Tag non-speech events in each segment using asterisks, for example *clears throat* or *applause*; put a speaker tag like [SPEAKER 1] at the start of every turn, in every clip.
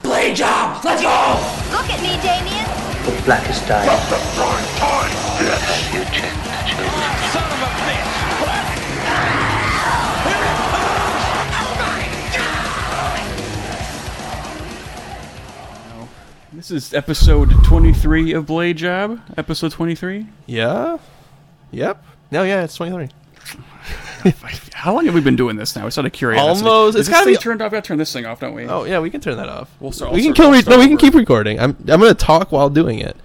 [SPEAKER 1] day jobs. Let's go.
[SPEAKER 2] Look at me, Damien.
[SPEAKER 3] The blackest eyes.
[SPEAKER 4] This is episode 23 of Blade Job. Episode 23?
[SPEAKER 5] Yeah. Yep. No, yeah, it's 23.
[SPEAKER 4] How long have we been doing this now? It's out of curiosity.
[SPEAKER 5] Almost.
[SPEAKER 4] Is
[SPEAKER 5] It's
[SPEAKER 4] this
[SPEAKER 5] gotta
[SPEAKER 4] thing
[SPEAKER 5] be-
[SPEAKER 4] turned off. I gotta turn this thing off, don't we?
[SPEAKER 5] Oh, yeah, we can turn that off.
[SPEAKER 4] We'll start-
[SPEAKER 5] we
[SPEAKER 4] I'll
[SPEAKER 5] can
[SPEAKER 4] start-
[SPEAKER 5] kill.
[SPEAKER 4] I'll
[SPEAKER 5] Re-
[SPEAKER 4] start
[SPEAKER 5] no, we can
[SPEAKER 4] over.
[SPEAKER 5] keep recording. I'm. I'm gonna talk while doing it.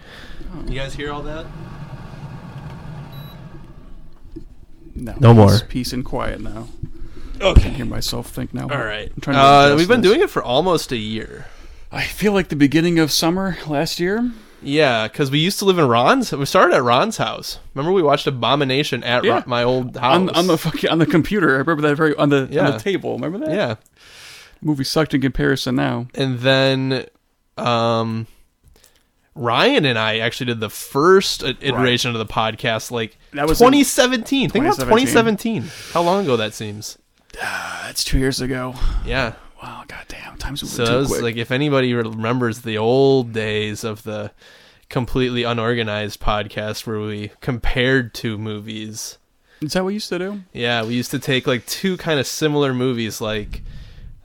[SPEAKER 5] You guys hear all that?
[SPEAKER 4] no,
[SPEAKER 5] No more.
[SPEAKER 4] It's peace and quiet now. Okay. I can hear myself think now.
[SPEAKER 5] All right.
[SPEAKER 4] I'm trying to
[SPEAKER 5] Uh,
[SPEAKER 4] adjust
[SPEAKER 5] we've been
[SPEAKER 4] this.
[SPEAKER 5] doing it for almost a year.
[SPEAKER 4] I feel like the beginning of summer last year.
[SPEAKER 5] Yeah, because we used to live in Ron's. We started at Ron's house. Remember, we watched Abomination at
[SPEAKER 4] Yeah.
[SPEAKER 5] Ron, my old house.
[SPEAKER 4] On, on the fucking, on the computer, I remember that very on the on
[SPEAKER 5] Yeah.
[SPEAKER 4] the table. Remember that?
[SPEAKER 5] yeah,
[SPEAKER 4] Movie sucked in comparison. Now
[SPEAKER 5] and then um Ryan and I actually did the first i- iteration of the podcast like
[SPEAKER 4] That was in-
[SPEAKER 5] 2017. Think about
[SPEAKER 4] 2017.
[SPEAKER 5] 2017. How long ago that seems.
[SPEAKER 4] that's Uh, two years ago.
[SPEAKER 5] Yeah.
[SPEAKER 4] Wow, goddamn, times moving
[SPEAKER 5] So
[SPEAKER 4] too
[SPEAKER 5] that was
[SPEAKER 4] quick.
[SPEAKER 5] like if anybody remembers the old days of the completely unorganized podcast where we compared two movies.
[SPEAKER 4] Is that what you used to do?
[SPEAKER 5] Yeah, we used to take like two kind of similar movies. Like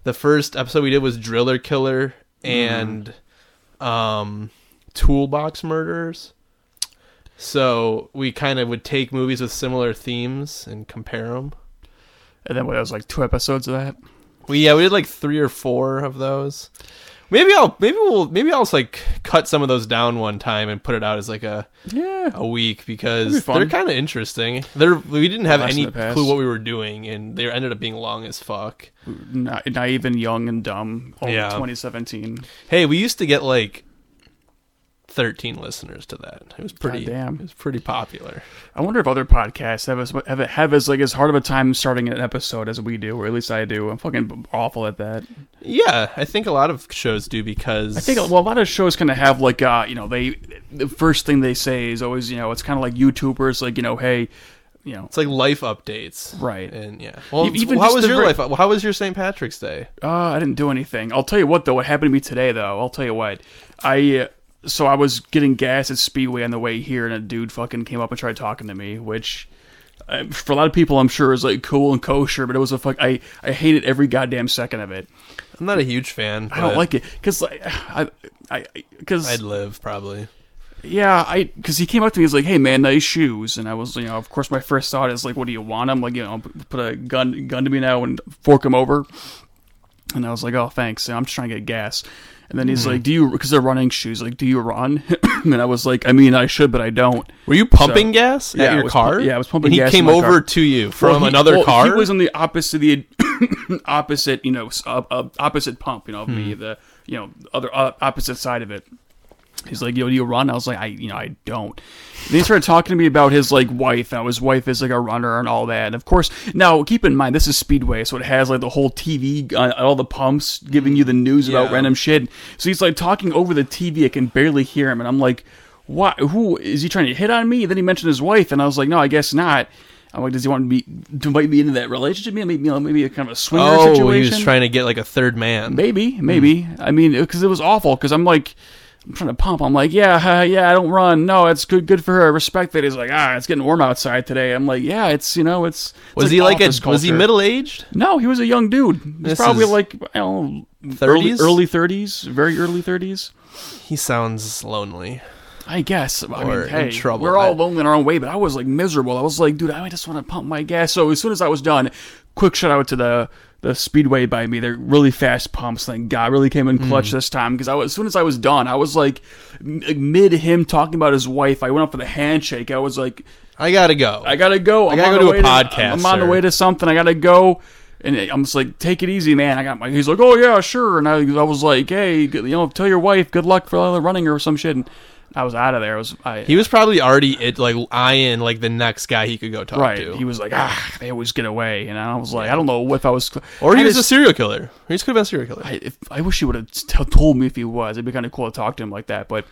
[SPEAKER 5] the first episode we did was Driller Killer
[SPEAKER 4] Mm-hmm.
[SPEAKER 5] and um, Toolbox Murders. So we kind of would take movies with similar themes and compare them.
[SPEAKER 4] And then what? It was like two episodes of that.
[SPEAKER 5] We yeah we did like three or four of those. Maybe I'll maybe we'll maybe I'll just like cut some of those down one time and put it out as like a
[SPEAKER 4] Yeah.
[SPEAKER 5] a week
[SPEAKER 4] That'd
[SPEAKER 5] because
[SPEAKER 4] be fun.
[SPEAKER 5] they're kind of interesting. They're we didn't have
[SPEAKER 4] Last in
[SPEAKER 5] any
[SPEAKER 4] the past.
[SPEAKER 5] clue what we were doing and they ended up being long as fuck.
[SPEAKER 4] Na- naive and young and dumb. Oh,
[SPEAKER 5] Yeah.
[SPEAKER 4] 2017.
[SPEAKER 5] Hey, we used to get like 13 listeners to that. It was pretty
[SPEAKER 4] Goddamn.
[SPEAKER 5] it was pretty popular.
[SPEAKER 4] I wonder if other podcasts have as have, have as like as hard of a time starting an episode as we do, or at least I do. I'm fucking awful at that.
[SPEAKER 5] Yeah, I think a lot of shows do because
[SPEAKER 4] I think well, a lot of shows kind of have like uh, you know, they the first thing they say is always you know it's kind of like YouTubers like you know hey, you know
[SPEAKER 5] it's like life updates.
[SPEAKER 4] Right. E-,
[SPEAKER 5] And yeah. Well,
[SPEAKER 4] even
[SPEAKER 5] how
[SPEAKER 4] just
[SPEAKER 5] was
[SPEAKER 4] the
[SPEAKER 5] your
[SPEAKER 4] ver-
[SPEAKER 5] life? How was your St. Patrick's Day?
[SPEAKER 4] Uh, I didn't do anything. I'll tell you what though. What happened to me today though? I'll tell you what. I uh, so I was getting gas at Speedway on the way here, and a dude fucking came up and tried talking to me, which. uh, For a lot of people, I'm sure is like cool and kosher, but it was a fuck. I I hated every goddamn second of it.
[SPEAKER 5] I'm not a huge fan.
[SPEAKER 4] I don't like it because like *sighs* I I
[SPEAKER 5] I'd
[SPEAKER 4] because
[SPEAKER 5] live probably.
[SPEAKER 4] yeah I because he came up to me he's like hey man nice shoes and I was you know of course my first thought is like what do you want I'm like you know p- put a gun gun to me now and fork him over and I was like oh thanks and I'm just trying to get gas and then
[SPEAKER 5] Mm-hmm.
[SPEAKER 4] he's like do you because they're running shoes like do you run *coughs* and I was like I mean I should but I don't
[SPEAKER 5] Were you pumping gas at
[SPEAKER 4] yeah, I
[SPEAKER 5] your
[SPEAKER 4] was
[SPEAKER 5] car?
[SPEAKER 4] pu- yeah, I was pumping
[SPEAKER 5] and
[SPEAKER 4] gas
[SPEAKER 5] He came
[SPEAKER 4] in my car.
[SPEAKER 5] over to you from
[SPEAKER 4] Well, he-
[SPEAKER 5] another
[SPEAKER 4] well,
[SPEAKER 5] car.
[SPEAKER 4] he was on the opposite the *coughs* opposite you know s- uh, uh, opposite pump you know of
[SPEAKER 5] Hmm.
[SPEAKER 4] me the you know other uh, opposite side of it He's like, yo, do you run? I was like, I, you know, I don't. Then he started talking to me about his like wife, how his wife is like a runner and all that. And of course, now keep in mind this is Speedway, so it has like the whole TV, uh, all the pumps giving you the news about
[SPEAKER 5] Yeah.
[SPEAKER 4] random shit. So he's like talking over the TV. I can barely hear him, and I'm like, what? Who is he trying to hit on me? Then he mentioned his wife, and I was like, no, I guess not. I'm like, does he want me to invite me into that relationship? Maybe, you know, maybe a kind of a swinger
[SPEAKER 5] oh,
[SPEAKER 4] situation.
[SPEAKER 5] he was trying to get like a third man.
[SPEAKER 4] Maybe, maybe. I mean, because it was awful. Because I'm like, I'm trying to pump. I'm like, yeah, uh, yeah. I don't run. No, it's good, good for her. I respect that. He's like, ah, it's getting warm outside today. I'm like, yeah, it's you know, it's. it's
[SPEAKER 5] was he like a
[SPEAKER 4] office
[SPEAKER 5] was he
[SPEAKER 4] culture.
[SPEAKER 5] middle aged?
[SPEAKER 4] No, he was a young dude. He's
[SPEAKER 5] This
[SPEAKER 4] probably
[SPEAKER 5] is
[SPEAKER 4] like I don't know,
[SPEAKER 5] 30s?
[SPEAKER 4] early thirties, very early thirties.
[SPEAKER 5] He sounds lonely.
[SPEAKER 4] I guess. I
[SPEAKER 5] Or
[SPEAKER 4] mean,
[SPEAKER 5] in
[SPEAKER 4] hey,
[SPEAKER 5] trouble.
[SPEAKER 4] we're all
[SPEAKER 5] I-
[SPEAKER 4] lonely in our own way, but I was like miserable. I was like, dude, I just want to pump my gas. So as soon as I was done, quick shout out to the the speedway by me. They're really fast pumps. Thank God, really came in clutch
[SPEAKER 5] Mm.
[SPEAKER 4] this time because I was as soon as I was done, I was like m- mid him talking about his wife. I went up for the handshake. I was like,
[SPEAKER 5] I gotta go.
[SPEAKER 4] I gotta go. I'm
[SPEAKER 5] gotta
[SPEAKER 4] on
[SPEAKER 5] go
[SPEAKER 4] the
[SPEAKER 5] to a
[SPEAKER 4] way
[SPEAKER 5] podcast,
[SPEAKER 4] I'm on the
[SPEAKER 5] sir.
[SPEAKER 4] way to something. I gotta go. And I'm just like, take it easy, man. I got my. He's like, oh yeah, sure. And I, I was like, hey, g- you know, tell your wife good luck for the running or some shit. And I was out of there. I was. I,
[SPEAKER 5] he was probably already it, like eyeing like the next guy he could go talk
[SPEAKER 4] right.
[SPEAKER 5] to,
[SPEAKER 4] He was like, ah, they always get away. And I was like, I don't know if I was.
[SPEAKER 5] or he
[SPEAKER 4] I
[SPEAKER 5] was a
[SPEAKER 4] just-
[SPEAKER 5] serial killer. He just could have been a serial killer.
[SPEAKER 4] I, if, I wish he would have t- told me if he was. It'd be kind of cool to talk to him like that. But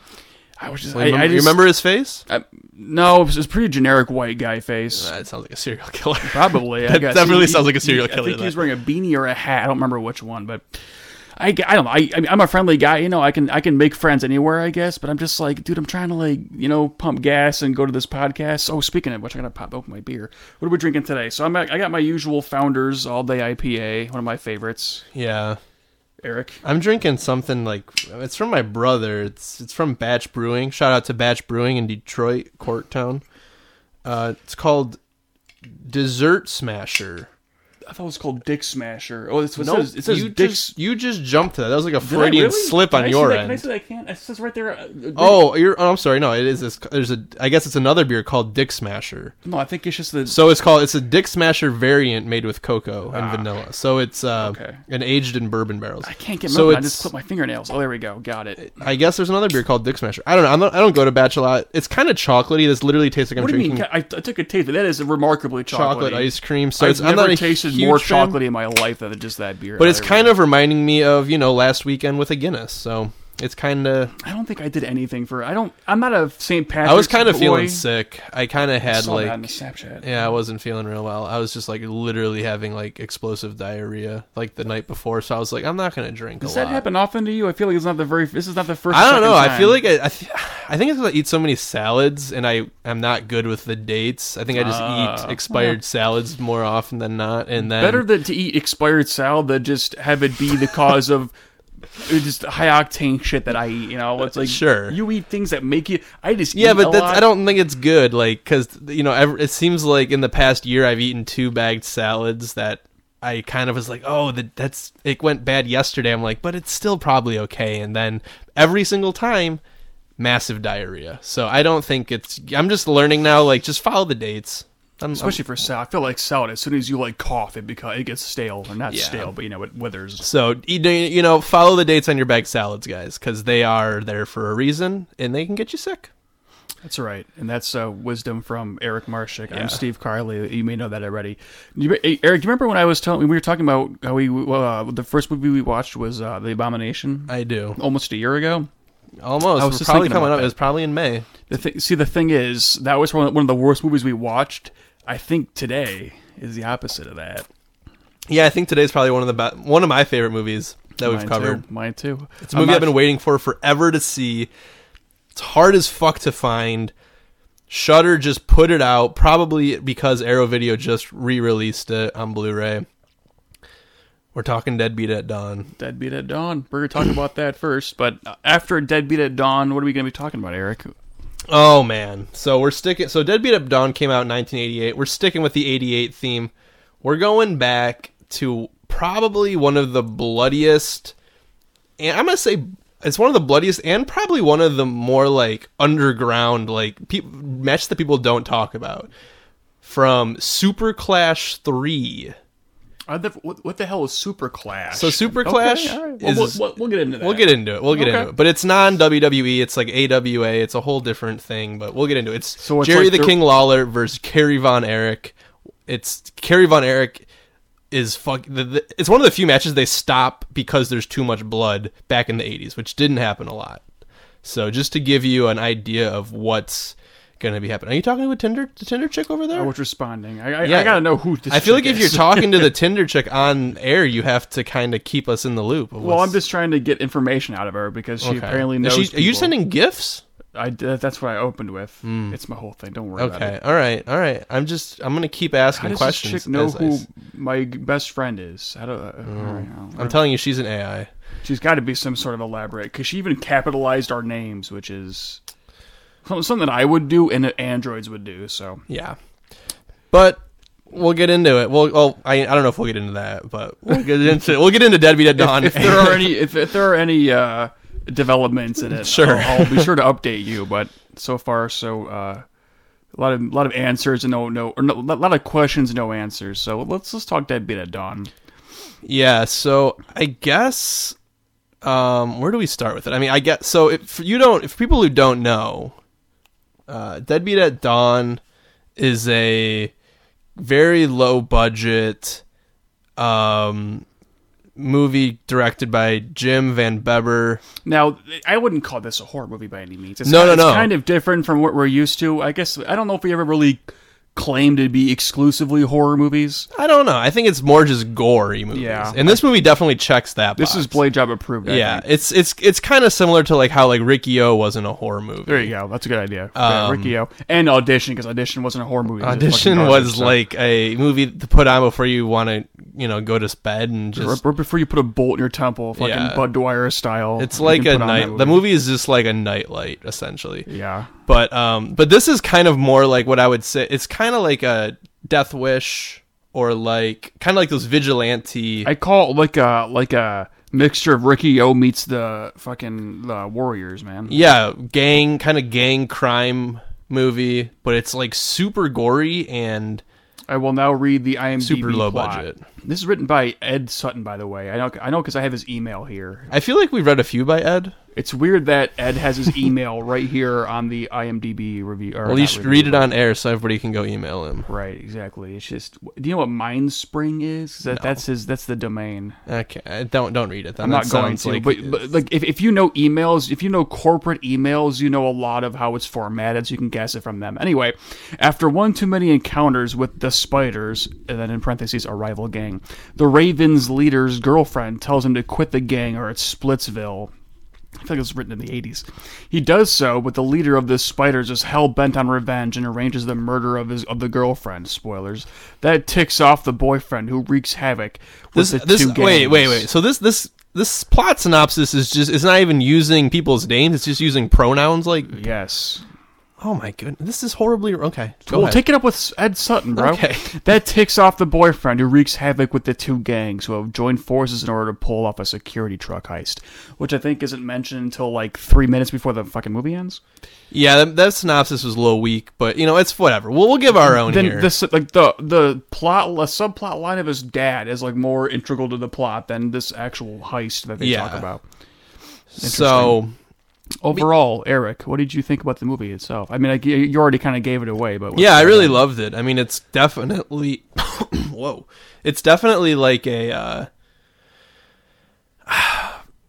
[SPEAKER 4] I was just.
[SPEAKER 5] Remember,
[SPEAKER 4] I, I
[SPEAKER 5] you
[SPEAKER 4] just-
[SPEAKER 5] remember his face?
[SPEAKER 4] I- no, it was, it was pretty generic white guy face.
[SPEAKER 5] That sounds like a serial killer.
[SPEAKER 4] Probably. I
[SPEAKER 5] *laughs* That
[SPEAKER 4] guess.
[SPEAKER 5] definitely
[SPEAKER 4] He-
[SPEAKER 5] sounds like a serial
[SPEAKER 4] I
[SPEAKER 5] killer,
[SPEAKER 4] think he was
[SPEAKER 5] that.
[SPEAKER 4] wearing a beanie or a hat. I don't remember which one, but I, g- I don't know. I, I mean, I'm a friendly guy, you know. I can I can make friends anywhere, I guess. But I'm just like, dude, I'm trying to like, you know, pump gas and go to this podcast. Oh, speaking of which, I gotta pop open my beer. What are we drinking today? So I'm at, I got my usual Founders All Day IPA, one of my favorites.
[SPEAKER 5] Yeah.
[SPEAKER 4] Eric,
[SPEAKER 5] I'm drinking something like it's from my brother. It's it's from Batch Brewing. Shout out to Batch Brewing in Detroit, Court Town. Uh, it's called Dessert Smasher.
[SPEAKER 4] I thought it was called Dick Smasher. Oh, it's, it
[SPEAKER 5] Nope,
[SPEAKER 4] says, it says
[SPEAKER 5] you
[SPEAKER 4] Dick.
[SPEAKER 5] just you just jumped to that. That was like a
[SPEAKER 4] Did I
[SPEAKER 5] Freudian
[SPEAKER 4] really?
[SPEAKER 5] slip
[SPEAKER 4] Did
[SPEAKER 5] on
[SPEAKER 4] I say
[SPEAKER 5] your
[SPEAKER 4] that?
[SPEAKER 5] end.
[SPEAKER 4] Did I say that I can't? It says right there. uh, Dick-
[SPEAKER 5] Oh, you're. Oh, I'm sorry. No, it is. This, there's a. I guess it's another beer called Dick Smasher.
[SPEAKER 4] no, I think it's just the.
[SPEAKER 5] So it's called. It's a Dick Smasher variant made with cocoa and vanilla. So it's uh,
[SPEAKER 4] Ah, Okay.
[SPEAKER 5] and aged in bourbon barrels.
[SPEAKER 4] I can't get.
[SPEAKER 5] So
[SPEAKER 4] So I
[SPEAKER 5] it's-
[SPEAKER 4] just clipped my fingernails. Oh, there we go. Got it.
[SPEAKER 5] I guess there's another beer called Dick Smasher. I don't know. I'm not, I don't go to Batch a lot. It's kind of chocolatey. This literally tastes like I'm
[SPEAKER 4] What do you
[SPEAKER 5] drinking
[SPEAKER 4] mean? I, I took a taste. That is remarkably chocolatey.
[SPEAKER 5] chocolate ice cream. So
[SPEAKER 4] I've
[SPEAKER 5] it's, I'm
[SPEAKER 4] never
[SPEAKER 5] not a
[SPEAKER 4] tasted
[SPEAKER 5] huge
[SPEAKER 4] more
[SPEAKER 5] fan,
[SPEAKER 4] chocolatey in my life than just that beer.
[SPEAKER 5] but it's kind of reminding me of you know last weekend with a Guinness. So it's kind of.
[SPEAKER 4] I don't think I did anything for. I don't. I'm not a St. Patrick's.
[SPEAKER 5] I was kind of
[SPEAKER 4] boy.
[SPEAKER 5] feeling sick. I kind of
[SPEAKER 4] I
[SPEAKER 5] had
[SPEAKER 4] saw that on the
[SPEAKER 5] like
[SPEAKER 4] Snapchat.
[SPEAKER 5] Yeah, I wasn't feeling real well. I was just like literally having like explosive diarrhea like the night before, so I was like, I'm not gonna drink.
[SPEAKER 4] Does
[SPEAKER 5] a
[SPEAKER 4] that
[SPEAKER 5] lot.
[SPEAKER 4] happen often to you? I feel like it's not the very. This is not the first.
[SPEAKER 5] I don't know.
[SPEAKER 4] second
[SPEAKER 5] I feel
[SPEAKER 4] time.
[SPEAKER 5] like I, I, th- I think it's because I eat so many salads, and I am not good with the dates. I think I just eat expired salads more often than not, and then
[SPEAKER 4] Ah. better than to eat expired salad than just have it be the cause of uh, just high octane shit that I eat. You know, it's like
[SPEAKER 5] Sure.
[SPEAKER 4] you eat things that make you. I just
[SPEAKER 5] Yeah,
[SPEAKER 4] eat a
[SPEAKER 5] but that's,
[SPEAKER 4] lot.
[SPEAKER 5] I don't think it's good. Like, because you know, ever, it seems like in the past year I've eaten two bagged salads that I kind of was like, oh, that, that's it went bad yesterday. I'm like, but it's still probably okay. And then every single time, massive diarrhea. So I don't think it's. I'm just learning now. Like, just follow the dates. I'm, I'm-
[SPEAKER 4] Especially for salad, I feel like salad. As soon as you like cough, it beca- it gets stale, or not
[SPEAKER 5] Yeah.
[SPEAKER 4] stale, but you know it withers.
[SPEAKER 5] so you know- you know, follow the dates on your bagged salads, guys, because they are there for a reason, and they can get you sick.
[SPEAKER 4] That's right, and that's uh, wisdom from Eric Marshik. I'm Steve Carley. You may know that already. You, may- hey, Eric, do you remember when I was telling we were talking about how we uh, the first movie we watched was uh, The Abomination
[SPEAKER 5] I do
[SPEAKER 4] almost a year ago.
[SPEAKER 5] almost.
[SPEAKER 4] I was
[SPEAKER 5] We're
[SPEAKER 4] just
[SPEAKER 5] probably
[SPEAKER 4] thinking
[SPEAKER 5] coming
[SPEAKER 4] about
[SPEAKER 5] up. It
[SPEAKER 4] that.
[SPEAKER 5] was probably in May.
[SPEAKER 4] The thi- see, the thing is, that was one of, one of the worst movies we watched. I think today is the opposite of that.
[SPEAKER 5] Yeah, I think today's probably one of the be- one of my favorite movies that we've
[SPEAKER 4] Mine
[SPEAKER 5] covered.
[SPEAKER 4] too. Mine too.
[SPEAKER 5] It's a movie I've been waiting for forever to see. It's hard as fuck to find. Shutter just put it out, probably because Arrow Video just re-released it on Blu-ray. We're talking Deadbeat at Dawn.
[SPEAKER 4] Deadbeat at Dawn. We're going to talk about that first, but uh, after Deadbeat at Dawn, what are we going to be talking about, Eric?
[SPEAKER 5] Oh man, so we're sticking. So Deadbeat at Dawn came out in 1988. We're sticking with the '88 theme. We're going back to probably one of the bloodiest, and I'm gonna say it's one of the bloodiest, and probably one of the more like underground, like peop match that people don't talk about. From Super Clash Three,
[SPEAKER 4] Uh, the, what, what the hell is Super Clash?
[SPEAKER 5] so Super
[SPEAKER 4] Okay,
[SPEAKER 5] Clash
[SPEAKER 4] all right. Well,
[SPEAKER 5] is
[SPEAKER 4] we'll, we'll- we'll get into that.
[SPEAKER 5] We'll get into it. We'll get into
[SPEAKER 4] Okay.
[SPEAKER 5] it. But it's non WWE. It's like AWA. It's a whole different thing. But we'll get into it. It's
[SPEAKER 4] So it's
[SPEAKER 5] Jerry
[SPEAKER 4] like
[SPEAKER 5] the
[SPEAKER 4] they're-
[SPEAKER 5] King Lawler versus Kerry Von Erich. It's Kerry Von Erich is fuck. The, the, it's one of the few matches they stop because there's too much blood back in the '80s, which didn't happen a lot. So just to give you an idea of what's going to be happening, are you talking to a Tinder the Tinder chick over there?
[SPEAKER 4] I was responding. I, I,
[SPEAKER 5] Yeah.
[SPEAKER 4] I got to know who this
[SPEAKER 5] I feel like
[SPEAKER 4] chick
[SPEAKER 5] if you're
[SPEAKER 4] is.
[SPEAKER 5] talking to the Tinder chick on air, you have to kind of keep us in the loop.
[SPEAKER 4] *laughs*
[SPEAKER 5] of
[SPEAKER 4] Well,
[SPEAKER 5] what's-
[SPEAKER 4] I'm just trying to get information out of her because she
[SPEAKER 5] Okay.
[SPEAKER 4] apparently
[SPEAKER 5] Is
[SPEAKER 4] knows.
[SPEAKER 5] she- are you
[SPEAKER 4] people.
[SPEAKER 5] sending gifts?
[SPEAKER 4] I, that's what I opened with. It's my whole thing. Don't worry about it.
[SPEAKER 5] Okay. All right. All right. I'm just. I'm gonna keep asking
[SPEAKER 4] How does
[SPEAKER 5] questions.
[SPEAKER 4] this chick know
[SPEAKER 5] as I
[SPEAKER 4] who
[SPEAKER 5] s-
[SPEAKER 4] my g- best friend is? How do, uh, alright, I don't know.
[SPEAKER 5] I'm telling you, she's an AI.
[SPEAKER 4] She's got to be some sort of elaborate because she even capitalized our names, which is some- something I would do and that androids would do. So
[SPEAKER 5] Yeah. But we'll get into it. We'll. Well, I. I don't know if we'll get into that, but we'll get into. we'll get into Deadbeat at Dawn.
[SPEAKER 4] if there are any, if, if there are any uh, developments in it,
[SPEAKER 5] Sure.
[SPEAKER 4] I'll, I'll be sure to update you. But so far, so uh, a lot of a lot of answers and no no or no, a lot of questions, no answers. So let's let's talk Deadbeat at Dawn.
[SPEAKER 5] Yeah, so I guess um where do we start with it? I mean, I guess so if you don't if people who don't know uh Deadbeat at Dawn is a very low budget um movie directed by Jim Van Beber.
[SPEAKER 4] Now, I wouldn't call this a horror movie by any means. It's
[SPEAKER 5] No,
[SPEAKER 4] kind,
[SPEAKER 5] no,
[SPEAKER 4] it's
[SPEAKER 5] no.
[SPEAKER 4] kind of different from what we're used to. I guess I don't know if we ever really claim to be exclusively horror movies.
[SPEAKER 5] I don't know. I think it's more just gory movies.
[SPEAKER 4] Yeah.
[SPEAKER 5] And this movie definitely checks that.
[SPEAKER 4] This
[SPEAKER 5] box.
[SPEAKER 4] is Blade Job approved. I
[SPEAKER 5] Yeah,
[SPEAKER 4] think.
[SPEAKER 5] it's it's it's kind of similar to like how like Ricky O wasn't a horror movie.
[SPEAKER 4] There you go. That's a good idea. yeah, Ricky O. And Audition, because Audition wasn't a horror movie. It was a
[SPEAKER 5] Um, Audition
[SPEAKER 4] fucking
[SPEAKER 5] was
[SPEAKER 4] garbage, so-
[SPEAKER 5] like a movie to put on before you want to, you know, go to bed and
[SPEAKER 4] Right,
[SPEAKER 5] just.
[SPEAKER 4] right before you put a bolt in your temple, fucking
[SPEAKER 5] Yeah.
[SPEAKER 4] Bud Dwyer style.
[SPEAKER 5] It's
[SPEAKER 4] you
[SPEAKER 5] like
[SPEAKER 4] can
[SPEAKER 5] a
[SPEAKER 4] put on
[SPEAKER 5] night.
[SPEAKER 4] that
[SPEAKER 5] The movie is just like a nightlight, essentially.
[SPEAKER 4] Yeah.
[SPEAKER 5] But um, but this is kind of more like what I would say. It's kind of like a Death Wish or like kind of like those vigilante.
[SPEAKER 4] I call it like a like a mixture of Ricky O meets the fucking the Warriors, man.
[SPEAKER 5] yeah, gang kind of gang crime movie, but it's like super gory and
[SPEAKER 4] I will now read the IMDb
[SPEAKER 5] Super low
[SPEAKER 4] plot.
[SPEAKER 5] budget.
[SPEAKER 4] This is written by Ed Sutton, by the way. I know I know because I have his email here.
[SPEAKER 5] I feel like we've read a few by Ed.
[SPEAKER 4] It's weird that Ed has
[SPEAKER 5] *laughs*
[SPEAKER 4] his email right here on the IMDb review. Or
[SPEAKER 5] Well, you
[SPEAKER 4] not
[SPEAKER 5] should
[SPEAKER 4] review,
[SPEAKER 5] read it
[SPEAKER 4] but-
[SPEAKER 5] on air so everybody can go email him.
[SPEAKER 4] Right, exactly. It's just. Do you know what Mindspring is? 'Cause That, That's his. That's the domain.
[SPEAKER 5] Okay, I- don't don't read it. Then.
[SPEAKER 4] I'm
[SPEAKER 5] That
[SPEAKER 4] not going
[SPEAKER 5] sounds
[SPEAKER 4] to,
[SPEAKER 5] like
[SPEAKER 4] but, but like if, if you know emails, if you know corporate emails, you know a lot of how it's formatted, so you can guess it from them. Anyway, after one too many encounters with the spiders, and then in parentheses, a rival gang, the Raven's leader's girlfriend tells him to quit the gang or it's Splitsville. I feel like it was written in the 80s. He does so, but the leader of the spiders is hell bent on revenge and arranges the murder of his of the girlfriend. Spoilers. That ticks off the boyfriend who wreaks havoc.
[SPEAKER 5] this
[SPEAKER 4] with the
[SPEAKER 5] this
[SPEAKER 4] two gangs.
[SPEAKER 5] wait wait wait. So this this this plot synopsis is just it's not even using people's names. It's just using pronouns. Like
[SPEAKER 4] Yes.
[SPEAKER 5] oh my goodness, this is horribly okay. Go
[SPEAKER 4] well,
[SPEAKER 5] ahead.
[SPEAKER 4] take it up with Ed Sutton, bro.
[SPEAKER 5] Okay.
[SPEAKER 4] *laughs* That ticks off the boyfriend who wreaks havoc with the two gangs who have joined forces in order to pull off a security truck heist, which I think isn't mentioned until like three minutes before the fucking movie ends.
[SPEAKER 5] yeah, that, that synopsis was a little weak, but you know it's whatever. We'll we'll give our own
[SPEAKER 4] Then
[SPEAKER 5] here.
[SPEAKER 4] this like the the plot the subplot line of his dad is like more integral to the plot than this actual heist that they
[SPEAKER 5] Yeah.
[SPEAKER 4] talk about.
[SPEAKER 5] so
[SPEAKER 4] Overall, Eric, what did you think about the movie itself? I mean, like you- you already kind of gave it away, but
[SPEAKER 5] yeah, I really loved it. I mean, it's definitely *coughs* whoa, it's definitely like a. Uh, *sighs*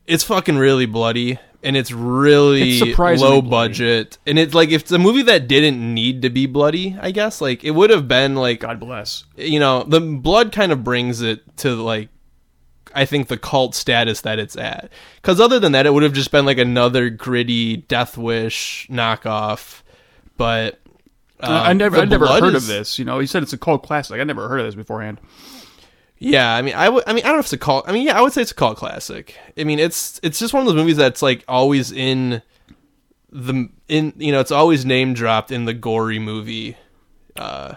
[SPEAKER 5] it's fucking really bloody, and it's really
[SPEAKER 4] It's surprisingly
[SPEAKER 5] low
[SPEAKER 4] bloody.
[SPEAKER 5] budget, and it's like if it's a movie that didn't need to be bloody, I guess like it would have been like
[SPEAKER 4] God bless.
[SPEAKER 5] you know the blood kind of brings it to like I think the cult status that it's at. Because other than that, it would have just been like another gritty Death Wish knockoff,
[SPEAKER 4] I-
[SPEAKER 5] but.
[SPEAKER 4] I
[SPEAKER 5] um,
[SPEAKER 4] never,
[SPEAKER 5] the
[SPEAKER 4] I never
[SPEAKER 5] blood
[SPEAKER 4] heard
[SPEAKER 5] is-
[SPEAKER 4] of this. You know, you said it's a cult classic. I never heard of this beforehand.
[SPEAKER 5] Yeah, I mean, I would. I mean, I don't know if it's a call. I mean, yeah, I would say it's a call classic. I mean, it's it's just one of those movies that's like always in the in you know it's always name dropped in the gory movie. Uh,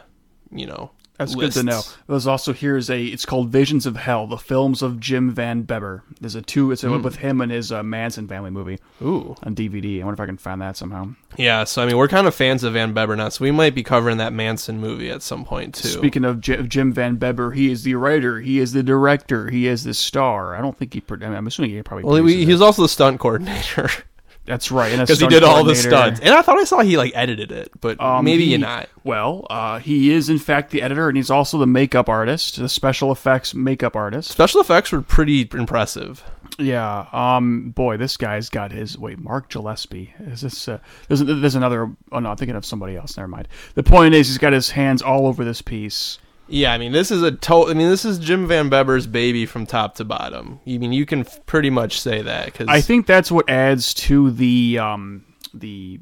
[SPEAKER 5] you know,
[SPEAKER 4] That's
[SPEAKER 5] lists.
[SPEAKER 4] good to know. There's also here is a. It's called Visions of Hell: The Films of Jim Van Beber. There's a two. It's a, with him and his uh, Manson family movie
[SPEAKER 5] Hmm. Ooh,
[SPEAKER 4] on DVD. I wonder if I can find that somehow.
[SPEAKER 5] yeah. So I mean, we're kind of fans of Van Beber now, so we might be covering that Manson movie at some point too.
[SPEAKER 4] Speaking of J- Jim Van Beber, he is the writer. He is the director. He is the star. I don't think he. Pro- I mean, I'm assuming he probably.
[SPEAKER 5] well,
[SPEAKER 4] produces
[SPEAKER 5] he,
[SPEAKER 4] it.
[SPEAKER 5] he was also the stunt coordinator *laughs*
[SPEAKER 4] That's right.
[SPEAKER 5] because he did all the stunts, and I thought I saw he like edited it, but
[SPEAKER 4] Um,
[SPEAKER 5] maybe
[SPEAKER 4] he-
[SPEAKER 5] you're not.
[SPEAKER 4] Well, uh, he is in fact the editor, and he's also the makeup artist, the special effects makeup artist.
[SPEAKER 5] Special effects were pretty impressive.
[SPEAKER 4] Yeah. Um. Boy, this guy's got his wait. Mark Gillespie. Is this? Uh, there's there's another. Oh no, I'm thinking of somebody else. Never mind. The point is, he's got his hands all over this piece.
[SPEAKER 5] Yeah, I mean, this is a total. I mean, this is Jim Van Beber's baby from top to bottom. I mean, you can f- pretty much say that because
[SPEAKER 4] I think that's what adds to the um the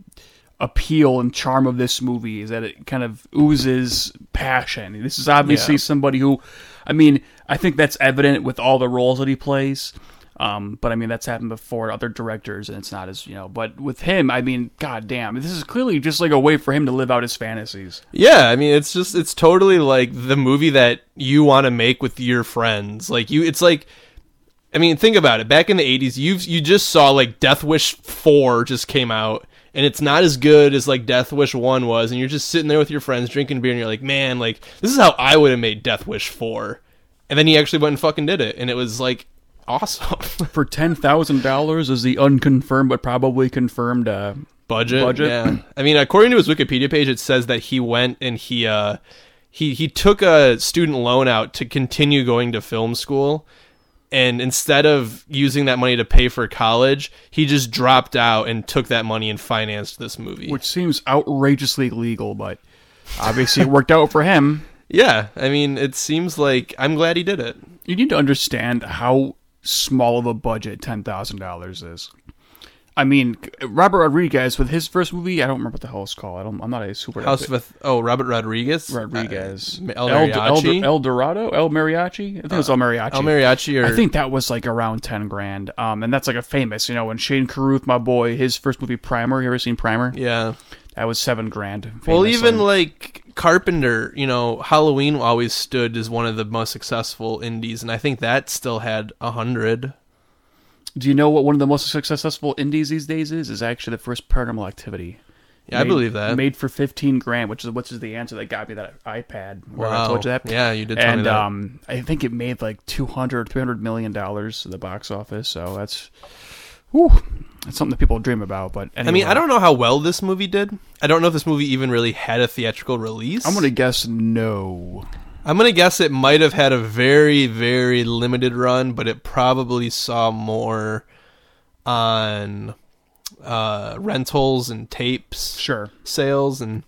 [SPEAKER 4] appeal and charm of this movie is that it kind of oozes passion. This is obviously
[SPEAKER 5] Yeah.
[SPEAKER 4] somebody who, I mean, I think that's evident with all the roles that he plays. Um, but I mean, that's happened before to other directors, and it's not as you know. But with him, I mean, goddamn, this is clearly just like a way for him to live out his fantasies.
[SPEAKER 5] yeah, I mean, it's just it's totally like the movie that you want to make with your friends. Like you, it's like. I mean, think about it. Back in the '80s, you have you just saw like Death Wish Four just came out, and it's not as good as like Death Wish One was. And you're just sitting there with your friends drinking beer, and you're like, "Man, like this is how I would have made Death Wish Four. And then he actually went and fucking did it, and it was like awesome. *laughs*
[SPEAKER 4] For ten thousand dollars is the unconfirmed but probably confirmed. Uh,
[SPEAKER 5] budget.
[SPEAKER 4] Budget.
[SPEAKER 5] Yeah. I mean, according to his Wikipedia page, it says that he went and he uh he he took a student loan out to continue going to film school. And instead of using that money to pay for college, he just dropped out and took that money and financed this movie.
[SPEAKER 4] which seems outrageously legal, but Obviously, it worked out for him.
[SPEAKER 5] Yeah, I mean, it seems like I'm glad he did it.
[SPEAKER 4] You need to understand how small of a budget ten thousand dollars is. I mean, Robert Rodriguez with his first movie, I don't remember what the hell it's called. I don't, I'm not a super
[SPEAKER 5] House of Eth- oh Robert Rodriguez,
[SPEAKER 4] Rodriguez.
[SPEAKER 5] Uh, El Mariachi,
[SPEAKER 4] El, El Dorado? El Mariachi? I think it was El Mariachi.
[SPEAKER 5] Uh, El Mariachi, or
[SPEAKER 4] I think that was like around 10 grand. Um, and that's like a famous, you know, when Shane Carruth, my boy, his first movie, Primer, you ever seen Primer?
[SPEAKER 5] yeah.
[SPEAKER 4] That was seven grand.
[SPEAKER 5] Well,
[SPEAKER 4] famously.
[SPEAKER 5] even like Carpenter, you know, Halloween always stood as one of the most successful indies, and I think that still had a hundred.
[SPEAKER 4] Do you know what one of the most successful indies these days is? Is actually the first Paranormal Activity.
[SPEAKER 5] Yeah, I
[SPEAKER 4] Made-
[SPEAKER 5] believe that.
[SPEAKER 4] Made for 15 grand, which is which is the answer that got me that iPad. Where I
[SPEAKER 5] Wow.
[SPEAKER 4] told you that.
[SPEAKER 5] Yeah, you did tell me
[SPEAKER 4] and
[SPEAKER 5] that.
[SPEAKER 4] um, I think it made like 200, 300 million dollars at the box office. So that's, whew, that's something that people dream about. But
[SPEAKER 5] I
[SPEAKER 4] anyway,
[SPEAKER 5] mean, I don't know how well this movie did. I don't know if this movie even really had a theatrical release.
[SPEAKER 4] I'm gonna guess no.
[SPEAKER 5] I'm gonna guess it might have had a very, very limited run, but it probably saw more on uh, rentals and tapes
[SPEAKER 4] Sure.
[SPEAKER 5] sales and.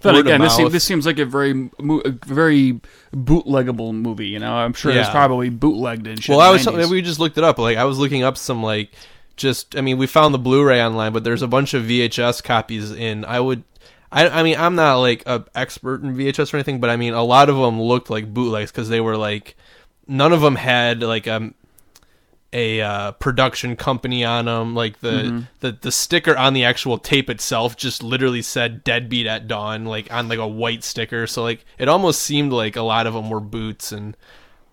[SPEAKER 4] But
[SPEAKER 5] word of
[SPEAKER 4] again, this,
[SPEAKER 5] mouth.
[SPEAKER 4] seems, this seems like a very, mo- a very bootleggable movie. You know, I'm sure it's
[SPEAKER 5] Yeah.
[SPEAKER 4] probably bootlegged and shit.
[SPEAKER 5] Well, I
[SPEAKER 4] in
[SPEAKER 5] was
[SPEAKER 4] the 90s.
[SPEAKER 5] we just looked it up. Like I was looking up some like just I mean we found the Blu-ray online, but there's a bunch of VHS copies in. I would I I mean I'm not like a expert in VHS or anything, but I mean a lot of them looked like bootlegs because they were like none of them had like um a uh, production company on them like the,
[SPEAKER 4] Mm-hmm.
[SPEAKER 5] the the sticker on the actual tape itself just literally said deadbeat at dawn like on like a white sticker so like it almost seemed like a lot of them were boots and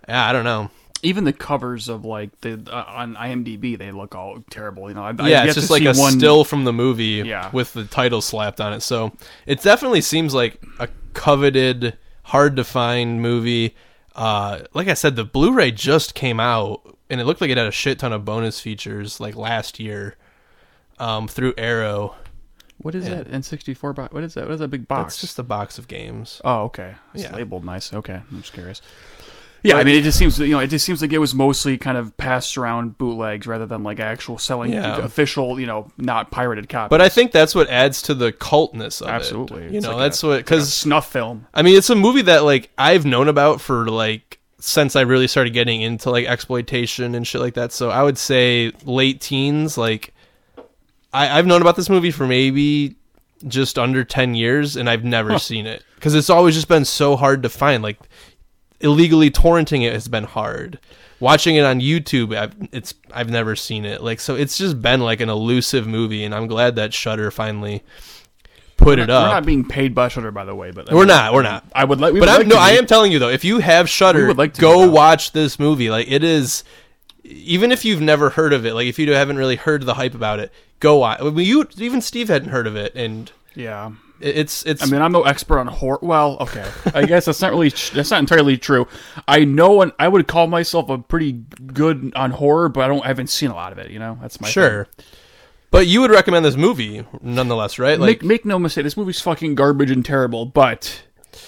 [SPEAKER 5] yeah i don't know
[SPEAKER 4] even the covers of like the uh, on IMDb, they look all terrible. You know, I,
[SPEAKER 5] yeah,
[SPEAKER 4] I've yet
[SPEAKER 5] it's
[SPEAKER 4] to
[SPEAKER 5] just like
[SPEAKER 4] see
[SPEAKER 5] a
[SPEAKER 4] one,
[SPEAKER 5] still from the movie
[SPEAKER 4] Yeah.
[SPEAKER 5] with the title slapped on it. So it definitely seems like a coveted, hard to find movie. Uh, like I said, the Blu-ray just came out, and it looked like it had a shit ton of bonus features like last year um, through Arrow.
[SPEAKER 4] What is that N64 box? What is that? What is that big box?
[SPEAKER 5] It's just a box of games.
[SPEAKER 4] oh, okay. It's
[SPEAKER 5] Yeah.
[SPEAKER 4] labeled nice. Okay, I'm just curious. Yeah, I mean, it just seems you know, it just seems like it was mostly kind of passed around bootlegs rather than like actual selling
[SPEAKER 5] Yeah.
[SPEAKER 4] official, you know, not pirated copies.
[SPEAKER 5] But I think that's what adds to the cultness of
[SPEAKER 4] Absolutely.
[SPEAKER 5] it. You
[SPEAKER 4] It's
[SPEAKER 5] know,
[SPEAKER 4] like
[SPEAKER 5] that's
[SPEAKER 4] a-
[SPEAKER 5] what
[SPEAKER 4] a
[SPEAKER 5] because
[SPEAKER 4] snuff film.
[SPEAKER 5] I mean, it's a movie that like I've known about for like since I really started getting into like exploitation and shit like that. So I would say late teens. Like I, I've known about this movie for maybe just under ten years, and I've never seen it because it's always just been so hard to find. Like illegally torrenting it has been hard. Watching it on YouTube, I've, it's I've never seen it. Like so, it's just been like an elusive movie, and I'm glad that Shutter finally put it
[SPEAKER 4] We're
[SPEAKER 5] up.
[SPEAKER 4] not being paid by Shutter, by the way, but I
[SPEAKER 5] We're
[SPEAKER 4] mean,
[SPEAKER 5] not. We're not.
[SPEAKER 4] I would like, we would
[SPEAKER 5] But I'm
[SPEAKER 4] like
[SPEAKER 5] no,
[SPEAKER 4] to
[SPEAKER 5] I
[SPEAKER 4] be-
[SPEAKER 5] am telling you though, if you have
[SPEAKER 4] We
[SPEAKER 5] Shutter,
[SPEAKER 4] would like to
[SPEAKER 5] go
[SPEAKER 4] be out.
[SPEAKER 5] watch this movie. Like it is, even if you've never heard of it, like if you haven't really heard the hype about it, go watch. I mean, you even Steve hadn't heard of it, and
[SPEAKER 4] Yeah,
[SPEAKER 5] it- it's it's.
[SPEAKER 4] I mean, I'm no expert on horror. Well, okay, I guess that's not really that's not entirely true. I know, and I would call myself a pretty good on horror, but I don't I haven't seen a lot of it. You know, that's my
[SPEAKER 5] sure, but you would recommend this movie nonetheless, right?
[SPEAKER 4] thing. Make
[SPEAKER 5] Like
[SPEAKER 4] make no mistake, this movie's fucking garbage and terrible, but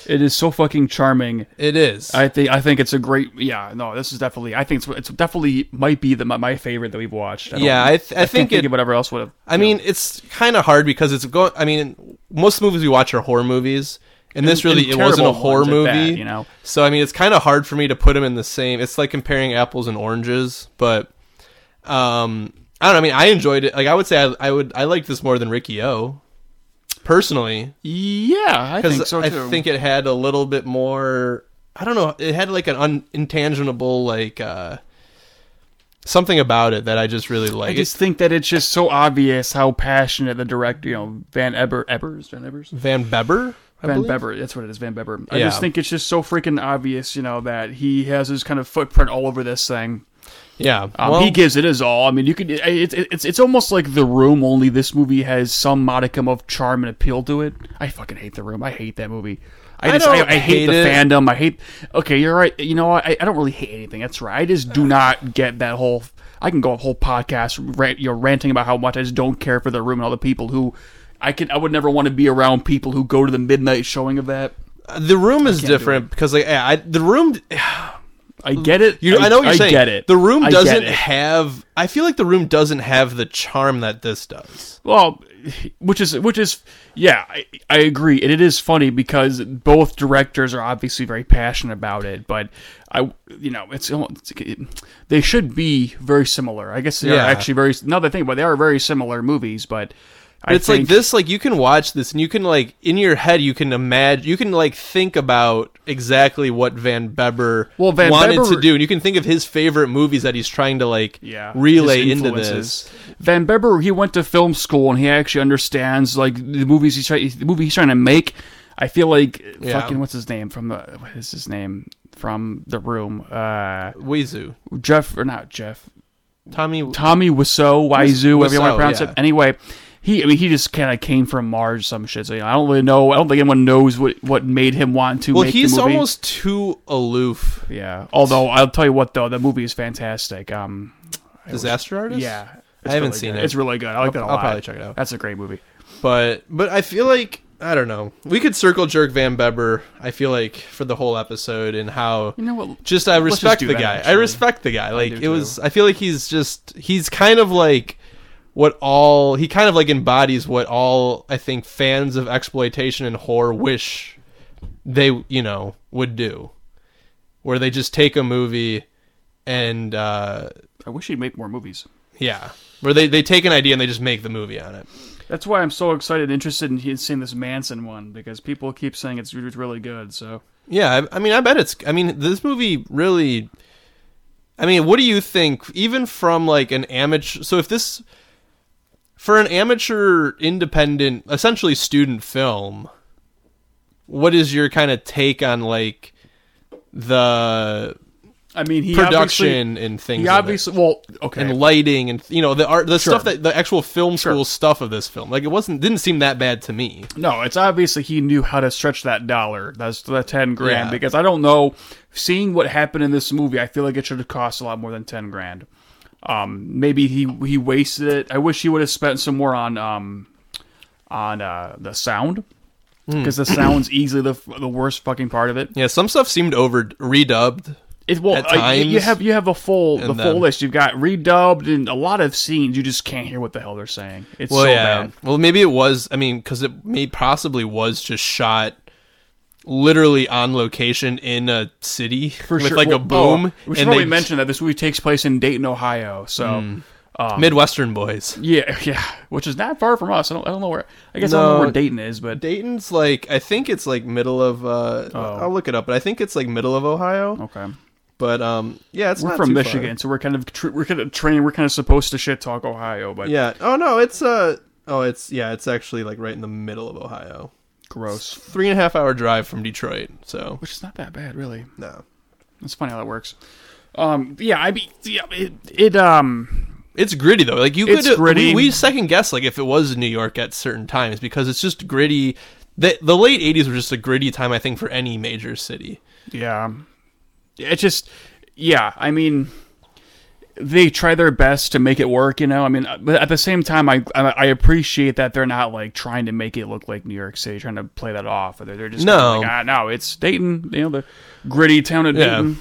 [SPEAKER 4] it is so fucking charming.
[SPEAKER 5] it is.
[SPEAKER 4] I think I think it's a great yeah. No, this is definitely I think it's it's definitely might be the my, my favorite that we've watched. I don't-
[SPEAKER 5] yeah, I, th-
[SPEAKER 4] I
[SPEAKER 5] I
[SPEAKER 4] can't
[SPEAKER 5] think
[SPEAKER 4] think
[SPEAKER 5] it.
[SPEAKER 4] of whatever else would have.
[SPEAKER 5] I mean, it's kind of hard because it's going. I mean, most movies we watch are horror movies, and this
[SPEAKER 4] And-
[SPEAKER 5] really
[SPEAKER 4] and
[SPEAKER 5] it wasn't a
[SPEAKER 4] terrible
[SPEAKER 5] horror
[SPEAKER 4] ones
[SPEAKER 5] movie.
[SPEAKER 4] at that, you know?
[SPEAKER 5] So I mean, it's kind of hard for me to put them in the same. It's like comparing apples and oranges, but um, I don't. know. I mean, I enjoyed it. Like I would say, I, I would. I liked this more than Ricky O. Personally,
[SPEAKER 4] Yeah, I think
[SPEAKER 5] because
[SPEAKER 4] so
[SPEAKER 5] I
[SPEAKER 4] too.
[SPEAKER 5] think it had a little bit more. I don't know. It had like an un- intangible like uh, something about it that I just really
[SPEAKER 4] I
[SPEAKER 5] liked.
[SPEAKER 4] just think that it's just so obvious how passionate the director, you know, Van Eber, Ebers, Van Ebers,
[SPEAKER 5] Van Beber. I
[SPEAKER 4] Van
[SPEAKER 5] believe?
[SPEAKER 4] Beber. That's what it is, Van Beber. I
[SPEAKER 5] Yeah.
[SPEAKER 4] just think it's just so freaking obvious, you know, that he has his kind of footprint all over this thing.
[SPEAKER 5] Yeah.
[SPEAKER 4] Um,
[SPEAKER 5] Well-
[SPEAKER 4] he gives it his all. I mean, you could. It's it, it's it's almost like The Room. Only this movie has some modicum of charm and appeal to it. I fucking hate The Room. I hate that movie. I, just,
[SPEAKER 5] don't
[SPEAKER 4] I, I hate,
[SPEAKER 5] hate
[SPEAKER 4] the
[SPEAKER 5] it.
[SPEAKER 4] fandom. I hate. Okay, you're right. You know, what? I, I don't really hate anything. That's right. I just do not get that whole. I can go a whole podcast rant, you know, ranting about how much I just don't care for the room and all the people who. I can. I would never want to be around people who go to the midnight showing of that.
[SPEAKER 5] The room is different because like I, I- the room
[SPEAKER 4] I get it.
[SPEAKER 5] You, I, know what you're saying.
[SPEAKER 4] get it.
[SPEAKER 5] The room
[SPEAKER 4] I get
[SPEAKER 5] doesn't
[SPEAKER 4] it.
[SPEAKER 5] have. I feel like the room doesn't have the charm that this does.
[SPEAKER 4] Well, which is which is yeah, I, I agree, and it is funny because both directors are obviously very passionate about it. But I, you know, it's, almost- they should be very similar. I guess they
[SPEAKER 5] Yeah.
[SPEAKER 4] are actually very another thing, but they are very similar movies. But I
[SPEAKER 5] it's like
[SPEAKER 4] think-
[SPEAKER 5] this. Like you can watch this, and you can like in your head, you can imagine, you can like think about exactly what Van Beber
[SPEAKER 4] Well, Van
[SPEAKER 5] wanted
[SPEAKER 4] Beber-
[SPEAKER 5] to do, and you can think of his favorite movies that he's trying to like
[SPEAKER 4] yeah,
[SPEAKER 5] relay
[SPEAKER 4] his
[SPEAKER 5] into
[SPEAKER 4] influences.
[SPEAKER 5] this.
[SPEAKER 4] Van Beber, he went to film school and he actually understands like the movies he's trying, the movie he's trying to make. I feel like
[SPEAKER 5] Yeah.
[SPEAKER 4] fucking what's his name from the what is his name from the room? Uh,
[SPEAKER 5] Weezu,
[SPEAKER 4] Jeff or not Jeff?
[SPEAKER 5] Tommy,
[SPEAKER 4] Tommy Wiseau, Wiseau, whatever you want
[SPEAKER 5] Wiseau,
[SPEAKER 4] to pronounce
[SPEAKER 5] yeah.
[SPEAKER 4] it. Anyway, he I mean he just kind of came from Mars, some shit. So you know, I don't really know. I don't think anyone knows what what made him want to.
[SPEAKER 5] well,
[SPEAKER 4] make
[SPEAKER 5] he's
[SPEAKER 4] the movie.
[SPEAKER 5] almost too aloof.
[SPEAKER 4] yeah. Although I'll tell you what though, the movie is fantastic. Um,
[SPEAKER 5] Disaster artist.
[SPEAKER 4] yeah.
[SPEAKER 5] I
[SPEAKER 4] It's
[SPEAKER 5] haven't
[SPEAKER 4] really
[SPEAKER 5] seen
[SPEAKER 4] good.
[SPEAKER 5] it.
[SPEAKER 4] It's really good. I like that a
[SPEAKER 5] I'll
[SPEAKER 4] lot.
[SPEAKER 5] probably check it out.
[SPEAKER 4] That's a great movie.
[SPEAKER 5] but but I feel like I don't know. We could circle jerk Van Beber. I feel like for the whole episode and how
[SPEAKER 4] You know what?
[SPEAKER 5] just I
[SPEAKER 4] Let's just
[SPEAKER 5] respect
[SPEAKER 4] do
[SPEAKER 5] the
[SPEAKER 4] that,
[SPEAKER 5] guy. I
[SPEAKER 4] actually.
[SPEAKER 5] respect the guy. Like
[SPEAKER 4] do
[SPEAKER 5] it
[SPEAKER 4] too.
[SPEAKER 5] was. I feel like he's just he's kind of like what all he kind of like embodies what all I think fans of exploitation and horror wish they you know would do, where they just take a movie and uh,
[SPEAKER 4] I wish he'd make more movies.
[SPEAKER 5] yeah, where they they take an idea and they just make the movie on it.
[SPEAKER 4] That's why I'm so excited and interested in he- seeing this Manson one because people keep saying it's re- really good. So
[SPEAKER 5] Yeah, I, I mean, I bet it's. I mean, this movie really. I mean, what do you think? Even from like an amateur, so if this for an amateur, independent, essentially student film, what is your kind of take on like the
[SPEAKER 4] I mean, he obviously-
[SPEAKER 5] production and things?
[SPEAKER 4] he
[SPEAKER 5] of it?
[SPEAKER 4] obviously well okay
[SPEAKER 5] and lighting and you know the art, the
[SPEAKER 4] Sure.
[SPEAKER 5] stuff that the actual film school
[SPEAKER 4] Sure.
[SPEAKER 5] stuff of this film. Like it wasn't didn't seem that bad to me.
[SPEAKER 4] No, it's obviously he knew how to stretch that dollar. That's the ten grand
[SPEAKER 5] Yeah.
[SPEAKER 4] because I don't know. Seeing what happened in this movie, I feel like it should have cost a lot more than ten grand. Um, maybe he he wasted it. I wish he would have spent some more on um on uh the sound
[SPEAKER 5] Hmm.
[SPEAKER 4] because
[SPEAKER 5] *coughs*
[SPEAKER 4] the sound's easily the the worst fucking part of it.
[SPEAKER 5] Yeah, some stuff seemed over redubbed.
[SPEAKER 4] It well,
[SPEAKER 5] At
[SPEAKER 4] uh, you- you
[SPEAKER 5] times.
[SPEAKER 4] have you have a full the
[SPEAKER 5] And
[SPEAKER 4] full
[SPEAKER 5] then-
[SPEAKER 4] list. You've got redubbed and a lot of scenes. You just can't hear what the hell they're saying. It's so bad.
[SPEAKER 5] Well, maybe it was. I mean, because it may possibly was just shot literally on location in a city with like a
[SPEAKER 4] Well, oh,
[SPEAKER 5] boom.
[SPEAKER 4] we should
[SPEAKER 5] and
[SPEAKER 4] probably
[SPEAKER 5] they- Hmm.
[SPEAKER 4] mention that this movie takes place in Dayton, Ohio. So
[SPEAKER 5] Midwestern boys.
[SPEAKER 4] yeah, *laughs* yeah, which is not far from us. I don't, I don't know where. I guess I don't know
[SPEAKER 5] No.
[SPEAKER 4] where Dayton is, but
[SPEAKER 5] Dayton's like I think it's like middle of. Uh,
[SPEAKER 4] Oh.
[SPEAKER 5] I'll look it up, but I think it's like middle of Ohio.
[SPEAKER 4] okay.
[SPEAKER 5] But um, yeah, it's
[SPEAKER 4] Oh. We're
[SPEAKER 5] not
[SPEAKER 4] from
[SPEAKER 5] too far.
[SPEAKER 4] Michigan, so we're kind of tr- we're kind of trained. We're kind of supposed to shit talk Ohio, but
[SPEAKER 5] Yeah. Oh no, it's uh. Oh, it's yeah, it's actually like right in the middle of Ohio.
[SPEAKER 4] gross.
[SPEAKER 5] Three and a half hour drive from Detroit. So
[SPEAKER 4] Which is not that bad, really.
[SPEAKER 5] no,
[SPEAKER 4] It's funny how that works. Um, yeah, I mean, yeah, it, it um,
[SPEAKER 5] It's gritty though. Like you
[SPEAKER 4] It's
[SPEAKER 5] could uh,
[SPEAKER 4] gritty.
[SPEAKER 5] We, we second guess like if it was New York at certain times because it's just gritty. The the late '80s were just a gritty time I think for any major city.
[SPEAKER 4] Yeah. It just, yeah. I mean, they try their best to make it work, you know. I mean, but at the same time, I I I appreciate that they're not like trying to make it look like New York City, trying to play that off. They're, they're just
[SPEAKER 5] No.
[SPEAKER 4] like, ah, no, it's Dayton, you know, the gritty town of
[SPEAKER 5] Yeah.
[SPEAKER 4] Dayton.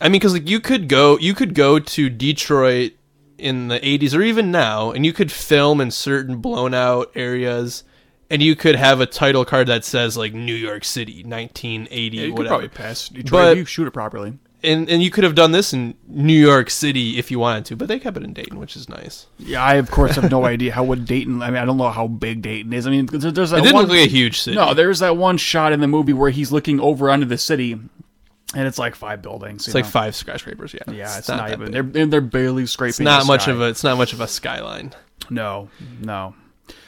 [SPEAKER 5] I mean, because like you could go you could go to Detroit in the '80s or even now, and you could film in certain blown out areas. And you could have a title card that says like New York City, nineteen eighty,
[SPEAKER 4] You could
[SPEAKER 5] whatever.
[SPEAKER 4] probably pass Detroit
[SPEAKER 5] But-
[SPEAKER 4] if you shoot it properly.
[SPEAKER 5] and and you could have done this in New York City if you wanted to, but they kept it in Dayton, which is nice.
[SPEAKER 4] Yeah, I of course have no *laughs* idea how would Dayton. I mean, I don't know how big Dayton is. I mean, there's, there's that
[SPEAKER 5] It didn't
[SPEAKER 4] one,
[SPEAKER 5] look like a huge city.
[SPEAKER 4] no. There's that one shot in the movie where he's looking over onto the city, and it's like five buildings.
[SPEAKER 5] It's like five skyscrapers. Yeah,
[SPEAKER 4] Yeah, it's, not,
[SPEAKER 5] that
[SPEAKER 4] even.
[SPEAKER 5] big.
[SPEAKER 4] They're and they're barely scraping.
[SPEAKER 5] It's not much of a. It's not much of a skyline.
[SPEAKER 4] No, no.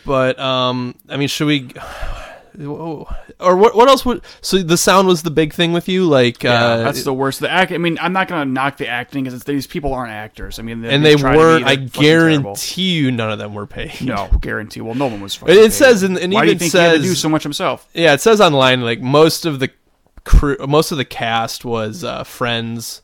[SPEAKER 5] But um, I mean, should we? Whoa. *sighs* Or what? What else would? So the sound was the big thing with you, like uh,
[SPEAKER 4] that's the worst. The act. I mean, I'm not gonna knock the acting because these people aren't actors. I mean, they,
[SPEAKER 5] and they
[SPEAKER 4] try to be,
[SPEAKER 5] weren't.
[SPEAKER 4] they're
[SPEAKER 5] I
[SPEAKER 4] fucking terrible.
[SPEAKER 5] guarantee you, none of them were paid.
[SPEAKER 4] No, guarantee. Well, no one was. Fucking
[SPEAKER 5] It
[SPEAKER 4] paid.
[SPEAKER 5] says in- and
[SPEAKER 4] Why do you
[SPEAKER 5] even
[SPEAKER 4] think he had to do
[SPEAKER 5] says-
[SPEAKER 4] so much himself?
[SPEAKER 5] *laughs* Yeah, it says online like most of the crew, most of the cast was uh, friends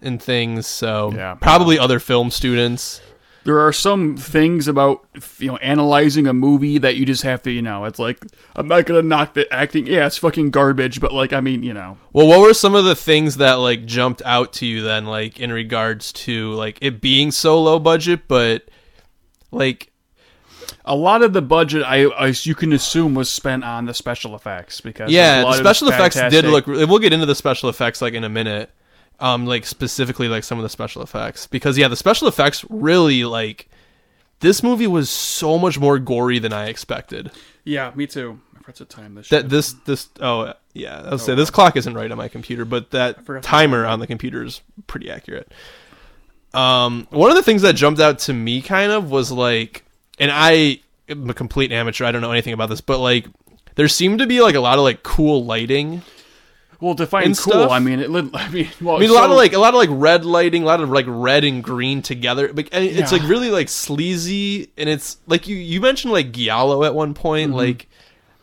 [SPEAKER 5] and things. So
[SPEAKER 4] Mm-hmm. Yeah.
[SPEAKER 5] probably other film students.
[SPEAKER 4] there are some things about you know analyzing a movie that you just have to you know it's like I'm not gonna knock the acting. Yeah, it's fucking garbage, but like I mean you know
[SPEAKER 5] Well, what were some of the things that like jumped out to you then, like in regards to like it being so low budget, but like
[SPEAKER 4] a lot of the budget I, I you can assume was spent on the special effects because
[SPEAKER 5] yeah,
[SPEAKER 4] a lot
[SPEAKER 5] the
[SPEAKER 4] of
[SPEAKER 5] special effects did
[SPEAKER 4] fantastic-
[SPEAKER 5] look. re- We'll get into the special effects like in a minute, um, like specifically like some of the special effects because yeah, the special effects really like this movie was so much more gory than I expected.
[SPEAKER 4] yeah me too. I forgot to time this.
[SPEAKER 5] That
[SPEAKER 4] shit.
[SPEAKER 5] this this oh yeah, I was say this clock isn't right on my computer, but that
[SPEAKER 4] forgot to-
[SPEAKER 5] timer on the computer is pretty accurate. Um, one of the things that jumped out to me kind of was like, and I am a complete amateur. I don't know anything about this, but like, there seemed to be like a lot of like cool lighting.
[SPEAKER 4] well, define cool.
[SPEAKER 5] and stuff-
[SPEAKER 4] I mean, it, lit- I mean, *laughs* well,
[SPEAKER 5] I mean, a lot
[SPEAKER 4] Oh, so-
[SPEAKER 5] of like a lot of like red lighting, a lot of like red and green together. But and it's
[SPEAKER 4] Yeah.
[SPEAKER 5] like really like sleazy, and it's like you you mentioned like Giallo at one point.
[SPEAKER 4] Mm-hmm.
[SPEAKER 5] Like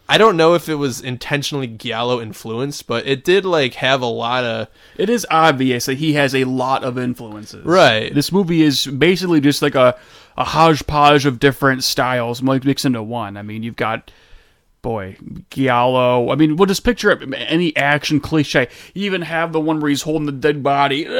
[SPEAKER 5] I don't know if it was intentionally Giallo influenced, but it did like have a lot of
[SPEAKER 4] It is obvious that he has a lot of influences.
[SPEAKER 5] Right.
[SPEAKER 4] This movie is basically just like a, a hodgepodge of different styles like, mixed into one. I mean, you've got boy Giallo. I mean, we'll just picture it, any action cliche. You even have the one where he's holding the dead body. Oh.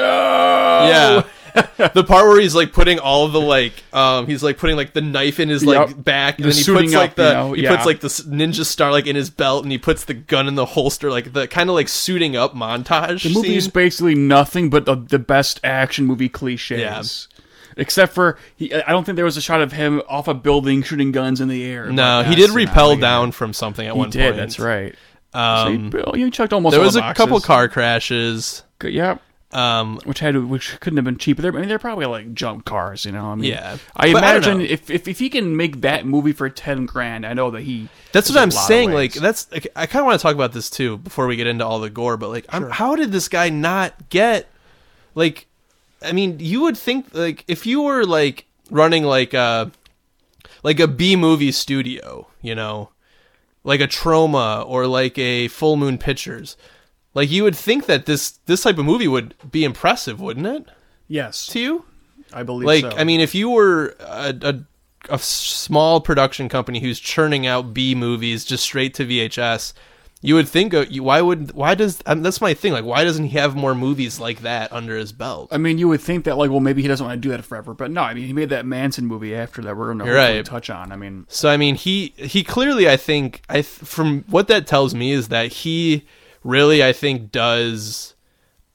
[SPEAKER 5] yeah.
[SPEAKER 4] *laughs*
[SPEAKER 5] the part where he's like putting all the like um he's like putting like the knife in his like
[SPEAKER 4] Yep.
[SPEAKER 5] back and
[SPEAKER 4] The
[SPEAKER 5] then he
[SPEAKER 4] suiting
[SPEAKER 5] puts like
[SPEAKER 4] up,
[SPEAKER 5] the
[SPEAKER 4] you know,
[SPEAKER 5] he
[SPEAKER 4] yeah.
[SPEAKER 5] puts like the s- ninja star like in his belt and he puts the gun in the holster like the kind of like suiting up montage
[SPEAKER 4] The movie is
[SPEAKER 5] scene.
[SPEAKER 4] basically nothing but the, the best action movie cliches.
[SPEAKER 5] Yeah.
[SPEAKER 4] Except for he, I don't think there was a shot of him off a building shooting guns in the air.
[SPEAKER 5] No,
[SPEAKER 4] Like,
[SPEAKER 5] he
[SPEAKER 4] that's,
[SPEAKER 5] did
[SPEAKER 4] you know,
[SPEAKER 5] repel
[SPEAKER 4] like,
[SPEAKER 5] down from something at
[SPEAKER 4] He
[SPEAKER 5] one
[SPEAKER 4] did.
[SPEAKER 5] point.
[SPEAKER 4] That's right.
[SPEAKER 5] Um,
[SPEAKER 4] so you, you checked almost.
[SPEAKER 5] there
[SPEAKER 4] all
[SPEAKER 5] was
[SPEAKER 4] the
[SPEAKER 5] a couple
[SPEAKER 4] boxes.
[SPEAKER 5] car crashes.
[SPEAKER 4] Good, Yeah,
[SPEAKER 5] Um,
[SPEAKER 4] which had which couldn't have been cheaper. They're- I mean, they're probably like junk cars, you know. I mean,
[SPEAKER 5] Yeah.
[SPEAKER 4] I
[SPEAKER 5] But I don't
[SPEAKER 4] imagine
[SPEAKER 5] know.
[SPEAKER 4] if, if if he can make that movie for ten grand, I know that he.
[SPEAKER 5] that's
[SPEAKER 4] there's
[SPEAKER 5] what
[SPEAKER 4] a
[SPEAKER 5] I'm
[SPEAKER 4] lot of
[SPEAKER 5] saying. Like
[SPEAKER 4] ways.
[SPEAKER 5] that's like, I kind of want to talk about this too before we get into all the gore. But like, I'm, how did this guy not get like? I mean, you would think like if you were like running like a like a B movie studio, you know, like a Troma or like a Full Moon Pictures. Like you would think that this this type of movie would be impressive, wouldn't it?
[SPEAKER 4] yes,
[SPEAKER 5] To you?
[SPEAKER 4] I believe.
[SPEAKER 5] like
[SPEAKER 4] so.
[SPEAKER 5] i mean if you were a, a, a small production company who's churning out b movies just straight to vhs you would think uh, you, why would why does I mean, that's my thing like why doesn't he have more movies like that under his belt
[SPEAKER 4] I mean, you would think that like, well, maybe he doesn't want to do that forever, but no. I mean, he made that Manson movie after that. We're going
[SPEAKER 5] You're
[SPEAKER 4] to
[SPEAKER 5] right.
[SPEAKER 4] touch on. I mean,
[SPEAKER 5] so i mean he he clearly i think i th- from what that tells me is that he really i think does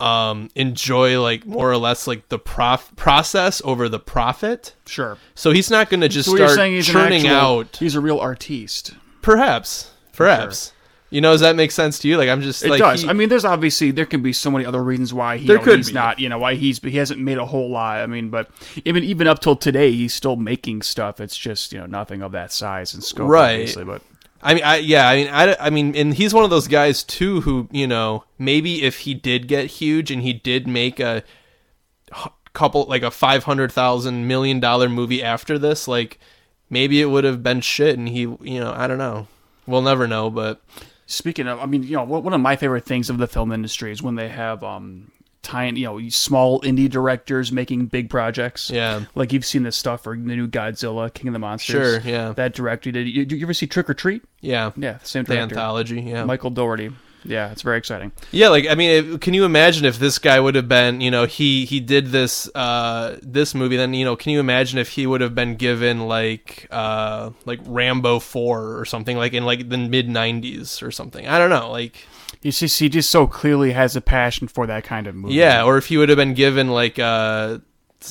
[SPEAKER 5] um enjoy like more or less like the prof process over the profit
[SPEAKER 4] sure.
[SPEAKER 5] so he's not going to just
[SPEAKER 4] So what you're saying
[SPEAKER 5] start
[SPEAKER 4] he's
[SPEAKER 5] churning
[SPEAKER 4] an actual,
[SPEAKER 5] out
[SPEAKER 4] He's a real artiste.
[SPEAKER 5] Perhaps, perhaps. You know, does that make sense to you? Like, I'm just
[SPEAKER 4] It
[SPEAKER 5] like
[SPEAKER 4] does.
[SPEAKER 5] he-
[SPEAKER 4] I mean, there's obviously there can be so many other reasons why he,
[SPEAKER 5] There
[SPEAKER 4] you know,
[SPEAKER 5] could
[SPEAKER 4] he's
[SPEAKER 5] be.
[SPEAKER 4] not, you know, why he's he hasn't made a whole lot. I mean, but even even up till today, he's still making stuff. It's just you know nothing of that size and scope,
[SPEAKER 5] Right.
[SPEAKER 4] Obviously, but
[SPEAKER 5] I mean, I yeah, I mean, I, I mean, and he's one of those guys too who you know maybe if he did get huge and he did make a h- couple like a five hundred thousand million dollar movie after this, like maybe it would have been shit, and he you know I don't know. We'll never know, but
[SPEAKER 4] speaking of, I mean, you know, one one of my favorite things of the film industry is when they have um tiny, you know, small indie directors making big projects.
[SPEAKER 5] Yeah.
[SPEAKER 4] like you've seen this stuff for the new Godzilla, King of the Monsters.
[SPEAKER 5] Sure, yeah.
[SPEAKER 4] that director did. You, you ever see Trick or Treat?
[SPEAKER 5] yeah,
[SPEAKER 4] Yeah, same
[SPEAKER 5] the
[SPEAKER 4] director,
[SPEAKER 5] anthology, yeah,
[SPEAKER 4] Michael Dougherty. Yeah, it's very exciting.
[SPEAKER 5] Yeah, like I mean, if- can you imagine if this guy would have been, you know, he he did this uh this movie then, you know, can you imagine if he would have been given like uh like Rambo 4 or something like in like the mid 90s or something. I don't know, like
[SPEAKER 4] He's just, he just so clearly has a passion for that kind of movie.
[SPEAKER 5] yeah, or if he would have been given like uh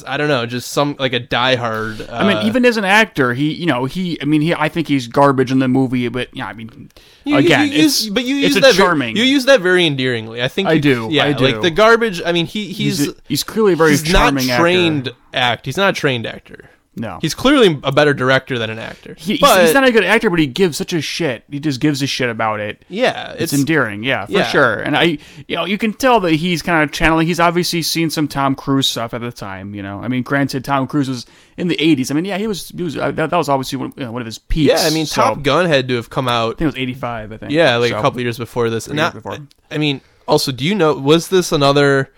[SPEAKER 5] I don't know, just some like a diehard uh,
[SPEAKER 4] I mean, even as an actor, he, you know, he, I mean, he, I think he's garbage in the movie, but yeah, I mean,
[SPEAKER 5] You- you-
[SPEAKER 4] again,
[SPEAKER 5] you use-
[SPEAKER 4] it's,
[SPEAKER 5] but you
[SPEAKER 4] it's
[SPEAKER 5] use
[SPEAKER 4] a
[SPEAKER 5] that ver-
[SPEAKER 4] charming.
[SPEAKER 5] you use that very endearingly. I think
[SPEAKER 4] I
[SPEAKER 5] you-
[SPEAKER 4] do,
[SPEAKER 5] Yeah,
[SPEAKER 4] I do.
[SPEAKER 5] like the garbage. I mean, he he's
[SPEAKER 4] he's, he's, clearly a very
[SPEAKER 5] he's not
[SPEAKER 4] charming
[SPEAKER 5] trained
[SPEAKER 4] actor.
[SPEAKER 5] act. He's not a trained actor.
[SPEAKER 4] No.
[SPEAKER 5] He's clearly a better director than an actor.
[SPEAKER 4] He, he's,
[SPEAKER 5] but,
[SPEAKER 4] he's not a good actor, but he gives such a shit. He just gives a shit about it.
[SPEAKER 5] yeah,
[SPEAKER 4] It's,
[SPEAKER 5] it's,
[SPEAKER 4] endearing, yeah, for
[SPEAKER 5] Yeah.
[SPEAKER 4] sure. And I, you know, you can tell that he's kind of channeling. He's obviously seen some Tom Cruise stuff at the time, you know. I mean, granted, Tom Cruise was in the '80s. I mean, yeah, he was. He was uh, that, that was obviously one, you know, one of his peaks.
[SPEAKER 5] yeah. I mean,
[SPEAKER 4] so-
[SPEAKER 5] Top Gun had to have come out.
[SPEAKER 4] I think it was 85, I think.
[SPEAKER 5] Yeah, like
[SPEAKER 4] So,
[SPEAKER 5] a couple years before this. And
[SPEAKER 4] years
[SPEAKER 5] that-
[SPEAKER 4] before.
[SPEAKER 5] I mean, also, do you know was this another?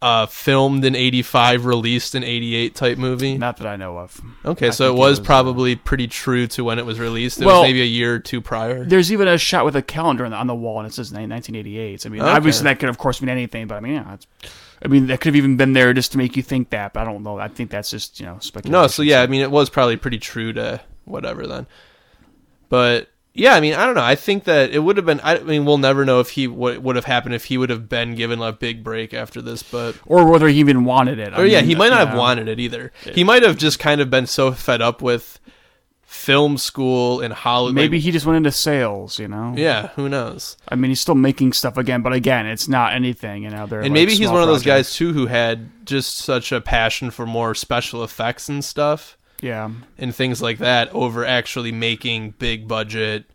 [SPEAKER 5] uh, filmed in '85, released in '88 type movie.
[SPEAKER 4] Not that I know of.
[SPEAKER 5] Okay, so it
[SPEAKER 4] think it
[SPEAKER 5] was
[SPEAKER 4] was, uh,
[SPEAKER 5] probably pretty true to when it was released. It
[SPEAKER 4] Well-
[SPEAKER 5] was maybe a year or two prior.
[SPEAKER 4] There's even a shot with a calendar on the, on the wall, and it says 1988. So, I mean,
[SPEAKER 5] Okay.
[SPEAKER 4] obviously that could, of course, mean anything. But I mean, yeah, that's, I mean, that could have even been there just to make you think that. But I don't know. I think that's just you know speculation.
[SPEAKER 5] No, so yeah, I mean, it was probably pretty true to whatever then. But yeah, I mean, I don't know. I think that it would have been. I mean, we'll never know if he what would have happened if he would have been given a big break after this. But
[SPEAKER 4] or whether he even wanted it. I
[SPEAKER 5] or Oh, yeah,
[SPEAKER 4] mean,
[SPEAKER 5] he might
[SPEAKER 4] you
[SPEAKER 5] not have
[SPEAKER 4] know.
[SPEAKER 5] wanted it either. He might have just kind of been so fed up with film school and Hollywood.
[SPEAKER 4] Maybe he just went into sales. You know.
[SPEAKER 5] yeah, who knows?
[SPEAKER 4] I mean, he's still making stuff again, but again, it's not anything. You know, they're
[SPEAKER 5] And
[SPEAKER 4] like,
[SPEAKER 5] maybe he's
[SPEAKER 4] small
[SPEAKER 5] one of those
[SPEAKER 4] projects.
[SPEAKER 5] guys too who had just such a passion for more special effects and stuff.
[SPEAKER 4] Yeah.
[SPEAKER 5] and things like that over actually making big budget.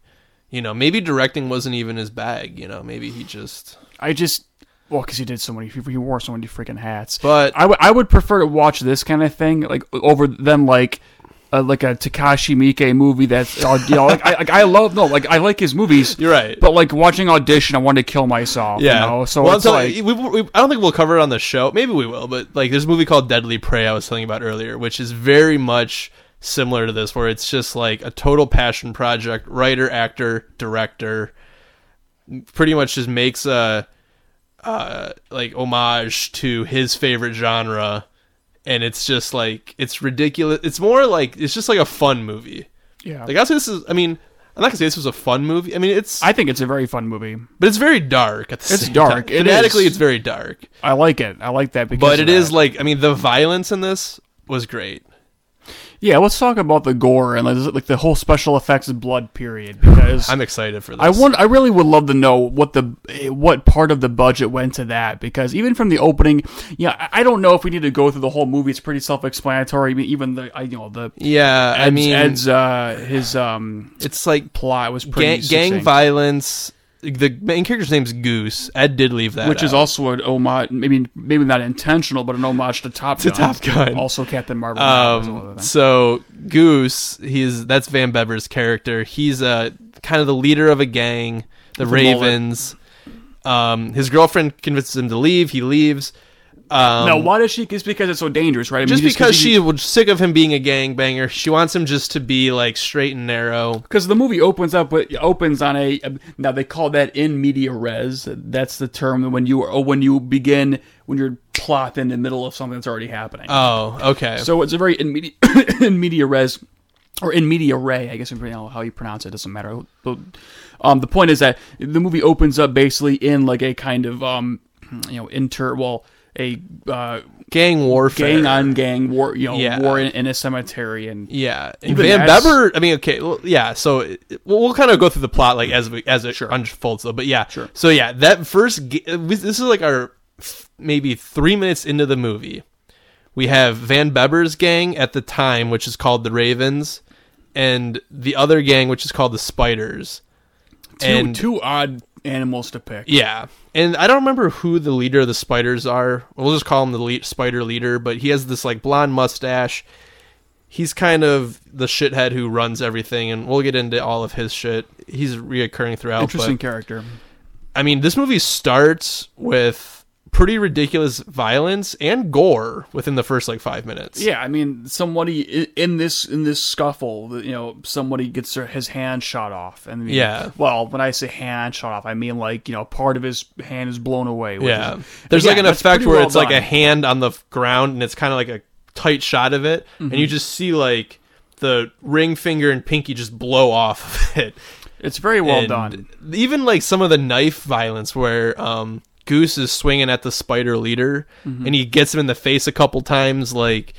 [SPEAKER 5] You know, maybe directing wasn't even his bag. You know, maybe he just.
[SPEAKER 4] I just well, because he did so many, he he wore so many freaking hats.
[SPEAKER 5] But-
[SPEAKER 4] I would- I would prefer to watch this kind of thing like over than like. Uh, like a Takashi Miike movie that's all, you know, like, I, like I love no like I like his movies
[SPEAKER 5] You're right.
[SPEAKER 4] but like watching audition I wanted to kill myself you know? so
[SPEAKER 5] well,
[SPEAKER 4] it's
[SPEAKER 5] I'm
[SPEAKER 4] like
[SPEAKER 5] telling- we, we- I don't think we'll cover it on the show. Maybe we will, but like there's a movie called Deadly Prey I was telling you about earlier, which is very much similar to this, where it's just like a total passion project. Writer, actor, director, pretty much just makes a uh, like homage to his favorite genre, and it's just like it's ridiculous. It's more like it's just like a fun movie.
[SPEAKER 4] yeah
[SPEAKER 5] Like I say, this is. I mean. I'm not gonna say this was a fun movie. I mean, it's
[SPEAKER 4] I think it's a very fun movie
[SPEAKER 5] but it's very dark. At the
[SPEAKER 4] It's
[SPEAKER 5] same
[SPEAKER 4] dark.
[SPEAKER 5] time.
[SPEAKER 4] It
[SPEAKER 5] Thematically,
[SPEAKER 4] is.
[SPEAKER 5] it's very dark.
[SPEAKER 4] I like it I like that because
[SPEAKER 5] But
[SPEAKER 4] of
[SPEAKER 5] it is
[SPEAKER 4] that.
[SPEAKER 5] like I mean, the violence in this was great.
[SPEAKER 4] yeah let's talk about the gore and like, like the whole special effects blood period because
[SPEAKER 5] I'm excited for this.
[SPEAKER 4] I want. I really would love to know what the eh, what part of the budget went to that because even from the opening, yeah, I I don't know if we need to go through the whole movie. It's pretty self-explanatory. I mean, even the I you know the
[SPEAKER 5] Yeah, I
[SPEAKER 4] Ed's-
[SPEAKER 5] mean,
[SPEAKER 4] Ed's uh, his um
[SPEAKER 5] it's like
[SPEAKER 4] plot was
[SPEAKER 5] gang,
[SPEAKER 4] pretty
[SPEAKER 5] gang
[SPEAKER 4] succinct,
[SPEAKER 5] violence. The main character's name's Goose. Ed did leave that,
[SPEAKER 4] which is
[SPEAKER 5] out.
[SPEAKER 4] also an homage, maybe maybe not intentional, but an homage to Top Gun.
[SPEAKER 5] Top Gun.
[SPEAKER 4] also Captain Marvel. That was another
[SPEAKER 5] Um,
[SPEAKER 4] thing.
[SPEAKER 5] so Goose, he's that's Van Bever's character. He's uh, kind of the leader of a gang, the
[SPEAKER 4] a mullet.
[SPEAKER 5] Ravens. Um, his girlfriend convinces him to leave. He leaves. Um,
[SPEAKER 4] now, why does she? It's because it's so dangerous, right? I mean,
[SPEAKER 5] just because
[SPEAKER 4] he-
[SPEAKER 5] she was sick of him being a gangbanger, she wants him just to be like straight and narrow.
[SPEAKER 4] because the movie opens up with opens on a now they call that in media res that's the term when you or when you begin when you're plopped in the middle of something that's already happening
[SPEAKER 5] Oh, okay.
[SPEAKER 4] so it's a very in media *coughs* in media res or in media ray i guess I don't know how you pronounce it doesn't matter But, um, the point is that the movie opens up basically in like a kind of um, you know inter well a uh,
[SPEAKER 5] gang warfare.
[SPEAKER 4] gang on gang war you know
[SPEAKER 5] Yeah.
[SPEAKER 4] war in, in a cemetery and
[SPEAKER 5] Yeah, and
[SPEAKER 4] Even
[SPEAKER 5] Van
[SPEAKER 4] that's-
[SPEAKER 5] Bever. I mean, okay, well, yeah. So it- we'll, we'll kind of go through the plot like as we as it unfolds, though. But yeah,
[SPEAKER 4] Sure.
[SPEAKER 5] So yeah, that first ga- this is like our f- maybe three minutes into the movie. We have Van Bever's gang at the time, which is called the Ravens, and the other gang, which is called the Spiders.
[SPEAKER 4] two,
[SPEAKER 5] And-
[SPEAKER 4] two odd animals to pick
[SPEAKER 5] Yeah, and I don't remember who the leader of the spiders are. We'll just call him the lead, spider leader, but he has this like blonde mustache. He's kind of the shithead who runs everything, and we'll get into all of his shit. He's reoccurring throughout.
[SPEAKER 4] interesting
[SPEAKER 5] But,
[SPEAKER 4] character
[SPEAKER 5] I mean, this movie starts with pretty ridiculous violence and gore within the first like five minutes.
[SPEAKER 4] Yeah, I mean, somebody i- in this in this scuffle, you know, somebody gets their, his hand shot off, and I mean,
[SPEAKER 5] Yeah.
[SPEAKER 4] Well, when I say hand shot off, I mean like you know, part of his hand is blown away. Which
[SPEAKER 5] Yeah.
[SPEAKER 4] is,
[SPEAKER 5] There's like
[SPEAKER 4] Again,
[SPEAKER 5] an
[SPEAKER 4] that's
[SPEAKER 5] effect
[SPEAKER 4] pretty
[SPEAKER 5] where
[SPEAKER 4] well
[SPEAKER 5] it's like a
[SPEAKER 4] done.
[SPEAKER 5] hand on the f- ground and it's kind of like a tight shot of it and
[SPEAKER 4] Mm-hmm.
[SPEAKER 5] you just see like the ring finger and pinky just blow off of *laughs* it.
[SPEAKER 4] It's very well
[SPEAKER 5] And
[SPEAKER 4] done.
[SPEAKER 5] Even like some of the knife violence where um Goose is swinging at the spider leader
[SPEAKER 4] Mm-hmm.
[SPEAKER 5] and he gets him in the face a couple times like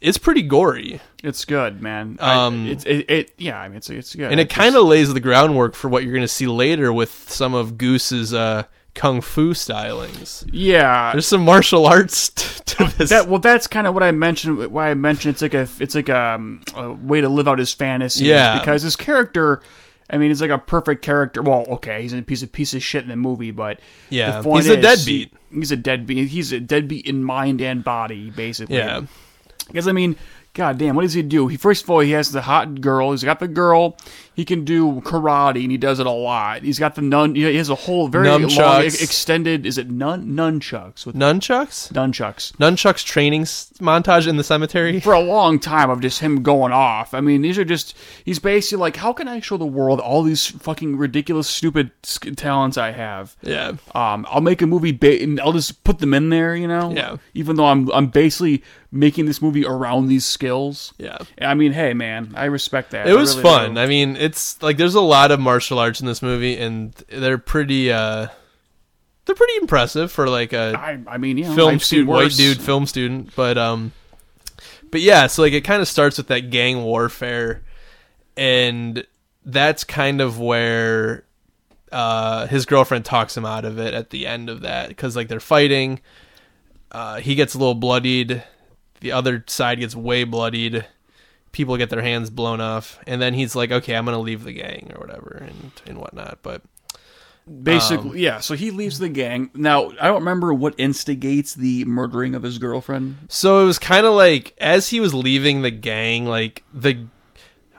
[SPEAKER 5] it's pretty gory.
[SPEAKER 4] It's good, man. I-
[SPEAKER 5] Um,
[SPEAKER 4] it's it, it. Yeah, I mean, it's it's good.
[SPEAKER 5] And it
[SPEAKER 4] It's
[SPEAKER 5] kind of lays the groundwork for what you're going to see later with some of Goose's uh kung fu stylings.
[SPEAKER 4] just- yeah.
[SPEAKER 5] There's some martial arts *laughs* t- to this.
[SPEAKER 4] That well, that's kind of what I mentioned. Why I mentioned it's like a it's like a, um, a way to live out his fantasies.
[SPEAKER 5] Yeah.
[SPEAKER 4] because his character. I mean, he's like a perfect character. Well, okay, he's a piece of piece of shit in the movie, but the
[SPEAKER 5] Yeah,
[SPEAKER 4] point
[SPEAKER 5] he's a
[SPEAKER 4] is,
[SPEAKER 5] deadbeat.
[SPEAKER 4] he- he's a deadbeat. He's a deadbeat in mind and body, basically.
[SPEAKER 5] Yeah.
[SPEAKER 4] because I mean, God damn, what does he do? He first of all he has the hot girl. He's got the girl. He can do karate, and he does it a lot. He's got the nun. He has a whole very long
[SPEAKER 5] Nunchucks.
[SPEAKER 4] ex- extended. Is it nun nunchucks with
[SPEAKER 5] Nunchucks?
[SPEAKER 4] nunchucks?
[SPEAKER 5] Nunchucks training s- montage in the
[SPEAKER 4] *laughs*
[SPEAKER 5] cemetery.
[SPEAKER 4] for a long time of just him going off. I mean, these are just he's basically like, how can I show the world all these fucking ridiculous, stupid sk- talents I have?
[SPEAKER 5] Yeah.
[SPEAKER 4] Um, I'll make a movie, ba- and I'll just put them in there, you know.
[SPEAKER 5] Yeah.
[SPEAKER 4] Even though I'm I'm basically making this movie around these skills.
[SPEAKER 5] Yeah.
[SPEAKER 4] And I mean, hey man, I respect that.
[SPEAKER 5] It
[SPEAKER 4] I
[SPEAKER 5] was
[SPEAKER 4] really
[SPEAKER 5] fun.
[SPEAKER 4] do.
[SPEAKER 5] I mean, it's like there's a lot of martial arts in this movie and they're pretty uh they're pretty impressive for like a
[SPEAKER 4] I, I mean, you know,
[SPEAKER 5] film
[SPEAKER 4] I've seen
[SPEAKER 5] student, white
[SPEAKER 4] worse.
[SPEAKER 5] dude, film student. But um, but yeah, so like it kind of starts with that gang warfare, and that's kind of where uh, his girlfriend talks him out of it at the end of that because like they're fighting. Uh, he gets a little bloodied. The other side gets way bloodied. People get their hands blown off, and then he's like, "Okay, I'm gonna leave the gang or whatever and and whatnot." But
[SPEAKER 4] Basically,
[SPEAKER 5] um,
[SPEAKER 4] yeah. So he leaves the gang. Now I don't remember what instigates the murdering of his girlfriend.
[SPEAKER 5] So it was kind of like as he was leaving the gang, like the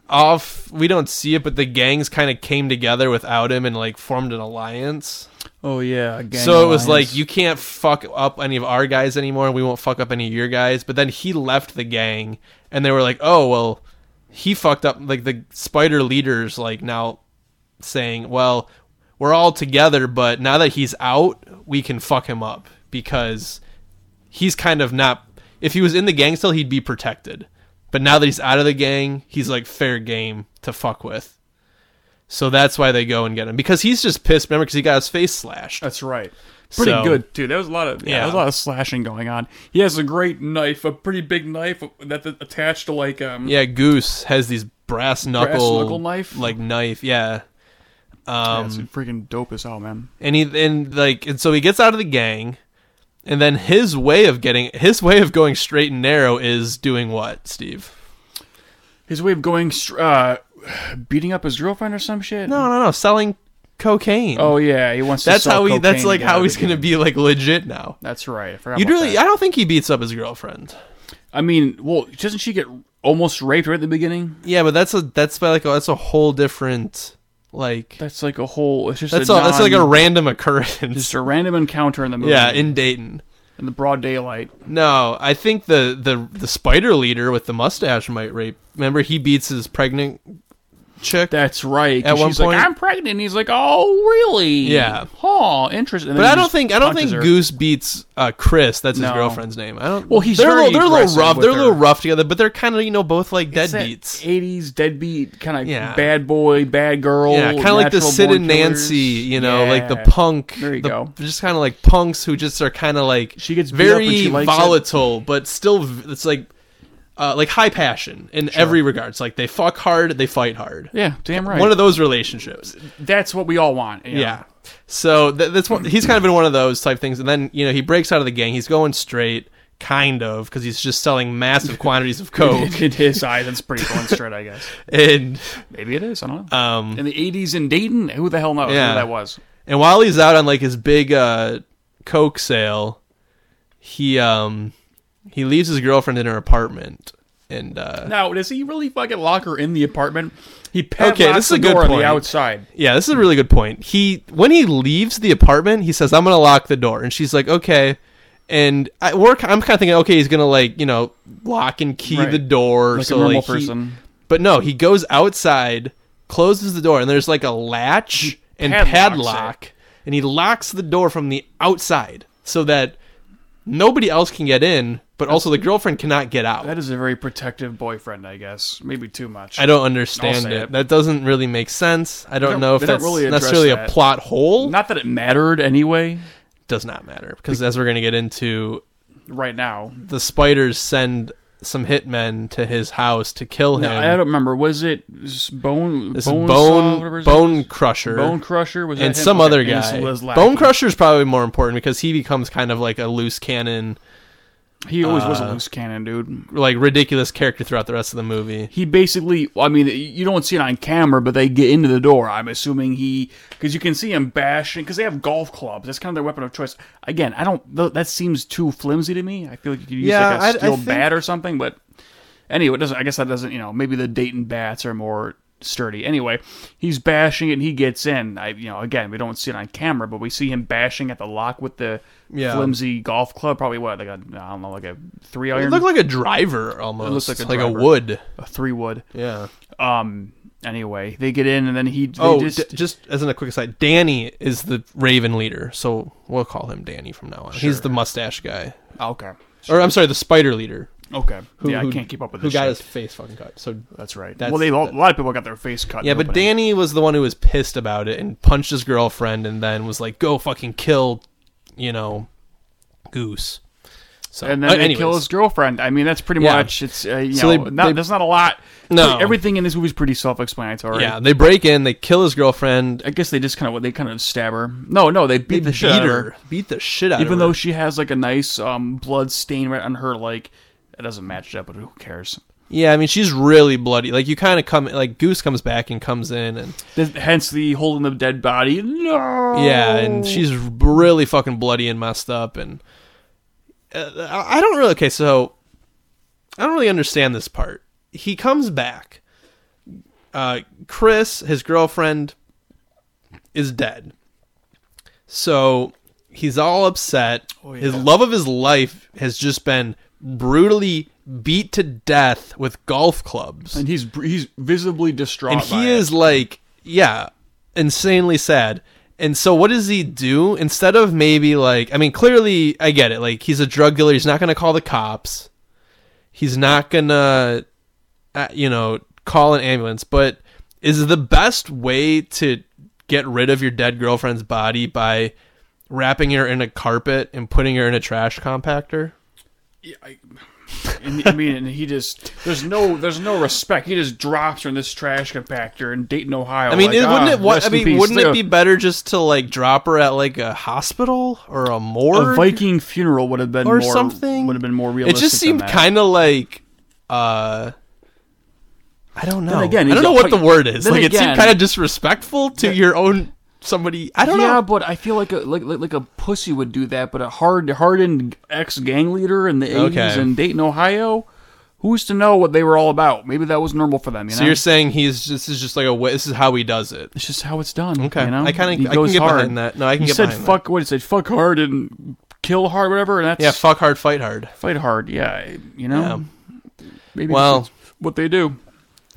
[SPEAKER 5] off we don't see it, but the gangs kind of came together without him and like formed an alliance.
[SPEAKER 4] Oh yeah, a gang
[SPEAKER 5] so it was
[SPEAKER 4] alliance.
[SPEAKER 5] like you can't fuck up any of our guys anymore, and we won't fuck up any of your guys. But then he left the gang, and they were like, "Oh well, he fucked up." Like the spider leaders, like now saying, "Well, we're all together, but now that he's out, we can fuck him up because he's kind of not. If he was in the gang still, he'd be protected. But now that he's out of the gang, he's like fair game to fuck with." So that's why they go and get him because he's just pissed. Remember, because he got his face slashed.
[SPEAKER 4] That's right. Pretty
[SPEAKER 5] So-
[SPEAKER 4] good too. There was a lot of yeah,
[SPEAKER 5] Yeah.
[SPEAKER 4] there was a lot of slashing going on. He has a great knife, a pretty big knife that's attached to like um
[SPEAKER 5] Yeah, Goose has these brass knuckle,
[SPEAKER 4] knuckle knife?
[SPEAKER 5] like knife. Yeah,
[SPEAKER 4] yeah,
[SPEAKER 5] um,
[SPEAKER 4] it's freaking dope as hell, man.
[SPEAKER 5] and he and like and so he gets out of the gang, and then his way of getting his way of going straight and narrow is doing what, Steve?
[SPEAKER 4] His way of going, str- uh, beating up his girlfriend or some shit.
[SPEAKER 5] No, no, no, selling cocaine.
[SPEAKER 4] Oh yeah, he wants.
[SPEAKER 5] that's
[SPEAKER 4] to sell
[SPEAKER 5] how he. That's
[SPEAKER 4] cocaine to
[SPEAKER 5] like
[SPEAKER 4] get out
[SPEAKER 5] how
[SPEAKER 4] of
[SPEAKER 5] he's
[SPEAKER 4] the
[SPEAKER 5] gonna
[SPEAKER 4] game.
[SPEAKER 5] be like legit now.
[SPEAKER 4] That's right. I forgot.
[SPEAKER 5] You
[SPEAKER 4] about
[SPEAKER 5] really?
[SPEAKER 4] that.
[SPEAKER 5] I don't think he beats up his girlfriend.
[SPEAKER 4] I mean, well, doesn't she get almost raped right at the beginning?
[SPEAKER 5] Yeah, but that's a that's by like a, that's a whole different like
[SPEAKER 4] That's like a whole. It's just
[SPEAKER 5] that's
[SPEAKER 4] a
[SPEAKER 5] a, that's like a
[SPEAKER 4] non-
[SPEAKER 5] random
[SPEAKER 4] just
[SPEAKER 5] occurrence.
[SPEAKER 4] a random encounter in the movie.
[SPEAKER 5] *laughs* Yeah, in Dayton.
[SPEAKER 4] in the broad daylight.
[SPEAKER 5] No, I think the, the the spider leader with the mustache might rape. Remember, he beats his pregnant chick.
[SPEAKER 4] That's right. 'cause
[SPEAKER 5] At one
[SPEAKER 4] she's
[SPEAKER 5] point-
[SPEAKER 4] like, I'm pregnant. And he's like, Oh, really?
[SPEAKER 5] Yeah.
[SPEAKER 4] Huh. Interesting.
[SPEAKER 5] but I don't think I don't think Goose beats uh, Chris. That's his
[SPEAKER 4] No.
[SPEAKER 5] girlfriend's name. I don't.
[SPEAKER 4] Well, he's
[SPEAKER 5] they're
[SPEAKER 4] very
[SPEAKER 5] a little, they're a little
[SPEAKER 4] aggressive
[SPEAKER 5] rough.
[SPEAKER 4] with
[SPEAKER 5] They're a little
[SPEAKER 4] her.
[SPEAKER 5] rough together, but they're kind of you know both like deadbeats.
[SPEAKER 4] Eighties deadbeat kind of
[SPEAKER 5] Yeah.
[SPEAKER 4] bad boy, bad girl.
[SPEAKER 5] Yeah, kind of like the
[SPEAKER 4] natural
[SPEAKER 5] Sid
[SPEAKER 4] born
[SPEAKER 5] and Nancy,
[SPEAKER 4] killers.
[SPEAKER 5] you know, like the
[SPEAKER 4] Yeah.
[SPEAKER 5] punk.
[SPEAKER 4] There you
[SPEAKER 5] the-
[SPEAKER 4] go.
[SPEAKER 5] Just kind of like punks who just are kind of like
[SPEAKER 4] She gets beat up
[SPEAKER 5] very
[SPEAKER 4] and she likes it.
[SPEAKER 5] volatile, but still, v- it's like uh, like high passion in every regards. Like they fuck hard, they fight hard.
[SPEAKER 4] Yeah, damn right.
[SPEAKER 5] One of those relationships.
[SPEAKER 4] That's what we all want. you know.
[SPEAKER 5] Yeah. So th- that's one. He's kind of in one of those type things, and then you know he breaks out of the gang. He's going straight, kind of, because he's just selling
[SPEAKER 4] *laughs*
[SPEAKER 5] massive quantities of *laughs* coke.
[SPEAKER 4] In his eyes, it's pretty going straight, I guess.
[SPEAKER 5] and
[SPEAKER 4] Maybe it is. I don't know.
[SPEAKER 5] um,
[SPEAKER 4] in the 80s in Dayton, who the hell knows
[SPEAKER 5] Yeah.
[SPEAKER 4] who that was?
[SPEAKER 5] and while he's out on like his big uh, coke sale, he um he leaves his girlfriend in her apartment, and uh,
[SPEAKER 4] Now, does he really fucking lock her in the apartment? He padlocks
[SPEAKER 5] Okay, this is
[SPEAKER 4] the
[SPEAKER 5] a good
[SPEAKER 4] door on
[SPEAKER 5] point.
[SPEAKER 4] the outside.
[SPEAKER 5] yeah, this is a really good point. He when he leaves the apartment, he says, "I'm gonna lock the door," and she's like, "Okay." And I work. I'm kind of thinking, okay, he's gonna like you know lock and key
[SPEAKER 4] Right.
[SPEAKER 5] the door,
[SPEAKER 4] Like
[SPEAKER 5] so
[SPEAKER 4] a normal
[SPEAKER 5] like, he-
[SPEAKER 4] person.
[SPEAKER 5] But no, he goes outside, closes the door, and there's like a latch and
[SPEAKER 4] padlocks
[SPEAKER 5] padlock, and he locks the door from the outside so that nobody else can get in, but also the girlfriend cannot get out.
[SPEAKER 4] That is a very protective boyfriend, I guess. Maybe too much.
[SPEAKER 5] I don't
[SPEAKER 4] I'll
[SPEAKER 5] understand
[SPEAKER 4] say
[SPEAKER 5] it.
[SPEAKER 4] it.
[SPEAKER 5] That doesn't really make sense. I don't,
[SPEAKER 4] don't-
[SPEAKER 5] know if
[SPEAKER 4] they don't
[SPEAKER 5] that's
[SPEAKER 4] really address
[SPEAKER 5] necessarily a
[SPEAKER 4] that.
[SPEAKER 5] plot hole.
[SPEAKER 4] Not that it mattered anyway.
[SPEAKER 5] Does not matter because as we're going to get into,
[SPEAKER 4] Right now,
[SPEAKER 5] the spiders send some hitmen to his house to kill him.
[SPEAKER 4] No, I don't remember. Was it s- Bone?
[SPEAKER 5] this
[SPEAKER 4] bone,
[SPEAKER 5] bone
[SPEAKER 4] Saw, whatever
[SPEAKER 5] bone,
[SPEAKER 4] his name is?
[SPEAKER 5] crusher.
[SPEAKER 4] Bone Crusher was that
[SPEAKER 5] and
[SPEAKER 4] him?
[SPEAKER 5] some
[SPEAKER 4] Okay,
[SPEAKER 5] other
[SPEAKER 4] and this
[SPEAKER 5] guy.
[SPEAKER 4] was Lackey.
[SPEAKER 5] Bone Crusher is probably more important because he becomes kind of like a loose cannon,
[SPEAKER 4] He always was a
[SPEAKER 5] Uh.
[SPEAKER 4] loose cannon, dude.
[SPEAKER 5] like ridiculous character throughout the rest of the movie.
[SPEAKER 4] He basically, well, I mean, you don't see it on camera, but they get into the door. I'm assuming he, because you can see him bashing, because they have golf clubs. That's kind of their weapon of choice. Again, I don't. tho- That seems too flimsy to me. I feel like you could use
[SPEAKER 5] Yeah,
[SPEAKER 4] like
[SPEAKER 5] I- I
[SPEAKER 4] a steel
[SPEAKER 5] think-
[SPEAKER 4] bat or something, but Anyway, it doesn't. I guess that doesn't. You know, maybe the Dayton bats are more sturdy. Anyway, he's bashing it and he gets in. I, you know, again, we don't see it on camera, but we see him bashing at the lock with the
[SPEAKER 5] Yeah.
[SPEAKER 4] flimsy golf club. Probably what like a I don't know, like a three
[SPEAKER 5] It
[SPEAKER 4] iron,
[SPEAKER 5] looked like a driver almost.
[SPEAKER 4] looks like
[SPEAKER 5] like
[SPEAKER 4] a
[SPEAKER 5] a,
[SPEAKER 4] driver.
[SPEAKER 5] wood.
[SPEAKER 4] a three wood.
[SPEAKER 5] Yeah.
[SPEAKER 4] Um. Anyway, they get in and then he. They
[SPEAKER 5] oh, d-
[SPEAKER 4] just,
[SPEAKER 5] just, as in a quick aside, Danny is the Raven leader, so we'll call him Danny from now on. He's the mustache guy,
[SPEAKER 4] Oh, okay.
[SPEAKER 5] or I'm sorry, the spider leader.
[SPEAKER 4] Okay.
[SPEAKER 5] who-
[SPEAKER 4] yeah,
[SPEAKER 5] who-
[SPEAKER 4] I can't keep up with
[SPEAKER 5] Who
[SPEAKER 4] this.
[SPEAKER 5] got
[SPEAKER 4] shit.
[SPEAKER 5] his face fucking cut? So
[SPEAKER 4] That's right.
[SPEAKER 5] That's-
[SPEAKER 4] well, they all,
[SPEAKER 5] that-
[SPEAKER 4] a lot of people got their face cut. in
[SPEAKER 5] yeah,
[SPEAKER 4] the
[SPEAKER 5] but
[SPEAKER 4] opening.
[SPEAKER 5] Danny was the one who was pissed about it and punched his girlfriend, and then was like, "Go fucking kill," you know, goose. So
[SPEAKER 4] and then
[SPEAKER 5] uh,
[SPEAKER 4] they
[SPEAKER 5] anyways.
[SPEAKER 4] kill his girlfriend. I mean, that's pretty
[SPEAKER 5] Yeah.
[SPEAKER 4] much it's. Uh, you
[SPEAKER 5] So
[SPEAKER 4] know,
[SPEAKER 5] they-
[SPEAKER 4] not,
[SPEAKER 5] they-
[SPEAKER 4] there's not a lot.
[SPEAKER 5] No.
[SPEAKER 4] everything in this movie is pretty self-explanatory.
[SPEAKER 5] Yeah, they break in, they kill his girlfriend,
[SPEAKER 4] I guess they just kind of they kind of stab her. No, no, they beat
[SPEAKER 5] beat
[SPEAKER 4] the shit out of her,
[SPEAKER 5] beat the shit out
[SPEAKER 4] even
[SPEAKER 5] of her.
[SPEAKER 4] though she has like a nice um, blood stain right on her. Like it doesn't match up, but who cares?
[SPEAKER 5] yeah, I mean, she's really bloody. Like you kind of come, like Goose comes back and comes in, and
[SPEAKER 4] Th- hence the holding the dead body. No.
[SPEAKER 5] Yeah,
[SPEAKER 4] Oh.
[SPEAKER 5] and she's really fucking bloody and messed up, and uh, I I don't really. Okay, so I don't really understand this part. He comes back. Uh, Chris, his girlfriend, is dead. So he's all upset. His love of his life has just been brutally beat to death with golf clubs
[SPEAKER 4] and he's he's visibly distraught.
[SPEAKER 5] and
[SPEAKER 4] by
[SPEAKER 5] he
[SPEAKER 4] it.
[SPEAKER 5] is like yeah insanely sad and so what does he do instead of maybe like i mean clearly i get it like he's a drug dealer he's not gonna call the cops he's not gonna uh, you know call an ambulance but is the best way to get rid of your dead girlfriend's body by wrapping her in a carpet and putting her in a trash compactor
[SPEAKER 4] I, and, I mean, and he just there's no there's no respect. He just drops her in this trash compactor in Dayton, Ohio.
[SPEAKER 5] I mean,
[SPEAKER 4] like,
[SPEAKER 5] it, wouldn't
[SPEAKER 4] ah,
[SPEAKER 5] it? What,
[SPEAKER 4] rest
[SPEAKER 5] I
[SPEAKER 4] in
[SPEAKER 5] mean,
[SPEAKER 4] peace.
[SPEAKER 5] wouldn't
[SPEAKER 4] Like
[SPEAKER 5] it
[SPEAKER 4] a-
[SPEAKER 5] be better just to like drop her at like a hospital or a morgue?
[SPEAKER 4] a Viking funeral would have been
[SPEAKER 5] or
[SPEAKER 4] more,
[SPEAKER 5] something.
[SPEAKER 4] Would have been more
[SPEAKER 5] It
[SPEAKER 4] realistic.
[SPEAKER 5] just seemed
[SPEAKER 4] than that.
[SPEAKER 5] kind of like, uh, I don't know.
[SPEAKER 4] Then again,
[SPEAKER 5] I don't
[SPEAKER 4] he's
[SPEAKER 5] know
[SPEAKER 4] a
[SPEAKER 5] what the
[SPEAKER 4] fucking-
[SPEAKER 5] word is.
[SPEAKER 4] then
[SPEAKER 5] Like it seemed
[SPEAKER 4] again-
[SPEAKER 5] kind of disrespectful to your own somebody. I don't
[SPEAKER 4] Yeah,
[SPEAKER 5] know.
[SPEAKER 4] but I feel like a like, like like a pussy would do that, but a hard hardened ex gang leader in the eighties
[SPEAKER 5] Okay.
[SPEAKER 4] in Dayton, Ohio. Who's to know what they were all about? Maybe that was normal for them. You
[SPEAKER 5] So
[SPEAKER 4] know,
[SPEAKER 5] you're saying he's just, this is just like a way- this is how he does it.
[SPEAKER 4] it's just how it's done.
[SPEAKER 5] Okay.
[SPEAKER 4] you know?
[SPEAKER 5] I kinda-
[SPEAKER 4] He
[SPEAKER 5] I can
[SPEAKER 4] goes
[SPEAKER 5] get
[SPEAKER 4] hard.
[SPEAKER 5] behind that. No, I can
[SPEAKER 4] he
[SPEAKER 5] get
[SPEAKER 4] said
[SPEAKER 5] behind that.
[SPEAKER 4] fuck. What he said, fuck hard and kill hard, whatever. And that's
[SPEAKER 5] Yeah, fuck hard, fight hard.
[SPEAKER 4] fight hard. Yeah, you know.
[SPEAKER 5] Yeah.
[SPEAKER 4] Maybe
[SPEAKER 5] Well-
[SPEAKER 4] that's what they do.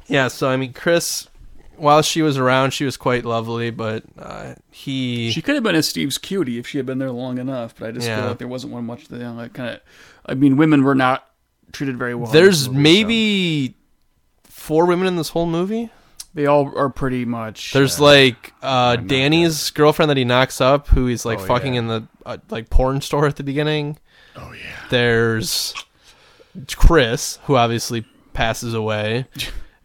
[SPEAKER 5] Yeah. So I mean, Chris, while she was around, she was quite lovely, but uh, he
[SPEAKER 4] She could have been a Steve's cutie if she had been there long enough, but I just
[SPEAKER 5] Yeah.
[SPEAKER 4] feel like there wasn't one much. You know, like kind of, I mean, women were not treated very well. in
[SPEAKER 5] there's
[SPEAKER 4] this movie,
[SPEAKER 5] maybe four women in this whole movie.
[SPEAKER 4] so they all are pretty much.
[SPEAKER 5] There's
[SPEAKER 4] uh,
[SPEAKER 5] like uh, Danny's girlfriend that he knocks up, who he's like
[SPEAKER 4] Oh,
[SPEAKER 5] fucking
[SPEAKER 4] yeah.
[SPEAKER 5] in the uh, like porn store at the beginning.
[SPEAKER 4] oh yeah,
[SPEAKER 5] There's Chris, who obviously
[SPEAKER 4] *laughs*
[SPEAKER 5] passes away.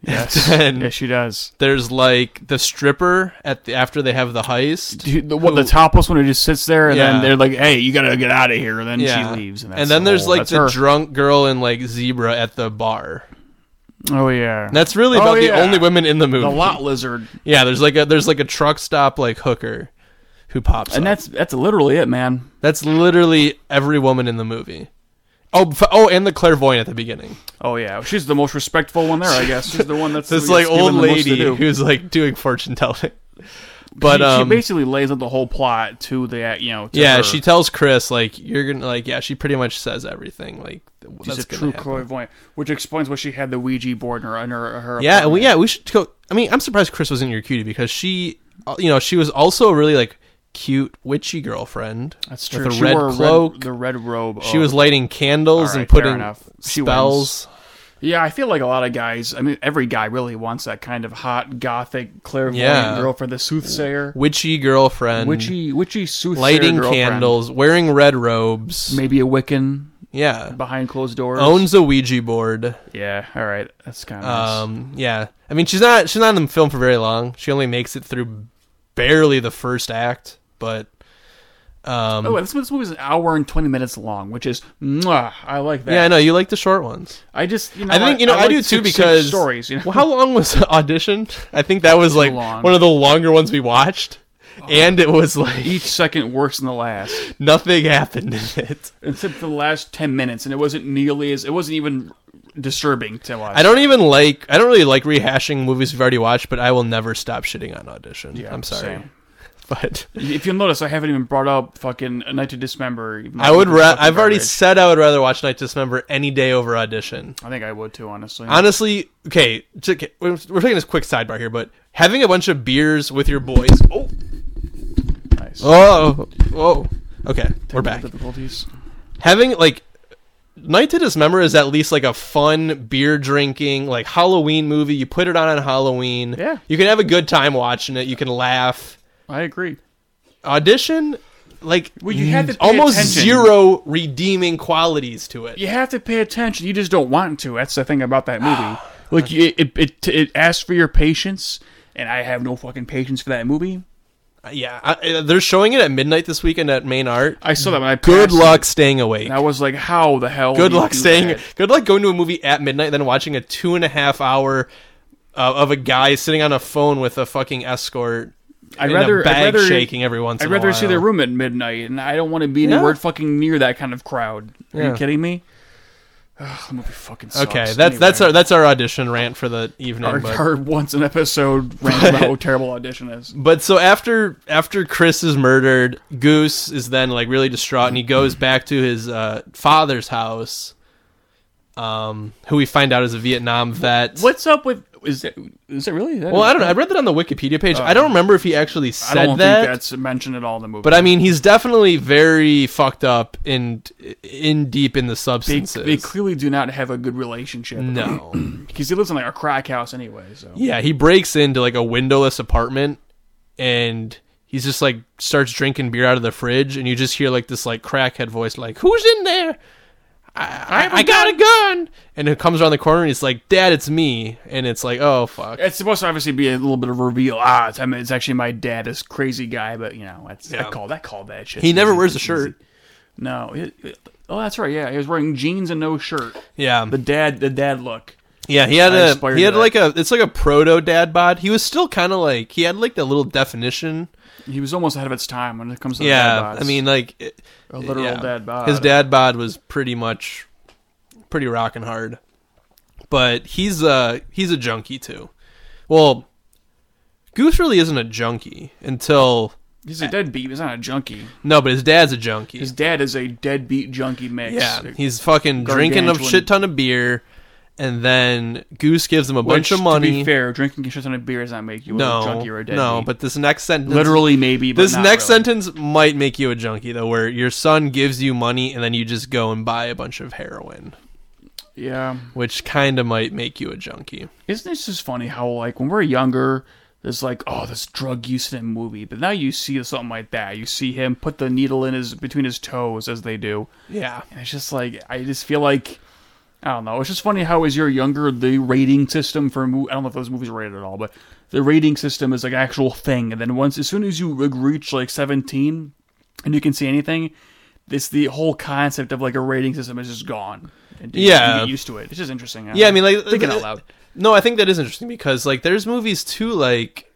[SPEAKER 4] yes,
[SPEAKER 5] then-
[SPEAKER 4] yeah, she
[SPEAKER 5] *laughs*
[SPEAKER 4] does.
[SPEAKER 5] There's like the stripper at the after they have the heist.
[SPEAKER 4] Dude, the, what, the topless one who just sits there and
[SPEAKER 5] Yeah.
[SPEAKER 4] then they're like, "Hey, you gotta get out of here," and then she leaves, and, that's
[SPEAKER 5] then
[SPEAKER 4] the
[SPEAKER 5] there's
[SPEAKER 4] whole-
[SPEAKER 5] like
[SPEAKER 4] that's
[SPEAKER 5] the
[SPEAKER 4] her.
[SPEAKER 5] drunk girl and like zebra at the bar.
[SPEAKER 4] oh yeah,
[SPEAKER 5] And that's really
[SPEAKER 4] Oh,
[SPEAKER 5] about
[SPEAKER 4] yeah.
[SPEAKER 5] the only women in the movie.
[SPEAKER 4] the lot lizard,
[SPEAKER 5] Yeah, there's like a there's like a truck stop like hooker who pops
[SPEAKER 4] and
[SPEAKER 5] up.
[SPEAKER 4] that's that's literally it, man.
[SPEAKER 5] That's literally every woman in the movie. Oh, f- oh, and the clairvoyant at the beginning.
[SPEAKER 4] Oh yeah, she's the most respectful one there, I guess. She's the *laughs* one that's
[SPEAKER 5] This
[SPEAKER 4] that's
[SPEAKER 5] like
[SPEAKER 4] given
[SPEAKER 5] old
[SPEAKER 4] the most to
[SPEAKER 5] lady
[SPEAKER 4] do.
[SPEAKER 5] who's like doing fortune telling. But
[SPEAKER 4] she,
[SPEAKER 5] um,
[SPEAKER 4] she basically lays out the whole plot to the uh, you know. To
[SPEAKER 5] yeah,
[SPEAKER 4] her.
[SPEAKER 5] she tells Chris like you're gonna like yeah, she pretty much says everything like th-
[SPEAKER 4] she's
[SPEAKER 5] that's
[SPEAKER 4] a
[SPEAKER 5] gonna
[SPEAKER 4] true
[SPEAKER 5] happen.
[SPEAKER 4] clairvoyant, which explains why she had the Ouija board in her in her. her
[SPEAKER 5] Yeah, well,
[SPEAKER 4] apartment.
[SPEAKER 5] yeah, we should go. I mean, I'm surprised Chris wasn't your cutie because she, uh, you know, she was also a really like cute witchy girlfriend.
[SPEAKER 4] that's true.
[SPEAKER 5] With a
[SPEAKER 4] She
[SPEAKER 5] red
[SPEAKER 4] wore
[SPEAKER 5] cloak.
[SPEAKER 4] the red robe.
[SPEAKER 5] she
[SPEAKER 4] of-
[SPEAKER 5] was lighting candles
[SPEAKER 4] All
[SPEAKER 5] and
[SPEAKER 4] right, fair
[SPEAKER 5] putting
[SPEAKER 4] enough. She wins.
[SPEAKER 5] spells.
[SPEAKER 4] Yeah, I feel like a lot of guys. I mean, every guy really wants that kind of hot gothic clairvoyant
[SPEAKER 5] Yeah.
[SPEAKER 4] girlfriend, the soothsayer,
[SPEAKER 5] Witchy girlfriend.
[SPEAKER 4] witchy, witchy soothsayer,
[SPEAKER 5] lighting
[SPEAKER 4] girlfriend.
[SPEAKER 5] candles, wearing red robes.
[SPEAKER 4] maybe a Wiccan
[SPEAKER 5] Yeah.
[SPEAKER 4] behind closed doors.
[SPEAKER 5] Owns a Ouija board.
[SPEAKER 4] yeah, all right, that's kind of nice.
[SPEAKER 5] Um, yeah. I mean, she's not she's not in the film for very long. She only makes it through barely the first act, but um,
[SPEAKER 4] Oh, this, this movie is an hour and twenty minutes long, which is mwah, I like that.
[SPEAKER 5] yeah, I know you like the short ones.
[SPEAKER 4] I just you know
[SPEAKER 5] I think you know I,
[SPEAKER 4] like
[SPEAKER 5] do too
[SPEAKER 4] succinct
[SPEAKER 5] because
[SPEAKER 4] stories.
[SPEAKER 5] *laughs*
[SPEAKER 4] You know?
[SPEAKER 5] well, how long was the audition? I think that was like
[SPEAKER 4] long. Oh.
[SPEAKER 5] one of the longer ones we watched, and it was
[SPEAKER 4] *laughs*
[SPEAKER 5] like
[SPEAKER 4] each second worse than the last,
[SPEAKER 5] nothing happened in it.
[SPEAKER 4] except for the last ten minutes, and it wasn't nearly as it wasn't even disturbing to watch.
[SPEAKER 5] I don't even like. I don't really like rehashing movies we've already watched, but I will never stop shitting on Audition. I'm sorry,
[SPEAKER 4] same.
[SPEAKER 5] *laughs* but
[SPEAKER 4] If you'll notice, I haven't even brought up fucking A Night to Dismember. even though
[SPEAKER 5] I would.
[SPEAKER 4] think it's
[SPEAKER 5] Ra-
[SPEAKER 4] fucking
[SPEAKER 5] I've already
[SPEAKER 4] garbage.
[SPEAKER 5] said I would rather watch Night to Dismember any day over Audition.
[SPEAKER 4] I think I would too, honestly.
[SPEAKER 5] Honestly, okay, j- okay, we're we're taking this quick sidebar here, but having a bunch of beers with your boys. Oh,
[SPEAKER 4] nice.
[SPEAKER 5] oh, oh. Okay, we're back.
[SPEAKER 4] Difficulties.
[SPEAKER 5] having like Night to Dismember is at least like a fun beer drinking like Halloween movie. You put it on on Halloween.
[SPEAKER 4] Yeah.
[SPEAKER 5] you can have a good time watching it. You can laugh.
[SPEAKER 4] I agree.
[SPEAKER 5] Audition, like
[SPEAKER 4] Well, you had to pay
[SPEAKER 5] almost
[SPEAKER 4] attention.
[SPEAKER 5] zero redeeming qualities to it.
[SPEAKER 4] You have to pay attention. You just don't want to. That's the thing
[SPEAKER 5] *sighs*
[SPEAKER 4] about that movie. like you- it, it, it asks for your patience, and I have no fucking patience for that movie.
[SPEAKER 5] Yeah, I, uh, they're showing it at midnight this weekend at Main Art.
[SPEAKER 4] I saw that when I
[SPEAKER 5] Mm. Good
[SPEAKER 4] passed it,
[SPEAKER 5] luck staying awake.
[SPEAKER 4] And I was like, how the hell?
[SPEAKER 5] Good
[SPEAKER 4] do you
[SPEAKER 5] luck
[SPEAKER 4] do
[SPEAKER 5] staying.
[SPEAKER 4] that?
[SPEAKER 5] Good luck going to a movie at midnight, then watching a two and a half hour uh, of a guy sitting on a phone with a fucking escort.
[SPEAKER 4] I'd
[SPEAKER 5] in a
[SPEAKER 4] rather- I'd
[SPEAKER 5] bag
[SPEAKER 4] rather-
[SPEAKER 5] shaking every once.
[SPEAKER 4] I'd
[SPEAKER 5] in a
[SPEAKER 4] rather see
[SPEAKER 5] while.
[SPEAKER 4] their room at midnight, and I don't want to be
[SPEAKER 5] Yeah.
[SPEAKER 4] anywhere fucking near that kind of crowd. Are
[SPEAKER 5] Yeah.
[SPEAKER 4] you kidding me? Ugh, the movie fucking sucks.
[SPEAKER 5] Okay, that's that's
[SPEAKER 4] Anyway.
[SPEAKER 5] our that's our audition rant for the evening.
[SPEAKER 4] our,
[SPEAKER 5] but,
[SPEAKER 4] our once an episode rant
[SPEAKER 5] *laughs*
[SPEAKER 4] about how terrible audition is.
[SPEAKER 5] but so after after Chris is murdered, Goose is then like really distraught, and he goes back to his uh, father's house, um, who we find out is a Vietnam vet.
[SPEAKER 4] What's up with is it is it really?
[SPEAKER 5] Well, I don't know. I read that on the Wikipedia page. I don't remember if he
[SPEAKER 4] Uh,
[SPEAKER 5] actually
[SPEAKER 4] I
[SPEAKER 5] said
[SPEAKER 4] don't
[SPEAKER 5] that.
[SPEAKER 4] think that's mentioned at all in the movie.
[SPEAKER 5] But I mean, he's definitely very fucked up and in deep in the
[SPEAKER 4] they,
[SPEAKER 5] substances.
[SPEAKER 4] they clearly do not have a good relationship. *clears throat*
[SPEAKER 5] no.
[SPEAKER 4] because he lives in like a crack house anyway. So
[SPEAKER 5] yeah, he breaks into like a windowless apartment and he's just like starts drinking beer out of the fridge and you just hear like this like crackhead voice like, "Who's in there? I, I, I got a gun!" And it comes around the corner and he's like, "Dad, it's me!" And it's like, "Oh fuck."
[SPEAKER 4] it's supposed to obviously be a little bit of a reveal. Ah, it's, I mean, it's actually my dad, this crazy guy. But you know, that's
[SPEAKER 5] Yeah.
[SPEAKER 4] I call that call that shit.
[SPEAKER 5] He never
[SPEAKER 4] Easy-
[SPEAKER 5] wears a
[SPEAKER 4] easy.
[SPEAKER 5] shirt.
[SPEAKER 4] No. it- it- oh, that's right. Yeah, he was wearing jeans and no shirt.
[SPEAKER 5] Yeah,
[SPEAKER 4] The dad, the dad look.
[SPEAKER 5] yeah. He had
[SPEAKER 4] I
[SPEAKER 5] a
[SPEAKER 4] aspire
[SPEAKER 5] he
[SPEAKER 4] to
[SPEAKER 5] had
[SPEAKER 4] that.
[SPEAKER 5] like a it's like a proto dad bod. He was still kind of like he had like the little definition
[SPEAKER 4] He was almost ahead of its time when it comes to
[SPEAKER 5] Yeah,
[SPEAKER 4] dad bods.
[SPEAKER 5] I mean, like it-
[SPEAKER 4] a literal
[SPEAKER 5] yeah.
[SPEAKER 4] dad bod.
[SPEAKER 5] His dad bod was pretty much pretty rockin' hard, but he's uh he's a junkie too. Well, Goose really isn't a junkie until
[SPEAKER 4] He's a deadbeat. He's not a junkie.
[SPEAKER 5] no, but his dad's a junkie.
[SPEAKER 4] His dad is a deadbeat junkie mix.
[SPEAKER 5] yeah, he's fucking drinking a
[SPEAKER 4] gargantuan.
[SPEAKER 5] shit ton of beer, and then Goose gives him a
[SPEAKER 4] Which,
[SPEAKER 5] bunch of
[SPEAKER 4] To
[SPEAKER 5] money.
[SPEAKER 4] be fair, drinking a shit ton of beer does not make you a
[SPEAKER 5] no,
[SPEAKER 4] junkie or a deadbeat.
[SPEAKER 5] no, but this next sentence
[SPEAKER 4] literally maybe. But
[SPEAKER 5] This
[SPEAKER 4] not
[SPEAKER 5] next
[SPEAKER 4] really.
[SPEAKER 5] sentence might make you a junkie though, where your son gives you money and then you just go and buy a bunch of heroin.
[SPEAKER 4] Yeah.
[SPEAKER 5] which kind of might make you a junkie.
[SPEAKER 4] Isn't this just funny how like when we're younger, there's like oh this drug use in a movie, but now you see something like that. You see him put the needle in his between his toes as they do,
[SPEAKER 5] Yeah.
[SPEAKER 4] and it's just like I just feel like I don't know. It's just funny how as you're younger, the rating system for a mo- I don't know if those movies are rated at all, but the rating system is like an actual thing. And then once as soon as you re- reach like 17 and you can see anything. This the whole concept of like a rating system is just gone. And you-
[SPEAKER 5] Yeah.
[SPEAKER 4] you get used to it. It's just interesting.
[SPEAKER 5] Yeah, I mean, like
[SPEAKER 4] thinking
[SPEAKER 5] th-
[SPEAKER 4] out loud.
[SPEAKER 5] No, I think that is interesting because like there's movies too. Like,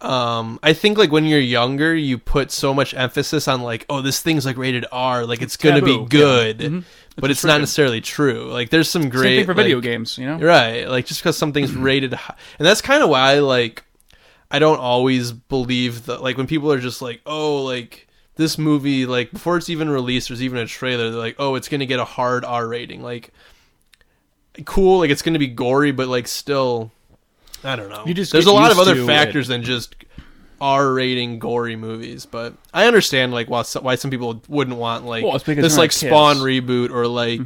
[SPEAKER 5] um, I think like when you're younger, you put so much emphasis on like, oh, this thing's like rated R, like it's, gonna be
[SPEAKER 4] taboo. Mm-hmm.
[SPEAKER 5] good, but it's not necessarily true. Like, there's some great
[SPEAKER 4] Same thing for video
[SPEAKER 5] like-
[SPEAKER 4] games, you know.
[SPEAKER 5] right? Like just
[SPEAKER 4] *clears throat*
[SPEAKER 5] because something's rated, high. and that's kind of why like I don't always believe that. Like when people are just like, oh, like this movie, like before it's even released, there's even a trailer. They're like, oh, it's gonna get a hard R rating. Like, cool, like it's gonna be gory, but like still, I don't know.
[SPEAKER 4] You just
[SPEAKER 5] there's a
[SPEAKER 4] get
[SPEAKER 5] lot of
[SPEAKER 4] used
[SPEAKER 5] other
[SPEAKER 4] to
[SPEAKER 5] factors than just R rating gory movies, but I understand like why so- why some people wouldn't want like
[SPEAKER 4] Well, it's because
[SPEAKER 5] this
[SPEAKER 4] they're Mm-hmm.
[SPEAKER 5] like
[SPEAKER 4] not
[SPEAKER 5] Spawn
[SPEAKER 4] kids.
[SPEAKER 5] reboot or like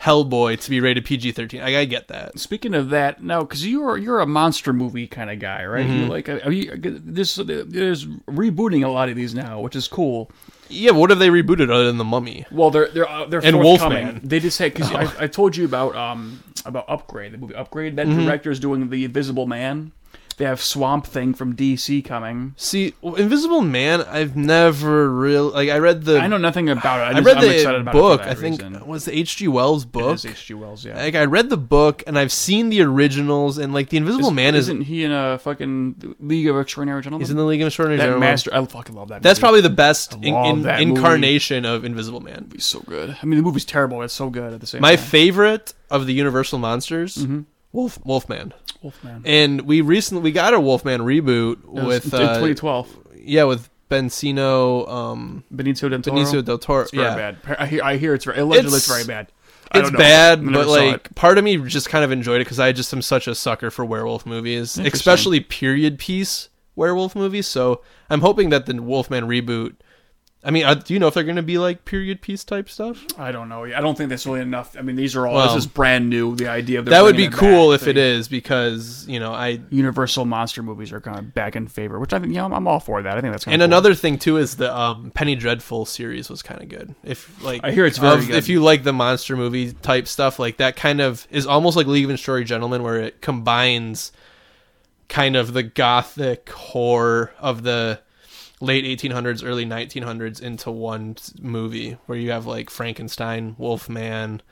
[SPEAKER 5] Hellboy to be rated PG thirteen. Like, I get that.
[SPEAKER 4] Speaking of that, now because you're you're a monster movie kind of guy, right?
[SPEAKER 5] Mm-hmm.
[SPEAKER 4] You like are you, uh, this there's rebooting a lot of these now, which is cool.
[SPEAKER 5] Yeah, but what have they rebooted other than the Mummy?
[SPEAKER 4] Well, they're they're uh, they're
[SPEAKER 5] And
[SPEAKER 4] forthcoming.
[SPEAKER 5] Wolfman.
[SPEAKER 4] They just had
[SPEAKER 5] *laughs*
[SPEAKER 4] because I, I
[SPEAKER 5] Mm-hmm.
[SPEAKER 4] told you about um about Upgrade, the movie Upgrade. That director is doing the Invisible Man. They have Swamp Thing from DC coming.
[SPEAKER 5] See, well, Invisible Man, I've never really like. I read the
[SPEAKER 4] I know nothing about it. I,
[SPEAKER 5] I
[SPEAKER 4] just,
[SPEAKER 5] read
[SPEAKER 4] am excited
[SPEAKER 5] the
[SPEAKER 4] about
[SPEAKER 5] book.
[SPEAKER 4] It for
[SPEAKER 5] I
[SPEAKER 4] that
[SPEAKER 5] think
[SPEAKER 4] reason.
[SPEAKER 5] was the H.G. Wells
[SPEAKER 4] It
[SPEAKER 5] book.
[SPEAKER 4] is H.G. Wells. Yeah.
[SPEAKER 5] Like I read the book and I've seen the originals and like the Invisible Man is
[SPEAKER 4] Isn't he in a fucking League of Extraordinary Gentlemen?
[SPEAKER 5] is in the League of Extraordinary
[SPEAKER 4] that
[SPEAKER 5] Gentlemen.
[SPEAKER 4] master? I fucking love that.
[SPEAKER 5] That's
[SPEAKER 4] movie.
[SPEAKER 5] probably the best in,
[SPEAKER 4] love
[SPEAKER 5] in-
[SPEAKER 4] that
[SPEAKER 5] incarnation of Invisible Man.
[SPEAKER 4] It's so good. I mean, the movie's terrible. but It's so good at the same
[SPEAKER 5] My
[SPEAKER 4] time.
[SPEAKER 5] favorite of the Universal monsters,
[SPEAKER 4] Mm-hmm.
[SPEAKER 5] Wolf Wolfman,
[SPEAKER 4] Wolfman.
[SPEAKER 5] and we recently we got a Wolfman reboot
[SPEAKER 4] It was
[SPEAKER 5] with
[SPEAKER 4] in
[SPEAKER 5] uh,
[SPEAKER 4] 2012,
[SPEAKER 5] yeah with Bencino, um,
[SPEAKER 4] Benicio del Toro.
[SPEAKER 5] Benicio del Toro.
[SPEAKER 4] It's very
[SPEAKER 5] yeah.
[SPEAKER 4] bad. I hear, I hear it's very, allegedly it's, very
[SPEAKER 5] It's-
[SPEAKER 4] bad. I
[SPEAKER 5] It's
[SPEAKER 4] don't know. I
[SPEAKER 5] bad,
[SPEAKER 4] never
[SPEAKER 5] but
[SPEAKER 4] saw
[SPEAKER 5] like
[SPEAKER 4] it.
[SPEAKER 5] part of me just kind of enjoyed it because I just am such a sucker for werewolf movies, especially period piece werewolf movies. So I'm hoping that the Wolfman reboot. I mean, uh, do you know if they're going to be like period piece type stuff?
[SPEAKER 4] I don't know. I don't think that's really enough. I mean, these are all
[SPEAKER 5] Well,
[SPEAKER 4] this is brand new. The idea of
[SPEAKER 5] that would be cool if it is because you know I.
[SPEAKER 4] Universal monster movies are kind of back in favor, which I think you know I'm, I'm all for that. I think that's kind
[SPEAKER 5] And
[SPEAKER 4] of
[SPEAKER 5] another thing too is the um, Penny Dreadful series was kind of good. If like
[SPEAKER 4] I hear it's very good.
[SPEAKER 5] if you like the monster movie type stuff, like that kind of is almost like League of Extraordinary Gentlemen, where it combines kind of the gothic horror of the late 1800s, early 1900s into one s- movie, where you have like Frankenstein, Wolfman,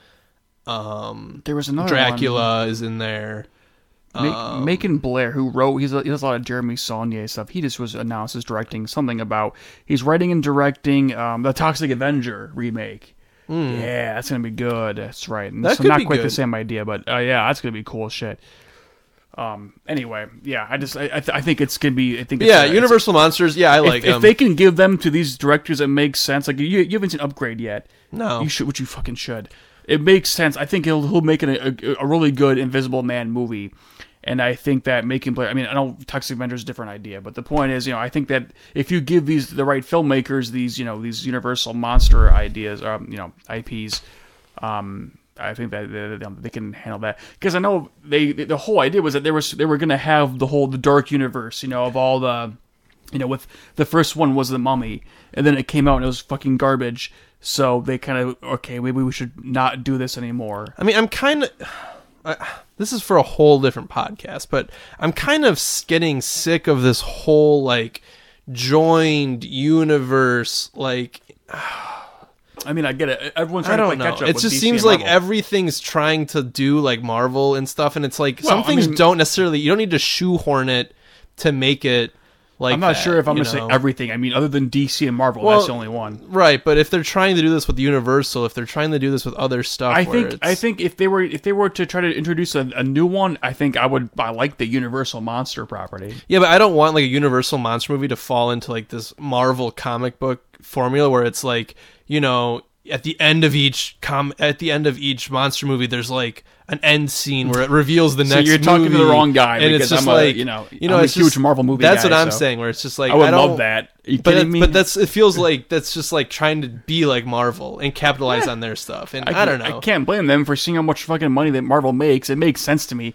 [SPEAKER 5] um,
[SPEAKER 4] There was another
[SPEAKER 5] Dracula is in there.
[SPEAKER 4] one. Ma-
[SPEAKER 5] Um,
[SPEAKER 4] Macon Blair, who wrote, he's a, he does a lot of Jeremy Saulnier stuff. He just was announced as directing something about he's writing and directing um, the Toxic Avenger remake. Yeah, that's gonna be good. That's right. And
[SPEAKER 5] Hmm. That
[SPEAKER 4] so
[SPEAKER 5] could
[SPEAKER 4] not
[SPEAKER 5] be
[SPEAKER 4] quite the
[SPEAKER 5] good.
[SPEAKER 4] same idea, but uh, yeah, that's gonna be cool shit. Um. Anyway, yeah, I just I I, th- I think it's gonna be I think it's,
[SPEAKER 5] Yeah,
[SPEAKER 4] uh, it's-
[SPEAKER 5] Universal Monsters. Yeah, I
[SPEAKER 4] if,
[SPEAKER 5] like um,
[SPEAKER 4] if
[SPEAKER 5] them.
[SPEAKER 4] they can give them to these directors that makes sense like you, you haven't seen upgrade yet
[SPEAKER 5] No.
[SPEAKER 4] you should which you fucking should it makes sense i think he'll, he'll make it a, a, a really good invisible man movie and i think that making player i mean i know toxic avenger is a different idea but the point is you know i think that if you give these the right filmmakers these you know these universal monster ideas or you know ips um I think that they, they- they can handle that because I know they the whole idea was that they were they were gonna have the whole the dark universe you know of all the you know, with the first one was the mummy, and then it came out and it was fucking garbage. So they kind of okay, maybe we should not do this anymore.
[SPEAKER 5] I mean, I'm kind of. This is for a whole different podcast, but I'm kind of s- getting sick of this whole like joined universe. Like
[SPEAKER 4] I mean, I get it. Everyone's
[SPEAKER 5] I
[SPEAKER 4] trying
[SPEAKER 5] don't
[SPEAKER 4] to play
[SPEAKER 5] know.
[SPEAKER 4] catch up.
[SPEAKER 5] It
[SPEAKER 4] with
[SPEAKER 5] just
[SPEAKER 4] DC
[SPEAKER 5] seems
[SPEAKER 4] and
[SPEAKER 5] like
[SPEAKER 4] Marvel.
[SPEAKER 5] everything's trying to do like Marvel and stuff, and it's like some
[SPEAKER 4] I
[SPEAKER 5] things
[SPEAKER 4] mean-
[SPEAKER 5] don't necessarily. You don't need to shoehorn it to make it like.
[SPEAKER 4] I'm not
[SPEAKER 5] that,
[SPEAKER 4] sure if I'm
[SPEAKER 5] you
[SPEAKER 4] gonna say
[SPEAKER 5] know?
[SPEAKER 4] everything. I mean, other than DC and Marvel,
[SPEAKER 5] Well,
[SPEAKER 4] that's the only one.
[SPEAKER 5] Right, but if they're trying to do this with Universal, if they're trying to do this with other stuff,
[SPEAKER 4] I
[SPEAKER 5] where
[SPEAKER 4] think
[SPEAKER 5] it's-
[SPEAKER 4] I think if they were if they were to try to introduce a, a new one, I think I would I like the Universal monster property.
[SPEAKER 5] Yeah, but I don't want like a Universal monster movie to fall into like this Marvel comic book formula where it's like, you know, at the end of each com at the end of each monster movie, there's like an end scene where it reveals the next.
[SPEAKER 4] you're talking to the
[SPEAKER 5] movie.
[SPEAKER 4] wrong guy
[SPEAKER 5] and it's
[SPEAKER 4] because
[SPEAKER 5] just
[SPEAKER 4] I'm a-
[SPEAKER 5] like
[SPEAKER 4] you know,
[SPEAKER 5] you know,
[SPEAKER 4] I'm a
[SPEAKER 5] it's
[SPEAKER 4] huge
[SPEAKER 5] just-
[SPEAKER 4] Marvel movie
[SPEAKER 5] That's
[SPEAKER 4] guy,
[SPEAKER 5] what I'm
[SPEAKER 4] so
[SPEAKER 5] saying. Where it's just like
[SPEAKER 4] I would
[SPEAKER 5] don't-
[SPEAKER 4] love that. Are you
[SPEAKER 5] But,
[SPEAKER 4] kidding
[SPEAKER 5] it-
[SPEAKER 4] me?
[SPEAKER 5] but that's it
[SPEAKER 4] *laughs*
[SPEAKER 5] feels like that's just like trying to be like Marvel and capitalize on their stuff. And I, don't know.
[SPEAKER 4] I can't blame them for seeing how much fucking money that Marvel makes. It makes sense to me.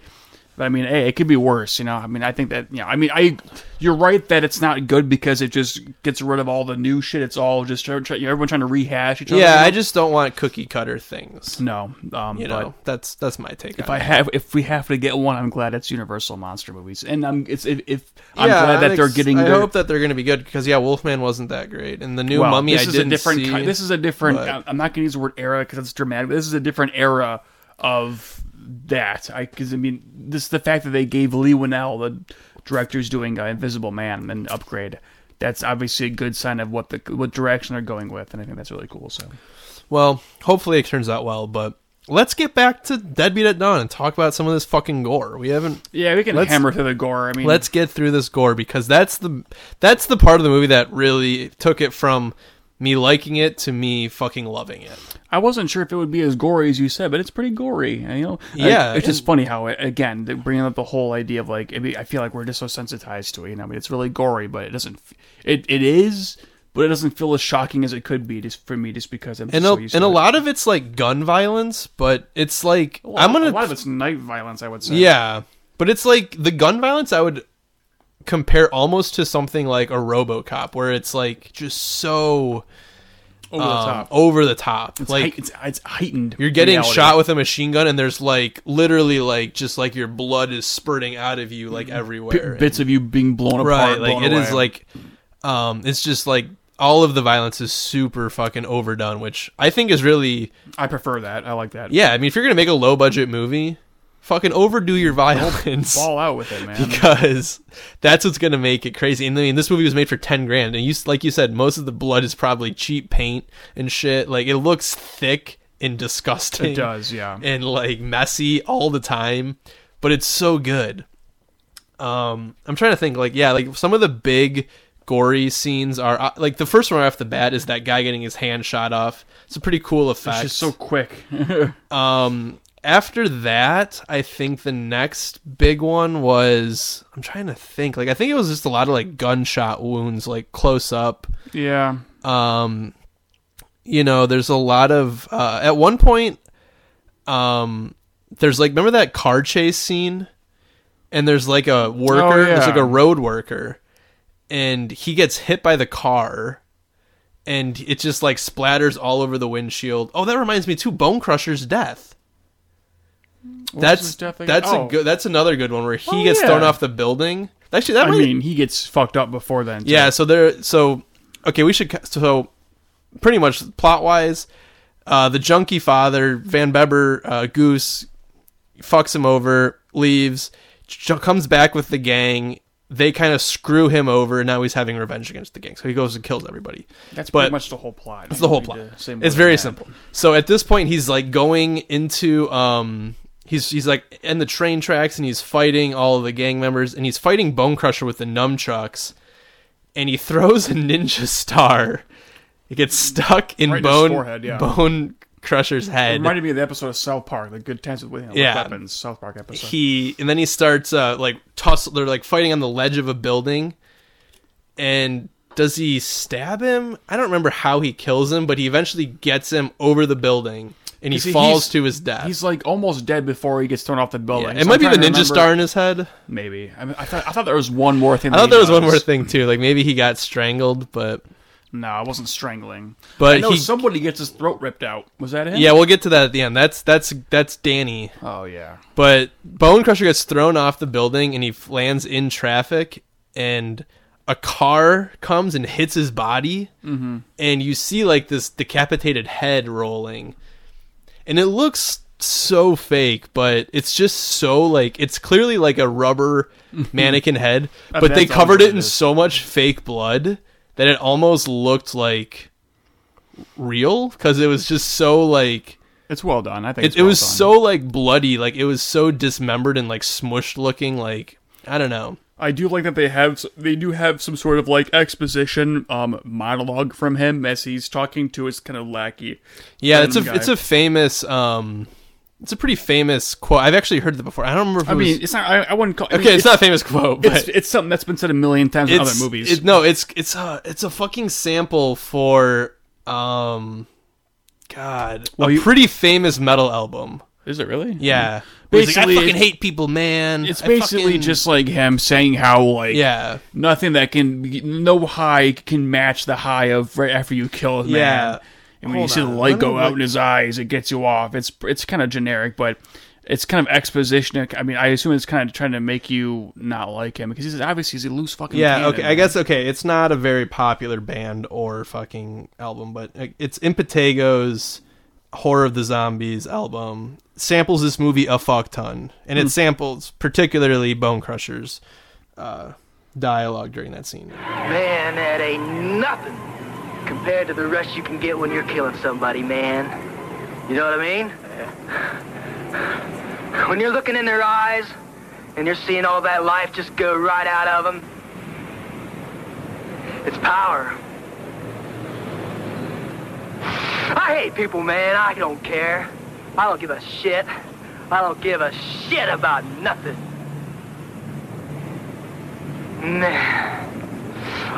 [SPEAKER 4] But I mean, hey, it could be worse, you know. I mean, I think that, you know, I mean, I, you're right that it's not good because it just gets rid of all the new shit. It's all just try, try, everyone trying to rehash each other.
[SPEAKER 5] yeah, I
[SPEAKER 4] you
[SPEAKER 5] just don't want cookie cutter things.
[SPEAKER 4] know? no. Um,
[SPEAKER 5] You
[SPEAKER 4] but
[SPEAKER 5] know, that's that's my take.
[SPEAKER 4] if I have, if we have to get one, I'm glad it's Universal monster movies, and I'm it's if, if I'm
[SPEAKER 5] Yeah,
[SPEAKER 4] glad that
[SPEAKER 5] I'm
[SPEAKER 4] they're
[SPEAKER 5] ex-
[SPEAKER 4] getting.
[SPEAKER 5] I
[SPEAKER 4] their,
[SPEAKER 5] hope that they're going to be good because yeah, Wolfman wasn't that great, and the new
[SPEAKER 4] well,
[SPEAKER 5] Mummy
[SPEAKER 4] this
[SPEAKER 5] I
[SPEAKER 4] is
[SPEAKER 5] didn't
[SPEAKER 4] a different.
[SPEAKER 5] see.
[SPEAKER 4] ki- this is a different.
[SPEAKER 5] but-
[SPEAKER 4] I- I'm not going to use the word era because it's dramatic. This is a different era of that. I because I mean this the fact that they gave Lee Winnell the director's doing uh, Invisible Man and Upgrade. That's obviously a good sign of what the what direction they're going with, and I think that's really cool. So
[SPEAKER 5] well, hopefully it turns out well. But let's get back to Deadbeat at Dawn and talk about some of this fucking gore. We haven't.
[SPEAKER 4] yeah, we can
[SPEAKER 5] Let's-
[SPEAKER 4] hammer through the gore. I mean,
[SPEAKER 5] Let's get through this gore because that's the that's the part of the movie that really took it from me liking it to me fucking loving it.
[SPEAKER 4] I wasn't sure if it would be as gory as you said, but it's pretty gory. and, You know,
[SPEAKER 5] Yeah,
[SPEAKER 4] I- it's just
[SPEAKER 5] and-
[SPEAKER 4] funny how it, again they're bringing up the whole idea of like I mean, I feel like we're just so sensitized to it. You know, I mean, it's really gory, but it doesn't. f- It it is, but it doesn't feel as shocking as it could be just for me, just because I'm
[SPEAKER 5] And
[SPEAKER 4] so
[SPEAKER 5] a,
[SPEAKER 4] used
[SPEAKER 5] and
[SPEAKER 4] to
[SPEAKER 5] a
[SPEAKER 4] it.
[SPEAKER 5] lot of it's like gun violence, but it's like I'm gonna
[SPEAKER 4] a lot of it's night violence. I would say.
[SPEAKER 5] Yeah, but it's like the gun violence I would compare almost to something like a RoboCop, where it's like just so
[SPEAKER 4] Over the
[SPEAKER 5] um,
[SPEAKER 4] top.
[SPEAKER 5] over the top.
[SPEAKER 4] It's
[SPEAKER 5] like
[SPEAKER 4] height- it's, it's heightened.
[SPEAKER 5] you're getting
[SPEAKER 4] reality.
[SPEAKER 5] shot with a machine gun, and there's like literally like just like your blood is spurting out of you like
[SPEAKER 4] B-
[SPEAKER 5] everywhere.
[SPEAKER 4] bits of you being blown
[SPEAKER 5] and-
[SPEAKER 4] apart.
[SPEAKER 5] right? Like
[SPEAKER 4] blown
[SPEAKER 5] it is
[SPEAKER 4] away.
[SPEAKER 5] like, um, it's just like all of the violence is super fucking overdone, which I think is really
[SPEAKER 4] I prefer that. I like that.
[SPEAKER 5] yeah. I mean, if you're gonna make a low budget movie, fucking overdo your violence.
[SPEAKER 4] Ball out with it, man.
[SPEAKER 5] *laughs* because that's what's gonna make it crazy. And I mean, this movie was made for ten grand, and you like you said, most of the blood is probably cheap paint and shit. Like it looks thick and disgusting.
[SPEAKER 4] It does, yeah.
[SPEAKER 5] and like messy all the time, but it's so good. Um, I'm trying to think like yeah, like some of the big gory scenes are uh, like the first one right off the bat is that guy getting his hand shot off. It's a pretty cool effect.
[SPEAKER 4] It's just so quick. *laughs*
[SPEAKER 5] Um, after that, I think the next big one was I'm trying to think. Like I think it was just a lot of like gunshot wounds, like close up.
[SPEAKER 4] yeah.
[SPEAKER 5] Um, you know, there's a lot of uh, at one point, um, there's like remember that car chase scene, and there's like a worker, there's
[SPEAKER 4] Oh, yeah.
[SPEAKER 5] like a road worker, and he gets hit by the car. And it just like splatters all over the windshield. Oh, that reminds me too. Bone Crusher's death that's
[SPEAKER 4] his death again?
[SPEAKER 5] that's
[SPEAKER 4] Oh.
[SPEAKER 5] a good that's another good one where he
[SPEAKER 4] Oh,
[SPEAKER 5] gets
[SPEAKER 4] yeah.
[SPEAKER 5] thrown off the building. Actually, that
[SPEAKER 4] I
[SPEAKER 5] might,
[SPEAKER 4] mean, he gets fucked up before then. too.
[SPEAKER 5] yeah. So there, so okay, we should ca- so pretty much plot wise, uh, the junkie father Van Beber uh, Goose fucks him over, leaves, j- comes back with the gang. They kind of screw him over, and now he's having revenge against the gang. So he goes and kills everybody.
[SPEAKER 4] That's
[SPEAKER 5] But-
[SPEAKER 4] pretty much the whole plot.
[SPEAKER 5] It's the whole plot. It's very simple. So at this point, he's like going into um, he's he's like in the train tracks and he's fighting all of the gang members and he's fighting Bone Crusher with the nunchucks, and he *laughs* throws a ninja star. It gets stuck in
[SPEAKER 4] Right in his
[SPEAKER 5] Bone
[SPEAKER 4] forehead, yeah.
[SPEAKER 5] Bone Crusher's
[SPEAKER 4] It
[SPEAKER 5] head.
[SPEAKER 4] reminded me of the episode of South Park, the good times with you know, like
[SPEAKER 5] Yeah.
[SPEAKER 4] weapons, South Park episode.
[SPEAKER 5] he and then he starts uh like tussle they're like fighting on the ledge of a building and does he stab him i don't remember how he kills him but he eventually gets him over the building and he
[SPEAKER 4] You see,
[SPEAKER 5] falls
[SPEAKER 4] he's-
[SPEAKER 5] to his death
[SPEAKER 4] He's like almost dead before he gets thrown off the
[SPEAKER 5] Yeah,
[SPEAKER 4] building.
[SPEAKER 5] it
[SPEAKER 4] So
[SPEAKER 5] might
[SPEAKER 4] I'm
[SPEAKER 5] be the
[SPEAKER 4] trying to
[SPEAKER 5] ninja
[SPEAKER 4] remember-
[SPEAKER 5] star in his head
[SPEAKER 4] Maybe. I, mean, I thought I thought there was one more thing.
[SPEAKER 5] i thought there was one more thing too like maybe he got strangled but
[SPEAKER 4] No, I wasn't strangling.
[SPEAKER 5] But
[SPEAKER 4] I know
[SPEAKER 5] he-
[SPEAKER 4] somebody gets his throat ripped out. Was that him?
[SPEAKER 5] yeah we'll get to that at the end that's that's that's danny
[SPEAKER 4] Oh yeah.
[SPEAKER 5] But Bone Crusher gets thrown off the building and he lands in traffic, and a car comes and hits his body, mm-hmm. and you see like this decapitated head rolling, and it looks so fake, but it's just so like it's clearly like a rubber mannequin head, but they
[SPEAKER 4] that's always
[SPEAKER 5] covered
[SPEAKER 4] what
[SPEAKER 5] it
[SPEAKER 4] it
[SPEAKER 5] in
[SPEAKER 4] is.
[SPEAKER 5] so much fake blood that it almost looked like real because it was just so like
[SPEAKER 4] It's well done. I think
[SPEAKER 5] it, it was so like bloody like it was so dismembered and like smushed looking like i don't know
[SPEAKER 4] I do like that they have they do have some sort of like exposition um monologue from him as he's talking to his kind of lackey.
[SPEAKER 5] yeah it's
[SPEAKER 4] Random
[SPEAKER 5] a
[SPEAKER 4] guy.
[SPEAKER 5] it's a famous um it's a pretty famous quote i've actually heard that before i don't remember if it
[SPEAKER 4] I
[SPEAKER 5] was
[SPEAKER 4] mean, it's not. I, I wouldn't call. I mean,
[SPEAKER 5] okay it's, not a famous quote but
[SPEAKER 4] It's, it's something that's been said a million times in
[SPEAKER 5] it's-
[SPEAKER 4] other movies.
[SPEAKER 5] it- no it's it's a it's a fucking sample for um god a
[SPEAKER 4] you-
[SPEAKER 5] pretty famous metal album
[SPEAKER 4] Is it really?
[SPEAKER 5] yeah Where he's like,
[SPEAKER 4] Basically,
[SPEAKER 5] i fucking
[SPEAKER 4] it-
[SPEAKER 5] hate people man
[SPEAKER 4] It's
[SPEAKER 5] I
[SPEAKER 4] basically
[SPEAKER 5] fucking-"
[SPEAKER 4] just like him saying how like
[SPEAKER 5] yeah
[SPEAKER 4] nothing that can no high can match the high of right after you kill a man.
[SPEAKER 5] Yeah.
[SPEAKER 4] And when
[SPEAKER 5] Hold
[SPEAKER 4] you see the
[SPEAKER 5] on,
[SPEAKER 4] light
[SPEAKER 5] let
[SPEAKER 4] go
[SPEAKER 5] me
[SPEAKER 4] out
[SPEAKER 5] look-
[SPEAKER 4] in his eyes, it gets you off. It's it's kind of generic, but it's kind of exposition. I mean, I assume it's kind of trying to make you not like him because he's obviously he's a loose fucking.
[SPEAKER 5] Yeah,
[SPEAKER 4] cannon,
[SPEAKER 5] okay. I
[SPEAKER 4] man.
[SPEAKER 5] guess okay. It's not a very popular band or fucking album, but uh, it's Impetego's Horror of the Zombies album samples this movie a fuck ton, and it samples particularly Bone Crusher's uh, dialogue during that scene.
[SPEAKER 2] Man, that ain't nothing compared to the rush you can get when you're killing somebody, man. You know what I mean? *sighs* When you're looking in their eyes and you're seeing all that life just go right out of them, it's power. I hate people, man. I don't care. I don't give a shit. I don't give a shit about nothing. Nah.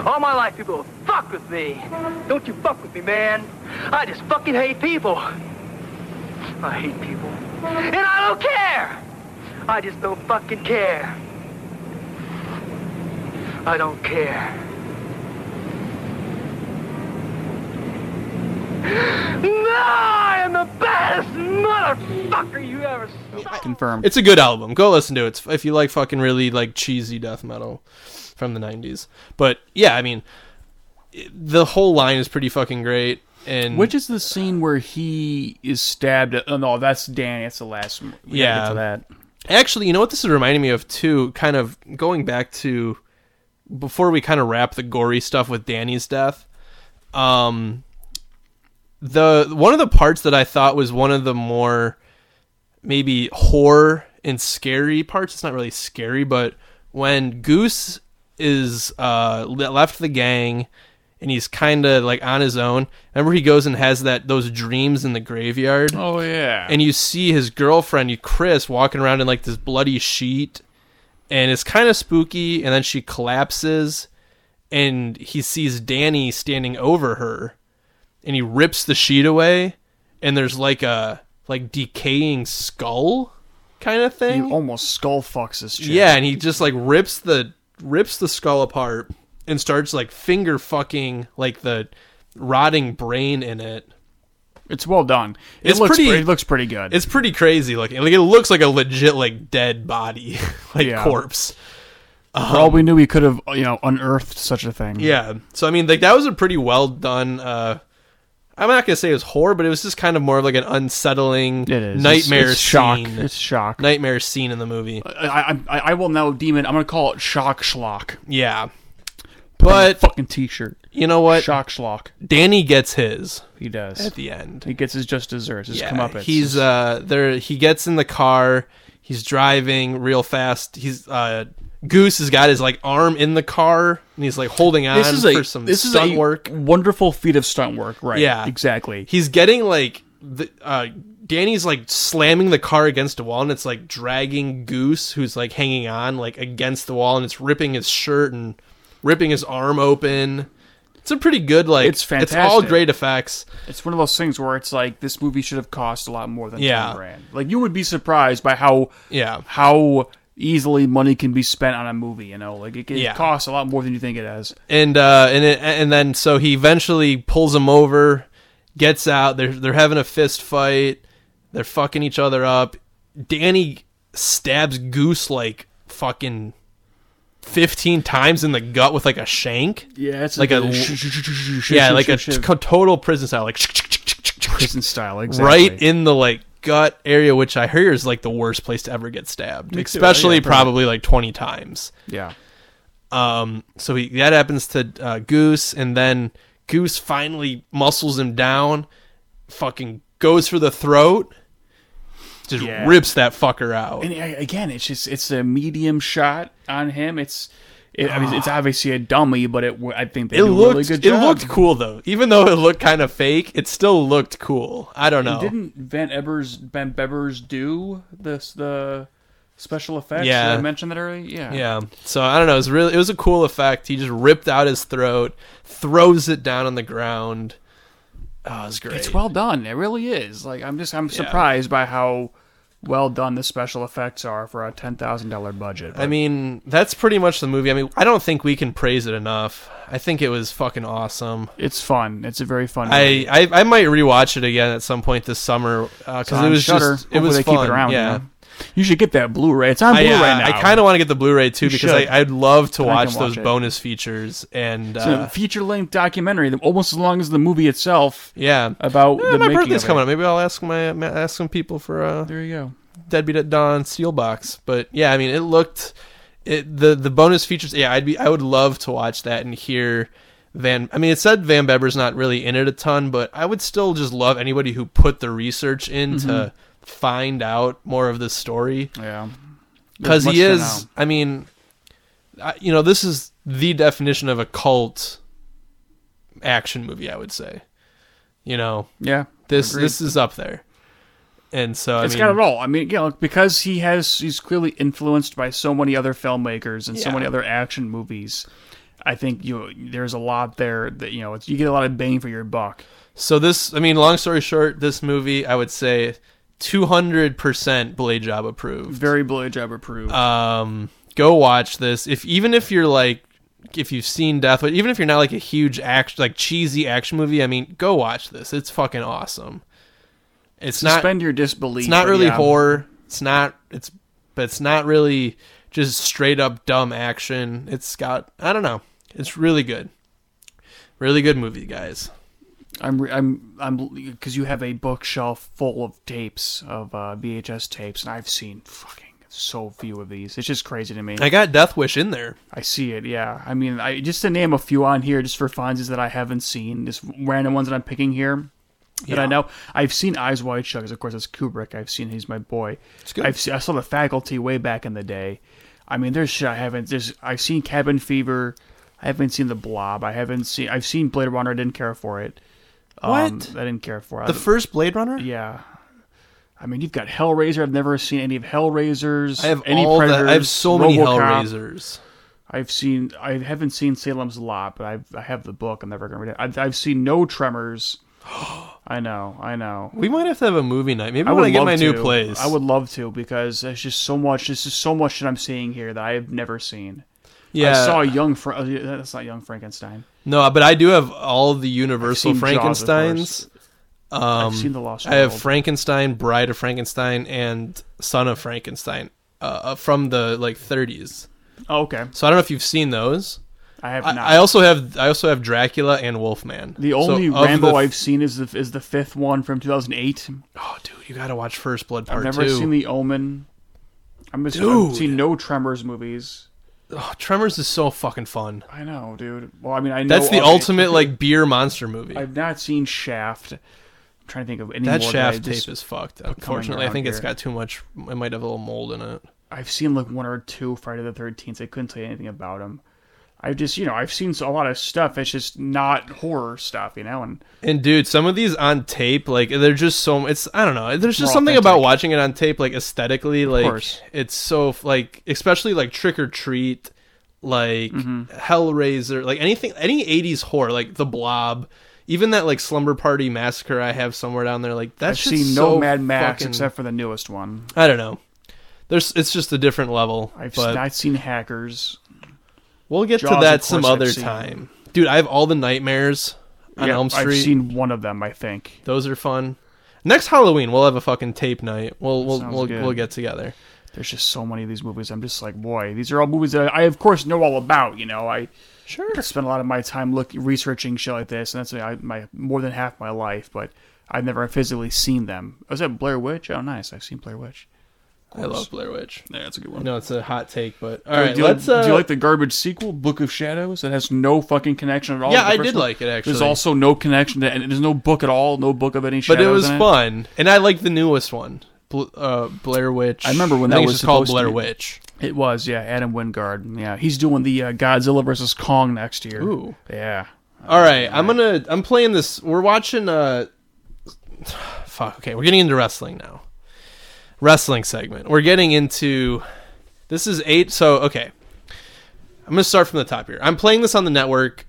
[SPEAKER 2] All my life, people have fucked with me. Don't you fuck with me, man. I just fucking hate people. I hate people. And I don't care! I just don't fucking care. I don't care. No, I am the baddest motherfucker you ever saw.
[SPEAKER 4] Confirmed.
[SPEAKER 5] It's a good album. Go listen to it It's- if you like fucking really like cheesy death metal from the 90s. But yeah, I mean it- the whole line is pretty fucking great and
[SPEAKER 4] Which is the scene where he is stabbed? Oh no, that's Danny. That's the last. we gotta get
[SPEAKER 5] Yeah.
[SPEAKER 4] to that.
[SPEAKER 5] actually, you know what this is reminding me of too, kind of going back to before we kind of wrap the gory stuff with Danny's death. Um the one of the parts that I thought was one of the more maybe horror and scary parts. It's not really scary, but when Goose is uh, le- left the gang and he's kind of like on his own. Remember, he goes and has that those dreams in the graveyard
[SPEAKER 4] Oh yeah.
[SPEAKER 5] and you see his girlfriend chris walking around in like this bloody sheet and it's kind of spooky and then she collapses and he sees danny standing over her and he rips the sheet away and there's like a like decaying skull kind of
[SPEAKER 4] he
[SPEAKER 5] thing
[SPEAKER 4] almost skull fucks this chick.
[SPEAKER 5] yeah and he just like rips the rips the skull apart and starts like finger fucking like the rotting brain in it
[SPEAKER 4] It's well done. It
[SPEAKER 5] It's
[SPEAKER 4] looks
[SPEAKER 5] pretty-
[SPEAKER 4] pre- it looks pretty good.
[SPEAKER 5] It's pretty crazy looking. Like it looks like a legit like dead body, *laughs* like
[SPEAKER 4] Yeah.
[SPEAKER 5] corpse.
[SPEAKER 4] For all we knew, he could have you know unearthed such a thing.
[SPEAKER 5] Yeah. So I mean, like that was a pretty well done. uh I'm not gonna say it was horror, but it was just kind of more of like an unsettling
[SPEAKER 4] It is
[SPEAKER 5] nightmare
[SPEAKER 4] It's, it's shock.
[SPEAKER 5] scene.
[SPEAKER 4] It's shock.
[SPEAKER 5] Nightmare scene in the movie.
[SPEAKER 4] I, I I will now demon. I'm gonna call it shock schlock.
[SPEAKER 5] Yeah.
[SPEAKER 4] But
[SPEAKER 5] But
[SPEAKER 4] fucking t-shirt.
[SPEAKER 5] you know what?
[SPEAKER 4] Shock schlock.
[SPEAKER 5] Danny gets his
[SPEAKER 4] He does.
[SPEAKER 5] at the end.
[SPEAKER 4] He gets his just desserts. His
[SPEAKER 5] Yeah,
[SPEAKER 4] comeuppance.
[SPEAKER 5] He's uh there he gets in the car, he's driving real fast. He's uh Goose has got his like arm in the car and he's like holding on
[SPEAKER 4] this is
[SPEAKER 5] for
[SPEAKER 4] a
[SPEAKER 5] some
[SPEAKER 4] this
[SPEAKER 5] stunt
[SPEAKER 4] is a
[SPEAKER 5] work.
[SPEAKER 4] wonderful feat of stunt work. Right.
[SPEAKER 5] Yeah.
[SPEAKER 4] Exactly.
[SPEAKER 5] He's getting like the uh Danny's like slamming the car against a wall and it's like dragging Goose who's like hanging on like against the wall and it's ripping his shirt and ripping his arm open. It's a pretty good like
[SPEAKER 4] It's
[SPEAKER 5] It's all
[SPEAKER 4] fantastic.
[SPEAKER 5] great effects.
[SPEAKER 4] It's one of those things where it's like this movie should have cost a lot more than
[SPEAKER 5] Yeah.
[SPEAKER 4] 10 grand. Like you would be surprised by how
[SPEAKER 5] Yeah.
[SPEAKER 4] how easily money can be spent on a movie, you know? Like it, it
[SPEAKER 5] Yeah.
[SPEAKER 4] costs a lot more than you think it does.
[SPEAKER 5] and uh, and it, and then so he eventually pulls him over, gets out. They're they're having a fist fight. They're fucking each other up. Danny stabs Goose like fucking fifteen times in the gut with like a shank.
[SPEAKER 4] Yeah, it's
[SPEAKER 5] Like a- Yeah, like a t- total prison style, like
[SPEAKER 4] prison style, exactly.
[SPEAKER 5] right in the like gut area, which I hear is like the worst place to ever get stabbed, especially
[SPEAKER 4] Yeah, probably.
[SPEAKER 5] probably like twenty times.
[SPEAKER 4] Yeah.
[SPEAKER 5] Um, so he, that happens to uh, Goose, and then Goose finally muscles him down, fucking goes for the throat, just
[SPEAKER 4] Yeah.
[SPEAKER 5] rips that fucker out.
[SPEAKER 4] And I- again, it's just it's a medium shot on him. It's it, I mean, it's obviously a dummy, but it w- I think they
[SPEAKER 5] it
[SPEAKER 4] do a
[SPEAKER 5] looked
[SPEAKER 4] really good
[SPEAKER 5] it
[SPEAKER 4] job.
[SPEAKER 5] looked cool though, even though it looked kind of fake. It still looked cool. I don't know.
[SPEAKER 4] Didn't Van Ebers Van Bevers do this the special effects?
[SPEAKER 5] Yeah.
[SPEAKER 4] Did I mention that earlier? Yeah.
[SPEAKER 5] Yeah. So I don't know. It was really it was a cool effect. He just ripped out his throat, throws it down on the ground. Oh, it was great.
[SPEAKER 4] It's well done. It really is. Like I'm just I'm surprised by how well done the special effects are for a ten thousand dollar budget.
[SPEAKER 5] I mean, that's pretty much the movie. I mean, I don't think we can praise it enough. I think it was fucking awesome.
[SPEAKER 4] it's fun. It's a very fun. movie.
[SPEAKER 5] I, I I might rewatch it again at some point this summer because
[SPEAKER 4] It's on
[SPEAKER 5] it was
[SPEAKER 4] Shudder.
[SPEAKER 5] just it was
[SPEAKER 4] Hopefully they
[SPEAKER 5] fun.
[SPEAKER 4] keep it around.
[SPEAKER 5] yeah.
[SPEAKER 4] You, know? You should get that Blu-ray. It's on
[SPEAKER 5] I,
[SPEAKER 4] Blu-ray
[SPEAKER 5] uh,
[SPEAKER 4] now.
[SPEAKER 5] I kind of want to get the Blu-ray too because I,
[SPEAKER 4] should.
[SPEAKER 5] I'd love to
[SPEAKER 4] I can
[SPEAKER 5] watch those
[SPEAKER 4] watch it.
[SPEAKER 5] bonus features and
[SPEAKER 4] It's
[SPEAKER 5] uh,
[SPEAKER 4] a feature-length documentary, that- almost as long as the movie itself.
[SPEAKER 5] yeah.
[SPEAKER 4] About the
[SPEAKER 5] Eh, my
[SPEAKER 4] making
[SPEAKER 5] birthday's
[SPEAKER 4] of it.
[SPEAKER 5] coming up. Maybe I'll ask my ma- ask some people for uh,
[SPEAKER 4] There you go.
[SPEAKER 5] Deadbeat at Dawn steel box. But yeah, I mean, it looked it the the bonus features. Yeah, I'd be I would love to watch that and hear Van. I mean, it said Van Beber's not really in it a ton, but I would still just love anybody who put the research in to
[SPEAKER 4] Mm-hmm.
[SPEAKER 5] find out more of this story
[SPEAKER 4] Yeah.
[SPEAKER 5] because
[SPEAKER 4] much
[SPEAKER 5] he
[SPEAKER 4] to
[SPEAKER 5] is.
[SPEAKER 4] know.
[SPEAKER 5] I mean, I, you know, this is the definition of a cult action movie. I would say, you know,
[SPEAKER 4] Yeah.
[SPEAKER 5] this
[SPEAKER 4] Agreed.
[SPEAKER 5] this is up there. And so I
[SPEAKER 4] It's
[SPEAKER 5] mean,
[SPEAKER 4] got it all. I mean, you know, because he has he's clearly influenced by so many other filmmakers and so
[SPEAKER 5] Yeah.
[SPEAKER 4] many other action movies. I think you there's a lot there that you know it's, you get a lot of bang for your buck.
[SPEAKER 5] So this, I mean, long story short, this movie, I would say, two hundred percent Blade Job approved. Uh,
[SPEAKER 4] Very blade job approved.
[SPEAKER 5] Um, go watch this. If even if you're like if you've seen Death Wish, even if you're not like a huge action, like cheesy action movie, I mean, go watch this. It's fucking awesome. It's not
[SPEAKER 4] Suspend your disbelief.
[SPEAKER 5] it's not
[SPEAKER 4] but
[SPEAKER 5] really
[SPEAKER 4] yeah.
[SPEAKER 5] horror. It's not it's but it's not really just straight up dumb action. It's got I don't know. It's really good. Really good movie, guys.
[SPEAKER 4] I'm re- I'm I'm because you have a bookshelf full of tapes of uh, VHS tapes, and I've seen fucking so few of these. It's just crazy to me.
[SPEAKER 5] I got Death Wish in there.
[SPEAKER 4] I see it. Yeah, I mean, I just to name a few on here, just for funsies that I haven't seen, just random ones that I'm picking here. That I know, I've seen Eyes Wide Shut. 'cause Of course, that's Kubrick. I've seen he's my boy. It's
[SPEAKER 5] good.
[SPEAKER 4] I've se- I saw The Faculty way back in the day. I mean, there's shit I haven't. There's I've seen Cabin Fever. I haven't seen The Blob. I haven't seen. I've seen Blade Runner. I didn't care for it. Um,
[SPEAKER 5] What?
[SPEAKER 4] I didn't care for it.
[SPEAKER 5] The first Blade Runner?
[SPEAKER 4] yeah. I mean, you've got Hellraiser. I've never seen any of Hellraisers.
[SPEAKER 5] I have
[SPEAKER 4] any
[SPEAKER 5] all
[SPEAKER 4] Predators,
[SPEAKER 5] the, I have so many
[SPEAKER 4] RoboCop.
[SPEAKER 5] Hellraisers.
[SPEAKER 4] I've seen. I haven't seen Salem's Lot, but I've, I have the book. I'm never gonna read it. I've, I've seen No
[SPEAKER 5] *gasps*
[SPEAKER 4] Tremors. I know. I know.
[SPEAKER 5] We might have to have a movie night. Maybe
[SPEAKER 4] I
[SPEAKER 5] when
[SPEAKER 4] would
[SPEAKER 5] I get
[SPEAKER 4] love
[SPEAKER 5] my
[SPEAKER 4] to.
[SPEAKER 5] new place.
[SPEAKER 4] I would love to because there's just so much. There's just so much that I'm seeing here that I have never seen.
[SPEAKER 5] yeah.
[SPEAKER 4] I saw Young. Fra- uh, that's not Young Frankenstein.
[SPEAKER 5] No, but I do have all the Universal
[SPEAKER 4] I've seen Jaws, of
[SPEAKER 5] Frankenstein's. Um,
[SPEAKER 4] I've seen The Lost
[SPEAKER 5] I have
[SPEAKER 4] World.
[SPEAKER 5] Frankenstein, Bride of Frankenstein, and Son of Frankenstein uh, uh, from the like 30s.
[SPEAKER 4] Oh, okay,
[SPEAKER 5] So I don't know if you've seen those.
[SPEAKER 4] I have not.
[SPEAKER 5] I, I also have I also have Dracula and Wolfman.
[SPEAKER 4] the
[SPEAKER 5] So
[SPEAKER 4] only
[SPEAKER 5] of
[SPEAKER 4] Rambo
[SPEAKER 5] the-
[SPEAKER 4] I've seen is the is the fifth one from 2008.
[SPEAKER 5] oh, dude, you gotta watch First Blood Part
[SPEAKER 4] I've never
[SPEAKER 5] Two.
[SPEAKER 4] seen The Omen. I'm just, I've
[SPEAKER 5] Dude.
[SPEAKER 4] seen no Tremors movies.
[SPEAKER 5] oh, Tremors is so fucking fun.
[SPEAKER 4] I know, dude. Well, I mean, I know
[SPEAKER 5] That's the
[SPEAKER 4] okay.
[SPEAKER 5] ultimate like beer monster movie.
[SPEAKER 4] I've not seen Shaft. I'm trying to think of any
[SPEAKER 5] that
[SPEAKER 4] more
[SPEAKER 5] Shaft
[SPEAKER 4] that I
[SPEAKER 5] tape
[SPEAKER 4] just-
[SPEAKER 5] is fucked. Unfortunately, I
[SPEAKER 4] around
[SPEAKER 5] think it's
[SPEAKER 4] here.
[SPEAKER 5] got too much. It might have a little mold in it.
[SPEAKER 4] I've seen like one or two Friday the Thirteenth. I couldn't tell you anything about them. I've just, you know, I've seen a lot of stuff. It's just not horror stuff, you know. And
[SPEAKER 5] And dude, some of these on tape, like they're just so it's I don't know. There's just
[SPEAKER 4] More
[SPEAKER 5] something
[SPEAKER 4] authentic.
[SPEAKER 5] about watching it on tape, like aesthetically, like
[SPEAKER 4] course.
[SPEAKER 5] it's so like especially like Trick or Treat, like
[SPEAKER 4] Mm-hmm.
[SPEAKER 5] Hellraiser, like anything, any '80s horror, like The Blob, even that like Slumber Party Massacre I have somewhere down there. Like
[SPEAKER 4] I've
[SPEAKER 5] that's just
[SPEAKER 4] seen
[SPEAKER 5] so
[SPEAKER 4] no Mad Max
[SPEAKER 5] fucking-
[SPEAKER 4] except for the newest one.
[SPEAKER 5] I don't know. There's it's just a different level.
[SPEAKER 4] I've
[SPEAKER 5] but
[SPEAKER 4] not seen Hackers.
[SPEAKER 5] we'll get
[SPEAKER 4] Jaws,
[SPEAKER 5] to
[SPEAKER 4] of
[SPEAKER 5] that
[SPEAKER 4] course,
[SPEAKER 5] some
[SPEAKER 4] I've
[SPEAKER 5] other
[SPEAKER 4] seen.
[SPEAKER 5] time, dude. I have all the nightmares on Elm Street.
[SPEAKER 4] I've seen one of them, I think.
[SPEAKER 5] Those are fun. Next Halloween, we'll have a fucking tape night. We'll we'll
[SPEAKER 4] sounds
[SPEAKER 5] we'll,
[SPEAKER 4] good.
[SPEAKER 5] we'll get together.
[SPEAKER 4] There's just so many of these movies. I'm just like, boy, these are all movies that I, I of course, know all about. You know, I
[SPEAKER 5] Sure.
[SPEAKER 4] spend a lot of my time look researching shit like this, and that's I, my more than half my life. But I've never physically seen them. Was that Blair Witch? Oh, nice. I've seen Blair Witch.
[SPEAKER 5] I love Blair Witch.
[SPEAKER 4] Yeah, that's a good one.
[SPEAKER 5] No, it's a hot take, but all right.
[SPEAKER 4] do, you
[SPEAKER 5] Let's.
[SPEAKER 4] like,
[SPEAKER 5] uh,
[SPEAKER 4] do you like the garbage sequel, Book of Shadows, that has no fucking connection at all?
[SPEAKER 5] Yeah,
[SPEAKER 4] with the
[SPEAKER 5] I
[SPEAKER 4] first
[SPEAKER 5] did
[SPEAKER 4] one?
[SPEAKER 5] like it,
[SPEAKER 4] There's
[SPEAKER 5] actually.
[SPEAKER 4] also no connection to, and there's no book at all, no book of any.
[SPEAKER 5] but it
[SPEAKER 4] shadows
[SPEAKER 5] was
[SPEAKER 4] in
[SPEAKER 5] fun, and I like the newest one, Bl- uh, Blair Witch.
[SPEAKER 4] I remember when
[SPEAKER 5] I
[SPEAKER 4] that
[SPEAKER 5] think
[SPEAKER 4] was
[SPEAKER 5] it's just called
[SPEAKER 4] supposed
[SPEAKER 5] Blair
[SPEAKER 4] to be-
[SPEAKER 5] Witch.
[SPEAKER 4] It was, yeah. Adam Wingard, yeah, he's doing the uh, Godzilla versus Kong next year.
[SPEAKER 5] Ooh.
[SPEAKER 4] yeah.
[SPEAKER 5] All right, I'm gonna. I'm playing this. We're watching. uh *sighs* Fuck. Okay, we're getting into wrestling now. Wrestling segment. We're getting into. This is eight. So okay, I'm gonna start from the top here. I'm playing this on the network.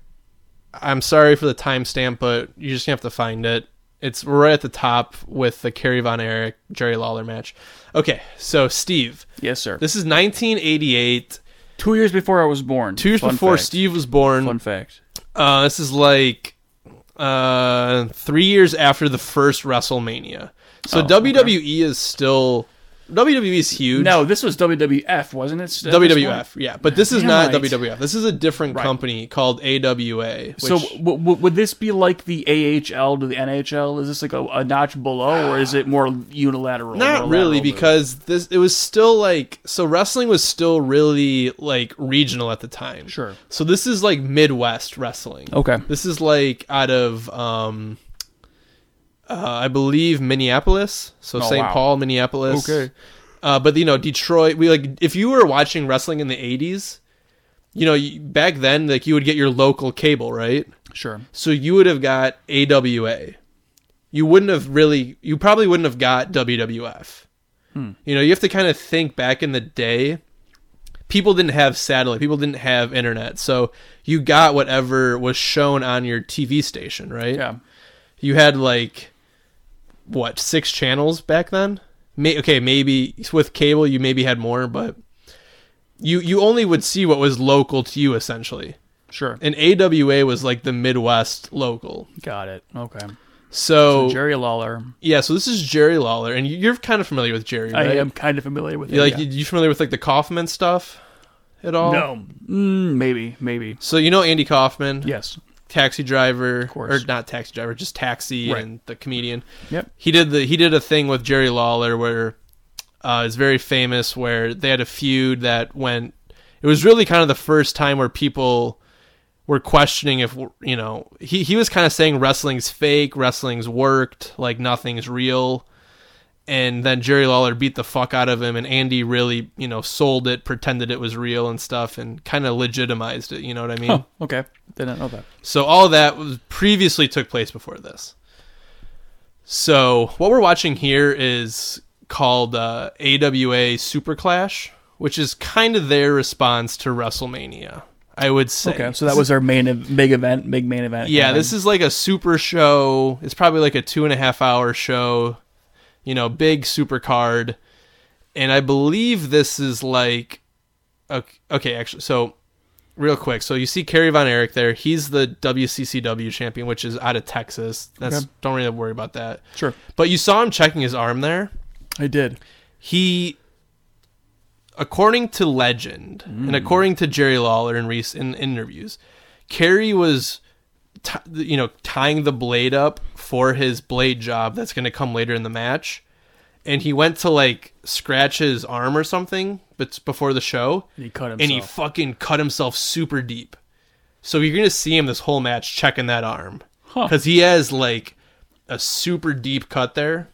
[SPEAKER 5] I'm sorry for the timestamp, but you're just gonna have to find it. It's right at the top with the Kerry Von Erich Jerry Lawler match. Okay, so Steve,
[SPEAKER 4] Yes, sir.
[SPEAKER 5] this is 1988,
[SPEAKER 4] two years before I was born.
[SPEAKER 5] two years
[SPEAKER 4] Fun
[SPEAKER 5] before
[SPEAKER 4] fact.
[SPEAKER 5] Steve was born.
[SPEAKER 4] Fun fact.
[SPEAKER 5] Uh, this is like uh, three years after the first
[SPEAKER 4] Oh,
[SPEAKER 5] WrestleMania. So WWE is still WWE is huge.
[SPEAKER 4] No, this was WWF, wasn't it? At this
[SPEAKER 5] WWF,
[SPEAKER 4] point?
[SPEAKER 5] yeah, but this is
[SPEAKER 4] Damn
[SPEAKER 5] not
[SPEAKER 4] right.
[SPEAKER 5] WWF. This is a different company called AWA. Which,
[SPEAKER 4] So w- w- would this be like the AHL to the NHL? Is this like a, a notch below, or is it more unilateral?
[SPEAKER 5] not
[SPEAKER 4] more
[SPEAKER 5] really
[SPEAKER 4] lateral
[SPEAKER 5] because this it was still like so wrestling was still really like regional at the time.
[SPEAKER 4] Sure.
[SPEAKER 5] So this is like Midwest wrestling.
[SPEAKER 4] Okay.
[SPEAKER 5] This is like out of um uh, I believe Minneapolis. So St.
[SPEAKER 4] Oh, wow.
[SPEAKER 5] Paul, Minneapolis.
[SPEAKER 4] Okay.
[SPEAKER 5] Uh, but you know, Detroit, we like if you were watching wrestling in the 80s, you know, you, back then like you would get your local cable, right?
[SPEAKER 4] move? Sure.
[SPEAKER 5] So you would have got AWA. You wouldn't have really. You probably wouldn't have got WWF. You know, you have to kind of think back in the day. People didn't have satellite. People didn't have internet. So you got whatever was shown on your TV station, right?
[SPEAKER 4] Yeah.
[SPEAKER 5] You had like what six channels back then? May- okay, maybe with cable you maybe had more, but you you only would see what was local to you essentially.
[SPEAKER 4] Sure.
[SPEAKER 5] and AWA was like the Midwest local.
[SPEAKER 4] Got it. Okay.
[SPEAKER 5] So,
[SPEAKER 4] Jerry Lawler.
[SPEAKER 5] yeah, so this is Jerry Lawler, and you- you're kind of familiar with Jerry, right?
[SPEAKER 4] I am kind of familiar with it.
[SPEAKER 5] You, like,
[SPEAKER 4] yeah.
[SPEAKER 5] you familiar with like the Kaufman stuff at all?
[SPEAKER 4] no. Mm, maybe. Maybe.
[SPEAKER 5] So you know Andy Kaufman,
[SPEAKER 4] Yes.
[SPEAKER 5] taxi driver,
[SPEAKER 4] course.
[SPEAKER 5] or not taxi driver, just taxi
[SPEAKER 4] Right.
[SPEAKER 5] and the comedian.
[SPEAKER 4] Yep.
[SPEAKER 5] He did the he did a thing with Jerry Lawler where uh, it's very famous where they had a feud that went. It was really kind of the first time where people were questioning if you know he he was kind of saying wrestling's fake, wrestling's worked, like nothing's real. And then Jerry Lawler beat the fuck out of him, and Andy really, you know, sold it, pretended it was real and stuff, and kind of legitimized it. You know what I mean?
[SPEAKER 4] Oh, okay. Didn't know that.
[SPEAKER 5] So all that was previously took place before this. So what we're watching here is called uh, AWA Super Clash, which is kind of their response to WrestleMania. I would say.
[SPEAKER 4] Okay. So that was our main ev- big event, big main event.
[SPEAKER 5] Yeah, this is like a super show. It's probably like a two and a half hour show. You know, big super card. And I believe this is like. Okay, okay actually. So, real quick. So, you see Kerry Von Erich there. He's the WCCW champion, which is out of Texas. That's
[SPEAKER 4] Okay.
[SPEAKER 5] Don't really worry about that.
[SPEAKER 4] Sure.
[SPEAKER 5] But you saw him checking his arm there
[SPEAKER 4] I did.
[SPEAKER 5] he according to legend and
[SPEAKER 4] Mm.
[SPEAKER 5] according to jerry lawler in recent in interviews kerry was ti you know tying the blade up for his blade job that's going to come later in the match and he went to like scratch his arm or something but before the show
[SPEAKER 4] And he cut
[SPEAKER 5] and he
[SPEAKER 4] himself.
[SPEAKER 5] fucking cut himself super deep so you're going to see him this whole match checking that arm
[SPEAKER 4] Huh.
[SPEAKER 5] because he has like a super deep cut there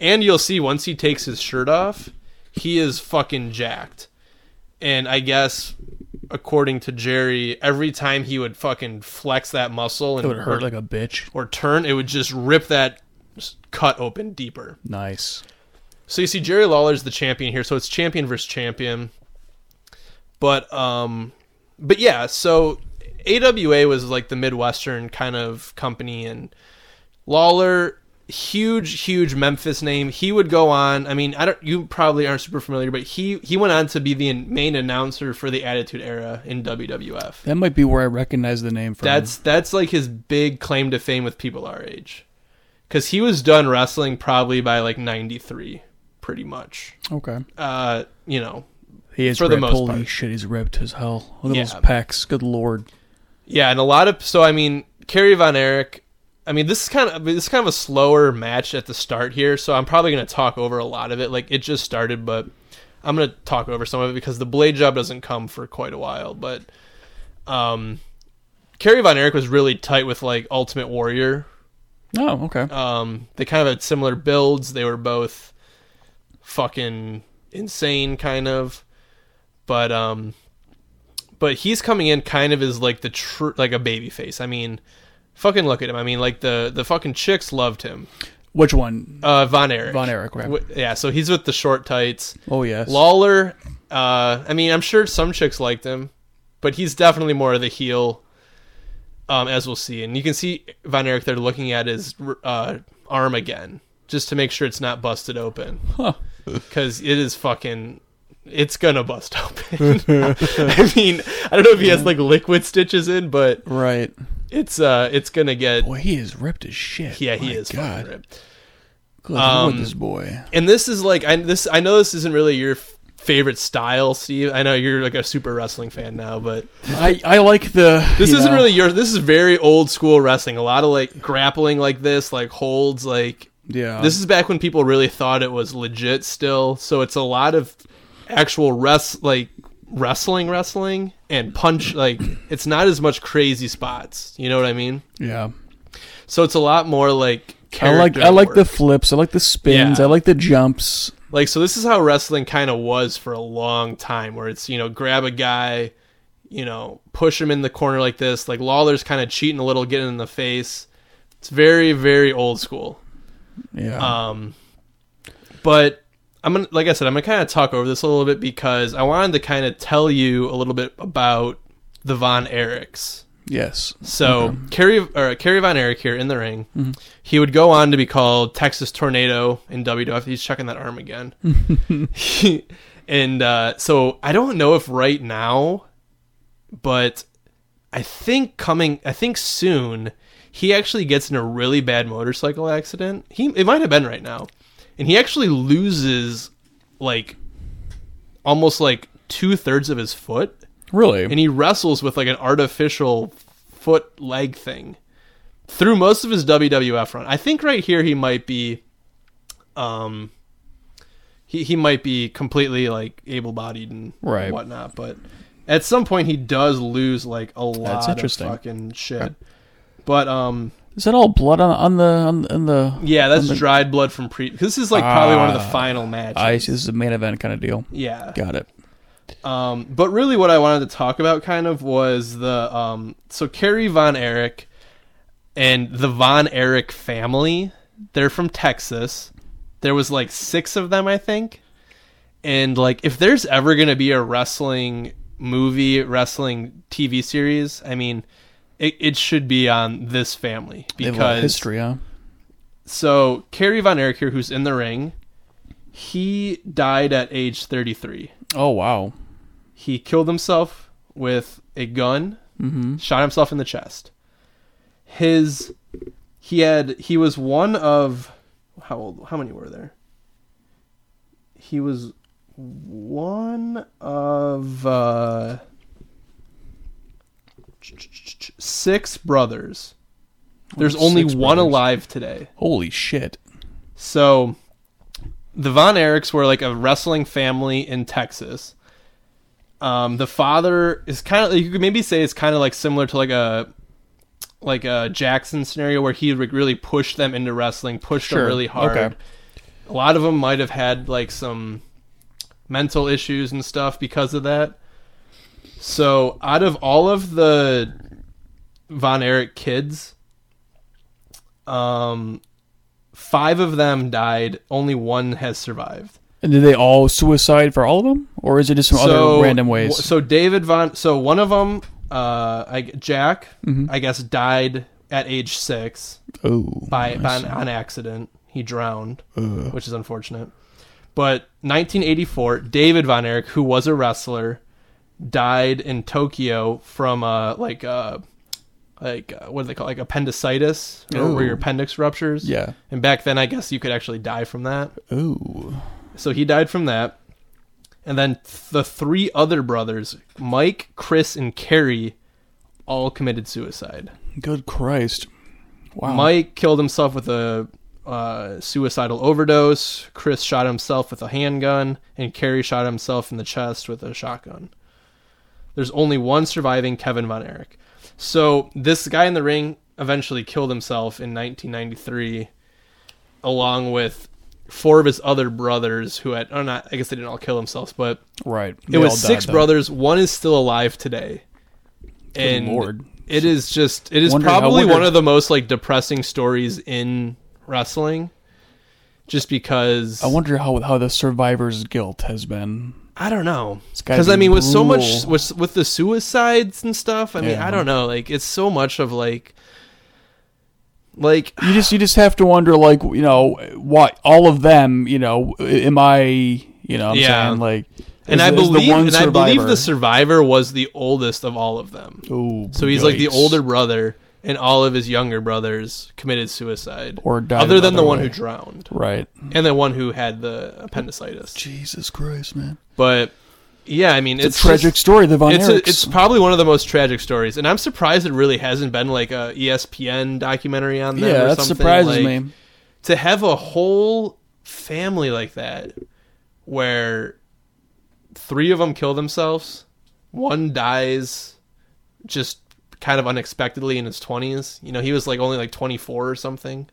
[SPEAKER 5] and you'll see once he takes his shirt off, he is fucking jacked. And I guess, according to Jerry, every time he would fucking flex that muscle
[SPEAKER 4] it
[SPEAKER 5] and
[SPEAKER 4] would hurt
[SPEAKER 5] or,
[SPEAKER 4] like a bitch.
[SPEAKER 5] or turn, it would just rip that s- cut open deeper.
[SPEAKER 4] Nice.
[SPEAKER 5] So you see, Jerry Lawler's the champion here, so it's champion versus champion. But um, but yeah, so AWA was like the Midwestern kind of company, and Lawler, huge, huge Memphis name. He would go on. I mean, I don't. You probably aren't super familiar, but he he went on to be the main announcer for the Attitude Era in WWF.
[SPEAKER 4] That might be where I recognize the name from.
[SPEAKER 5] That's that's like his big claim to fame with people our age, because he was done wrestling probably by like '93, pretty much
[SPEAKER 4] okay.
[SPEAKER 5] uh, you know,
[SPEAKER 4] He is
[SPEAKER 5] for
[SPEAKER 4] for
[SPEAKER 5] the
[SPEAKER 4] ripped.
[SPEAKER 5] most
[SPEAKER 4] Holy
[SPEAKER 5] part.
[SPEAKER 4] shit, he's ripped as hell. Look at
[SPEAKER 5] Yeah.
[SPEAKER 4] those pecs. Good lord.
[SPEAKER 5] yeah, and a lot of so I mean, Kerry Von Erich. I mean, this is kind of I mean, this is kind of a slower match at the start here, so I'm probably going to talk over a lot of it. Like it just started, but I'm going to talk over some of it because the blade job doesn't come for quite a while. But um, Kerry Von Erich was really tight with like Ultimate Warrior.
[SPEAKER 4] Oh, okay.
[SPEAKER 5] Um, they kind of had similar builds. They were both fucking insane, kind of. But um, but he's coming in kind of as like the true, like a baby face. I mean, fucking look at him. I mean, like the the fucking chicks loved him.
[SPEAKER 4] Which one?
[SPEAKER 5] Uh, Von Erich.
[SPEAKER 4] Von Erich, right.
[SPEAKER 5] W- yeah, so he's with the short tights.
[SPEAKER 4] Oh yes.
[SPEAKER 5] Lawler. Uh, I mean, I'm sure some chicks liked him, but he's definitely more of the heel, um, as we'll see. And you can see Von Erich there looking at his uh, arm again, just to make sure it's not busted open,
[SPEAKER 4] *laughs*
[SPEAKER 5] because it is fucking. It's gonna bust open. *laughs* I mean, I don't know if he has like liquid stitches in, but
[SPEAKER 4] Right.
[SPEAKER 5] it's uh, it's gonna get.
[SPEAKER 4] Boy, he is ripped as shit.
[SPEAKER 5] Yeah, he
[SPEAKER 4] My
[SPEAKER 5] is fucking
[SPEAKER 4] God.
[SPEAKER 5] ripped. Um,
[SPEAKER 4] Good lord, this boy.
[SPEAKER 5] and this is like I this I know this isn't really your f- favorite style, Steve. I know you're like a super wrestling fan now, but
[SPEAKER 4] I, I like the.
[SPEAKER 5] this
[SPEAKER 4] you
[SPEAKER 5] isn't
[SPEAKER 4] know,
[SPEAKER 5] really your. This is very old school wrestling. A lot of like grappling like this, like holds, like
[SPEAKER 4] Yeah.
[SPEAKER 5] this is back when people really thought it was legit still. So it's a lot of actual rest like wrestling, wrestling and punch. Like it's not as much crazy spots. You know what I mean?
[SPEAKER 4] Yeah.
[SPEAKER 5] So it's a lot more like.
[SPEAKER 4] I like
[SPEAKER 5] Character
[SPEAKER 4] I like the
[SPEAKER 5] work.
[SPEAKER 4] flips. I like the spins.
[SPEAKER 5] Yeah.
[SPEAKER 4] I like the jumps.
[SPEAKER 5] like so this is how wrestling kind of was for a long time where it's you know grab a guy you know push him in the corner like this like lawler's kind of cheating a little getting in the face it's very very old school
[SPEAKER 4] Yeah.
[SPEAKER 5] um but i'm gonna like i said i'm gonna kind of talk over this a little bit because i wanted to kind of tell you a little bit about the von erichs
[SPEAKER 4] yes.
[SPEAKER 5] so Kerry or Kerry Von Erich here in the ring, he would go on to be called Texas Tornado in WWF. He's checking that arm again, and uh, so I don't know if right now, but I think coming, I think soon, he actually gets in a really bad motorcycle accident. He it might have been right now, and he actually loses like almost like two thirds of his foot,
[SPEAKER 3] Really?
[SPEAKER 5] and he wrestles with like an artificial foot leg thing through most of his WWF run. I think right here he might be, um, he he might be completely like able bodied and
[SPEAKER 3] Right.
[SPEAKER 5] whatnot, but at some point he does lose like a lot
[SPEAKER 3] That's interesting.
[SPEAKER 5] of fucking shit. But um,
[SPEAKER 3] Is that all blood on, on the on, on the?
[SPEAKER 5] yeah, that's dried blood from pre. 'cause This is like probably one of the final matches.
[SPEAKER 3] Ah, I see. This is a main event kind of deal.
[SPEAKER 5] yeah,
[SPEAKER 3] Got it.
[SPEAKER 5] Um, but really, what I wanted to talk about kind of was the um, so Carrie Von Erich and the Von Erich family. They're from Texas. There was like six of them, I think. And like, if there's ever gonna be a wrestling movie, wrestling TV series, I mean, it, it should be on this family
[SPEAKER 3] They have a lot of
[SPEAKER 5] because
[SPEAKER 3] history, huh?
[SPEAKER 5] so Kerry Von Erich here, who's in the ring, he died at age 33
[SPEAKER 3] Oh wow.
[SPEAKER 5] he killed himself with a gun,
[SPEAKER 3] Mm-hmm.
[SPEAKER 5] shot himself in the chest. His he had he was one of how old how many were there? He was one of uh, six brothers. There's only
[SPEAKER 3] six
[SPEAKER 5] one
[SPEAKER 3] brothers.
[SPEAKER 5] alive today.
[SPEAKER 3] Holy shit.
[SPEAKER 5] So the Von Erichs were like a wrestling family in Texas. Um, the father is kind of you could maybe say it's kind of like similar to like a like a Jackson scenario where he re- really pushed them into wrestling, pushed
[SPEAKER 3] Sure.
[SPEAKER 5] them really hard.
[SPEAKER 3] Okay.
[SPEAKER 5] A lot of them might have had like some mental issues and stuff because of that. So out of all of the Von Erich kids, um, five of them died. Only one has survived.
[SPEAKER 3] And did they all suicide for all of them, or is it just some other random ways?
[SPEAKER 5] w- So David Von. So one of them, uh, I, Jack,
[SPEAKER 3] Mm-hmm.
[SPEAKER 5] I guess, died at age six
[SPEAKER 3] oh,
[SPEAKER 5] by, by an, on accident. He drowned, which is unfortunate. But 1984, David Von Erich, who was a wrestler, died in Tokyo from uh, like uh, like uh, what do they call it? like appendicitis, you know, where your appendix ruptures.
[SPEAKER 3] Yeah.
[SPEAKER 5] And back then, I guess you could actually die from that.
[SPEAKER 3] oh,
[SPEAKER 5] So he died from that. And then th- the three other brothers, Mike, Chris, and Carrie, all committed suicide.
[SPEAKER 3] good Christ! Wow.
[SPEAKER 5] Mike killed himself with a uh, suicidal overdose. Chris shot himself with a handgun, and Carrie shot himself in the chest with a shotgun. There's only one surviving, Kevin Von Erich. So this guy in the ring eventually killed himself in 1993, along with four of his other brothers who had, or not, I guess they didn't all kill themselves, but
[SPEAKER 3] right.
[SPEAKER 5] it was six brothers. One is still alive today. And
[SPEAKER 3] lord.
[SPEAKER 5] it is just it is
[SPEAKER 3] Wondering- I
[SPEAKER 5] probably
[SPEAKER 3] wonder-
[SPEAKER 5] one of the most like depressing stories in wrestling. Just because
[SPEAKER 3] I wonder how how the survivor's guilt has been.
[SPEAKER 5] I don't know.
[SPEAKER 3] gotta
[SPEAKER 5] Because I
[SPEAKER 3] be
[SPEAKER 5] mean, with so much
[SPEAKER 3] brutal.
[SPEAKER 5] with with the suicides and stuff, I mean,
[SPEAKER 3] Yeah.
[SPEAKER 5] I don't know. Like it's so much of like, like
[SPEAKER 3] You just you just have to wonder, like you know, what all of them, you know, am I, you know, what I'm
[SPEAKER 5] Yeah.
[SPEAKER 3] saying like,
[SPEAKER 5] and
[SPEAKER 3] is-
[SPEAKER 5] I
[SPEAKER 3] is
[SPEAKER 5] believe and I believe
[SPEAKER 3] survivor-
[SPEAKER 5] the survivor was the oldest of all of them.
[SPEAKER 3] Ooh,
[SPEAKER 5] So he's like the
[SPEAKER 3] yikes.
[SPEAKER 5] older brother, and all of his younger brothers committed suicide,
[SPEAKER 3] Or died
[SPEAKER 5] other than the
[SPEAKER 3] another
[SPEAKER 5] one
[SPEAKER 3] way.
[SPEAKER 5] who drowned,
[SPEAKER 3] right?
[SPEAKER 5] and the one who had the appendicitis.
[SPEAKER 3] Jesus Christ, man!
[SPEAKER 5] But yeah, I mean, it's,
[SPEAKER 3] It's a tragic
[SPEAKER 5] just-
[SPEAKER 3] story. The Von
[SPEAKER 5] It's a,
[SPEAKER 3] Erichs.
[SPEAKER 5] it's probably one of the most tragic stories, and I'm surprised it really hasn't been like a E ESPN documentary on them.
[SPEAKER 3] yeah,
[SPEAKER 5] or
[SPEAKER 3] that
[SPEAKER 5] something.
[SPEAKER 3] surprises
[SPEAKER 5] Like,
[SPEAKER 3] me.
[SPEAKER 5] To have a whole family like that, where three of them kill themselves, one dies just kind of unexpectedly in his 20s. You know, he was like only like 24 or something.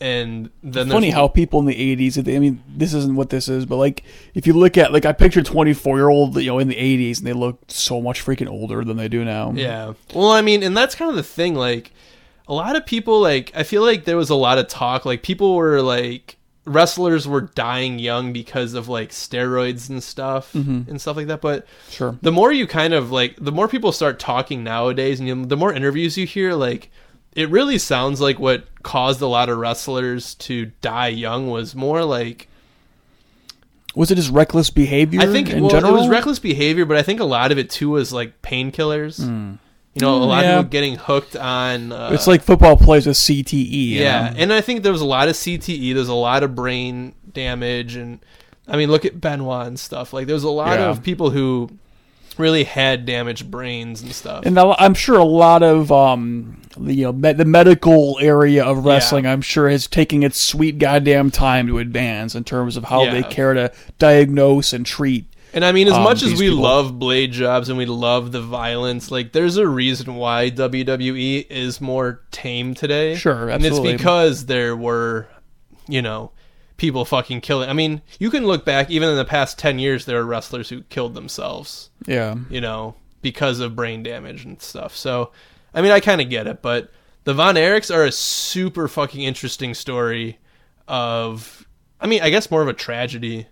[SPEAKER 5] And then
[SPEAKER 3] funny
[SPEAKER 5] there's-
[SPEAKER 3] how people in the 80s i mean this isn't what this is but like if you look at like i picture 24 year old you know in the 80s and they look so much freaking older than they do now
[SPEAKER 5] Yeah. Well, I mean, and that's kind of the thing. Like, a lot of people, like, I feel like there was a lot of talk. Like, people were like, wrestlers were dying young because of like steroids and stuff and stuff like that. But
[SPEAKER 3] sure
[SPEAKER 5] the more you kind of like, the more people start talking nowadays, and you, the more interviews you hear, like, it really sounds like what caused a lot of wrestlers to die young was more like
[SPEAKER 3] was it just reckless behavior
[SPEAKER 5] I think
[SPEAKER 3] in
[SPEAKER 5] well,
[SPEAKER 3] general
[SPEAKER 5] it was reckless behavior, but I think a lot of it too was like painkillers. You know, a lot
[SPEAKER 3] yeah.
[SPEAKER 5] of people getting hooked on. Uh,
[SPEAKER 3] Hmm. It's like football plays with CTE. you
[SPEAKER 5] yeah,
[SPEAKER 3] know?
[SPEAKER 5] and I think there was a lot of CTE. There's a lot of brain damage, and I mean, look at Benoit and stuff. Like, there's a lot
[SPEAKER 3] Yeah.
[SPEAKER 5] of people who really had damaged brains and stuff.
[SPEAKER 3] And a- I'm sure a lot of um, the, you know me- the medical area of wrestling, I'm sure, is taking its sweet goddamn time to advance in terms of how they
[SPEAKER 5] Yeah.
[SPEAKER 3] care to diagnose and treat.
[SPEAKER 5] And I mean, as
[SPEAKER 3] um,
[SPEAKER 5] much as
[SPEAKER 3] these
[SPEAKER 5] we
[SPEAKER 3] people.
[SPEAKER 5] love blade jobs and we love the violence, like there's a reason why WWE is more tame today.
[SPEAKER 3] Sure,
[SPEAKER 5] And
[SPEAKER 3] absolutely.
[SPEAKER 5] it's because there were, you know, people fucking killing. I mean, you can look back even in the past ten years, there are wrestlers who killed themselves,
[SPEAKER 3] Yeah,
[SPEAKER 5] you know, because of brain damage and stuff. So, I mean, I kind of get it, but the Von Erichs are a super fucking interesting story of, I mean, I guess more of a tragedy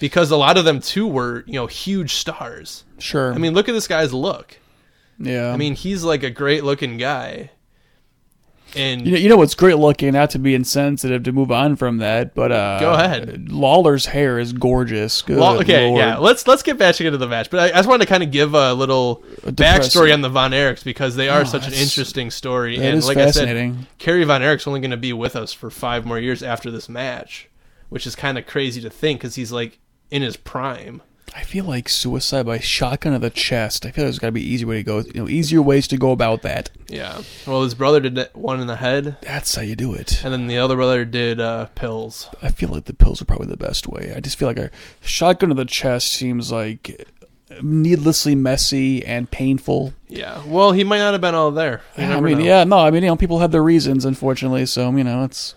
[SPEAKER 5] because a lot of them too were you know huge stars.
[SPEAKER 3] sure.
[SPEAKER 5] I mean, look at this guy's look.
[SPEAKER 3] yeah.
[SPEAKER 5] I mean, he's like a great looking guy, and
[SPEAKER 3] you know, you know what's great looking, not to be insensitive, to move on from that, but uh,
[SPEAKER 5] Go ahead.
[SPEAKER 3] Lawler's hair is gorgeous. Good
[SPEAKER 5] Well, okay,
[SPEAKER 3] Oh, Lord.
[SPEAKER 5] yeah. Let's let's get back into the match, but I, I just wanted to kind of give a little
[SPEAKER 3] depressing. Oh,
[SPEAKER 5] backstory on the Von Erichs because they are such an
[SPEAKER 3] that's-
[SPEAKER 5] interesting story,
[SPEAKER 3] that
[SPEAKER 5] and
[SPEAKER 3] is
[SPEAKER 5] like I
[SPEAKER 3] fascinating.
[SPEAKER 5] said, Kerry Von Erich's only going to be with us for five more years after this match, which is kind of crazy to think because he's like in his prime.
[SPEAKER 3] I feel like suicide by shotgun to the chest. I feel there's got to be easier way to go, you know, easier ways to go about that.
[SPEAKER 5] Yeah. Well, his brother did that one in the head,
[SPEAKER 3] That's how you do it.
[SPEAKER 5] and then the other brother did uh, pills.
[SPEAKER 3] I feel like the pills are probably the best way. I just feel like a shotgun to the chest seems like needlessly messy and painful.
[SPEAKER 5] Yeah. Well, he might not have been all there. You
[SPEAKER 3] I
[SPEAKER 5] never
[SPEAKER 3] mean,
[SPEAKER 5] know.
[SPEAKER 3] yeah, no, I mean, you know, people have their reasons, unfortunately. So you know, it's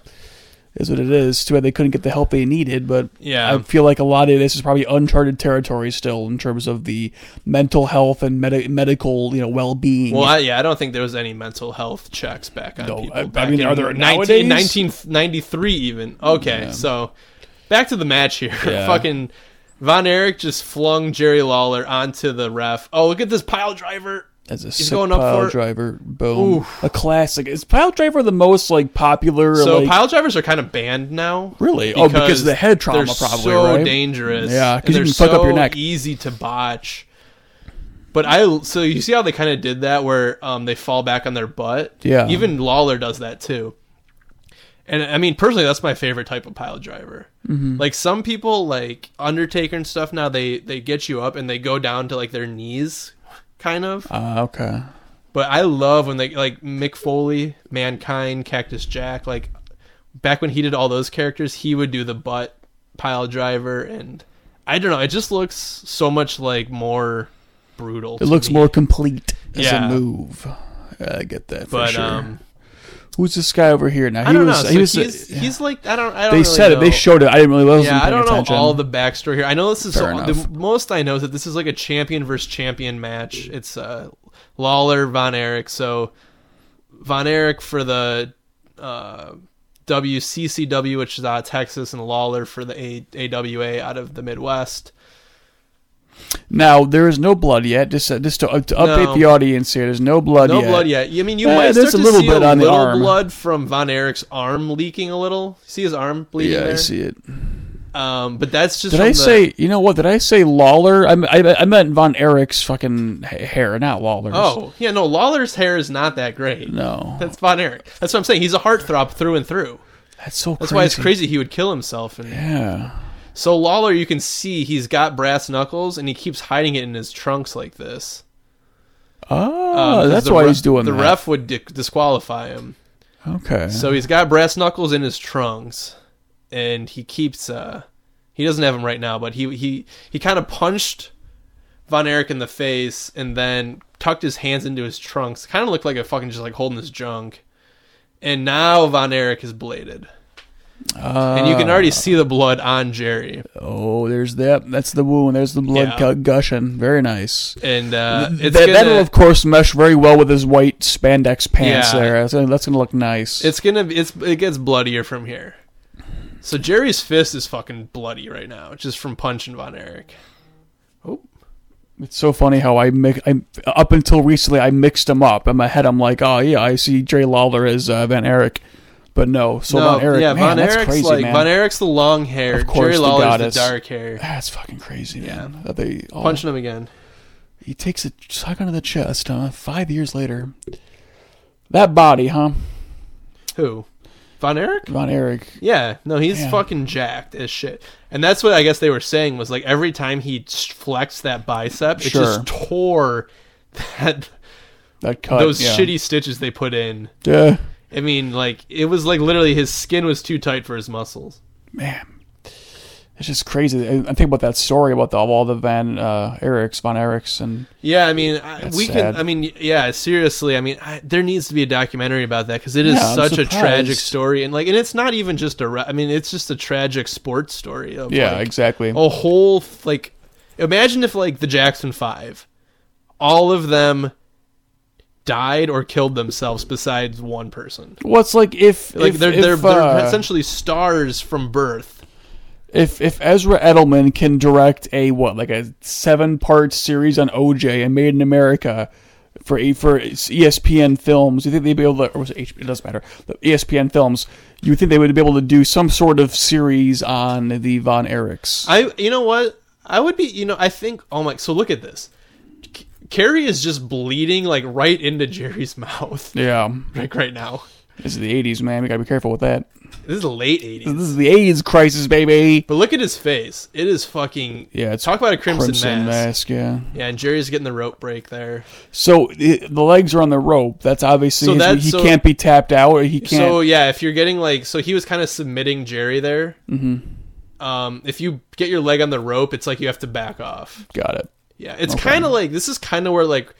[SPEAKER 3] is what it is. Too bad they couldn't get the help they needed, but
[SPEAKER 5] Yeah.
[SPEAKER 3] I feel like a lot of this is probably uncharted territory still in terms of the mental health and medi- medical, you know, well being.
[SPEAKER 5] Well, I, yeah, I don't think there was any mental health checks back on
[SPEAKER 3] No,
[SPEAKER 5] people.
[SPEAKER 3] I- I
[SPEAKER 5] back
[SPEAKER 3] mean,
[SPEAKER 5] in
[SPEAKER 3] are there
[SPEAKER 5] 19
[SPEAKER 3] nowadays?
[SPEAKER 5] 1993 even. Okay, so back to the match here.
[SPEAKER 3] Yeah.
[SPEAKER 5] *laughs* Fucking Von Erich just flung Jerry Lawler onto the ref. Oh, look at this pile driver.
[SPEAKER 3] as a
[SPEAKER 5] He's
[SPEAKER 3] sick
[SPEAKER 5] going up
[SPEAKER 3] pile
[SPEAKER 5] for-
[SPEAKER 3] driver, boom, a classic. Is pile driver the most like popular?
[SPEAKER 5] So
[SPEAKER 3] like,
[SPEAKER 5] pile drivers are kind of banned now.
[SPEAKER 3] Really? Oh, because of the head trauma
[SPEAKER 5] they're
[SPEAKER 3] probably,
[SPEAKER 5] so
[SPEAKER 3] right?
[SPEAKER 5] dangerous.
[SPEAKER 3] Yeah, 'cause
[SPEAKER 5] and
[SPEAKER 3] you
[SPEAKER 5] they're
[SPEAKER 3] can fuck up your
[SPEAKER 5] so
[SPEAKER 3] neck.
[SPEAKER 5] Easy to botch. But I so you see how they kind of did that where um, they fall back on their butt.
[SPEAKER 3] Yeah.
[SPEAKER 5] Even Lawler does that too. And I mean, personally, that's my favorite type of pile driver.
[SPEAKER 3] Mm-hmm.
[SPEAKER 5] Like some people, like Undertaker and stuff. Now they they get you up and they go down to like their knees, kind of.
[SPEAKER 3] Ah, okay.
[SPEAKER 5] But I love when they like Mick Foley, Mankind, Cactus Jack, like back when he did all those characters, he would do the butt pile driver and I don't know, it just looks so much like more brutal.
[SPEAKER 3] It looks more complete as
[SPEAKER 5] Yeah.
[SPEAKER 3] a move. I get that for
[SPEAKER 5] but
[SPEAKER 3] sure.
[SPEAKER 5] um
[SPEAKER 3] Who's this guy over here now?
[SPEAKER 5] I don't know.
[SPEAKER 3] he
[SPEAKER 5] so
[SPEAKER 3] was
[SPEAKER 5] he's,
[SPEAKER 3] yeah.
[SPEAKER 5] he's like I don't I don't
[SPEAKER 3] they
[SPEAKER 5] really
[SPEAKER 3] said it.
[SPEAKER 5] know.
[SPEAKER 3] They showed it. I didn't really. I wasn't
[SPEAKER 5] yeah, I
[SPEAKER 3] paying
[SPEAKER 5] don't know
[SPEAKER 3] attention.
[SPEAKER 5] all the backstory here. I know this is
[SPEAKER 3] Fair
[SPEAKER 5] so, the
[SPEAKER 3] enough.
[SPEAKER 5] most I know is that this is like a champion versus champion match. It's uh, Lawler Von Erich. So Von Erich for the uh, WCCW, which is out of Texas, and Lawler for the A- AWA out of the Midwest.
[SPEAKER 3] Now there is no blood yet. Just uh, just to, uh, to update the audience here, there's no blood
[SPEAKER 5] No
[SPEAKER 3] yet.
[SPEAKER 5] blood yet. I mean, you
[SPEAKER 3] Eh,
[SPEAKER 5] might
[SPEAKER 3] there's
[SPEAKER 5] start to
[SPEAKER 3] a little
[SPEAKER 5] see
[SPEAKER 3] bit
[SPEAKER 5] a
[SPEAKER 3] on the
[SPEAKER 5] little
[SPEAKER 3] arm.
[SPEAKER 5] blood from Von Erich's arm leaking a little. See his arm bleeding
[SPEAKER 3] Yeah,
[SPEAKER 5] there.
[SPEAKER 3] I see it.
[SPEAKER 5] Um, but that's just.
[SPEAKER 3] Did
[SPEAKER 5] from
[SPEAKER 3] I
[SPEAKER 5] the-
[SPEAKER 3] say? You know what? Did I say Lawler? I I, I meant Von Erich's fucking ha- hair, not Lawler's.
[SPEAKER 5] Oh yeah, no. Lawler's hair is not that great.
[SPEAKER 3] no,
[SPEAKER 5] That's Von Erich. That's what I'm saying. He's a heartthrob through and through.
[SPEAKER 3] that's so.
[SPEAKER 5] That's why it's uh, crazy he would kill himself. And
[SPEAKER 3] Yeah,
[SPEAKER 5] so Lawler, you can see he's got brass knuckles, and he keeps hiding it in his trunks like this.
[SPEAKER 3] Oh,
[SPEAKER 5] because
[SPEAKER 3] that's
[SPEAKER 5] the
[SPEAKER 3] why
[SPEAKER 5] ref-
[SPEAKER 3] he's doing
[SPEAKER 5] The
[SPEAKER 3] that.
[SPEAKER 5] ref would di- disqualify him.
[SPEAKER 3] Okay.
[SPEAKER 5] So he's got brass knuckles in his trunks, and he keeps. uh He doesn't have them right now, but he he he kind of punched Von Erich in the face, and then tucked his hands into his trunks. Kind of looked like a fucking just like holding his junk. And now Von Erich is bladed. and you can
[SPEAKER 3] Ah.
[SPEAKER 5] already see the blood on Jerry.
[SPEAKER 3] oh, there's that. That's the wound. There's the blood
[SPEAKER 5] Yeah.
[SPEAKER 3] gu- gushing. Very nice.
[SPEAKER 5] And uh,
[SPEAKER 3] That,
[SPEAKER 5] it's gonna,
[SPEAKER 3] that'll of course mesh very well with his white spandex pants.
[SPEAKER 5] Yeah.
[SPEAKER 3] There, that's gonna, that's gonna look nice.
[SPEAKER 5] it's gonna it's it gets bloodier from here. So Jerry's fist is fucking bloody right now, just from punching Von Erich.
[SPEAKER 3] It's so funny how I mix. I up until recently I mixed them up in my head. I'm like, oh yeah, I see Jay Lawler as uh, Van Eric, but no, so Von Eric.
[SPEAKER 5] yeah,
[SPEAKER 3] man,
[SPEAKER 5] Von
[SPEAKER 3] that's
[SPEAKER 5] Erich's
[SPEAKER 3] crazy,
[SPEAKER 5] like
[SPEAKER 3] man.
[SPEAKER 5] Von Erich's the long hair,
[SPEAKER 3] Of course,
[SPEAKER 5] Jerry
[SPEAKER 3] the
[SPEAKER 5] Lawler's the,
[SPEAKER 3] goddess.
[SPEAKER 5] dark hair.
[SPEAKER 3] that's fucking crazy, man. That they all
[SPEAKER 5] Punching him again.
[SPEAKER 3] He takes a suck under the chest, huh? Five years later. That body, huh?
[SPEAKER 5] Who? Von Eric?
[SPEAKER 3] Von Eric.
[SPEAKER 5] Yeah, no, he's
[SPEAKER 3] Yeah.
[SPEAKER 5] fucking jacked as shit. And that's what I guess they were saying was like every time he flexed that bicep, it
[SPEAKER 3] Sure.
[SPEAKER 5] just tore *laughs* that
[SPEAKER 3] That cut.
[SPEAKER 5] those
[SPEAKER 3] yeah.
[SPEAKER 5] shitty stitches they put in.
[SPEAKER 3] Yeah.
[SPEAKER 5] I mean, like it was like literally his skin was too tight for his muscles.
[SPEAKER 3] man, it's just crazy. I I think about that story about the, of all the Van uh, Erics, Von Erics, and
[SPEAKER 5] Yeah, I mean, I,
[SPEAKER 3] That's
[SPEAKER 5] we
[SPEAKER 3] sad.
[SPEAKER 5] can. I mean, yeah, seriously. I mean, I, there needs to be a documentary about that because it is
[SPEAKER 3] Yeah, I'm
[SPEAKER 5] such a tragic
[SPEAKER 3] surprised.
[SPEAKER 5] story, and like, and it's not even just a. ra- I mean, it's just a tragic sports story. Of,
[SPEAKER 3] yeah,
[SPEAKER 5] like,
[SPEAKER 3] exactly.
[SPEAKER 5] a whole like imagine if like the Jackson 5 all of them died or killed themselves besides one person.
[SPEAKER 3] What's like if
[SPEAKER 5] Like
[SPEAKER 3] if,
[SPEAKER 5] they're
[SPEAKER 3] if,
[SPEAKER 5] they're, they're
[SPEAKER 3] uh,
[SPEAKER 5] essentially stars from birth.
[SPEAKER 3] if if Ezra Edelman can direct a what like a seven part series on OJ and Made in America for E, for ESPN films, you think they'd be able to? Or was it, HBO, it doesn't matter. The E ESPN films, you think they would be able to do some sort of series on the Von Erichs?
[SPEAKER 5] I you know what? I would be you know I think oh my so look at this. C- Carrie is just bleeding like right into Jerry's *laughs* mouth
[SPEAKER 3] yeah,
[SPEAKER 5] like right now.
[SPEAKER 3] this is the '80s, man. We gotta be careful with that.
[SPEAKER 5] This is late 80s.
[SPEAKER 3] This is the AIDS crisis, baby.
[SPEAKER 5] But look at his face. It is fucking
[SPEAKER 3] Yeah, it's
[SPEAKER 5] talk about a crimson,
[SPEAKER 3] Crimson Mask.
[SPEAKER 5] mask.
[SPEAKER 3] Yeah.
[SPEAKER 5] Yeah, and Jerry's getting the rope break there.
[SPEAKER 3] So i the legs are on the rope. That's obviously
[SPEAKER 5] So
[SPEAKER 3] his-
[SPEAKER 5] that-
[SPEAKER 3] he
[SPEAKER 5] so-
[SPEAKER 3] can't be tapped out. Or he can't.
[SPEAKER 5] So yeah, if you're getting like, so he was kind of submitting Jerry there. Mm-hmm. Um, if you get your leg on the rope, it's like you have to back off.
[SPEAKER 3] got it.
[SPEAKER 5] Yeah, it's kind of like this is kind of where like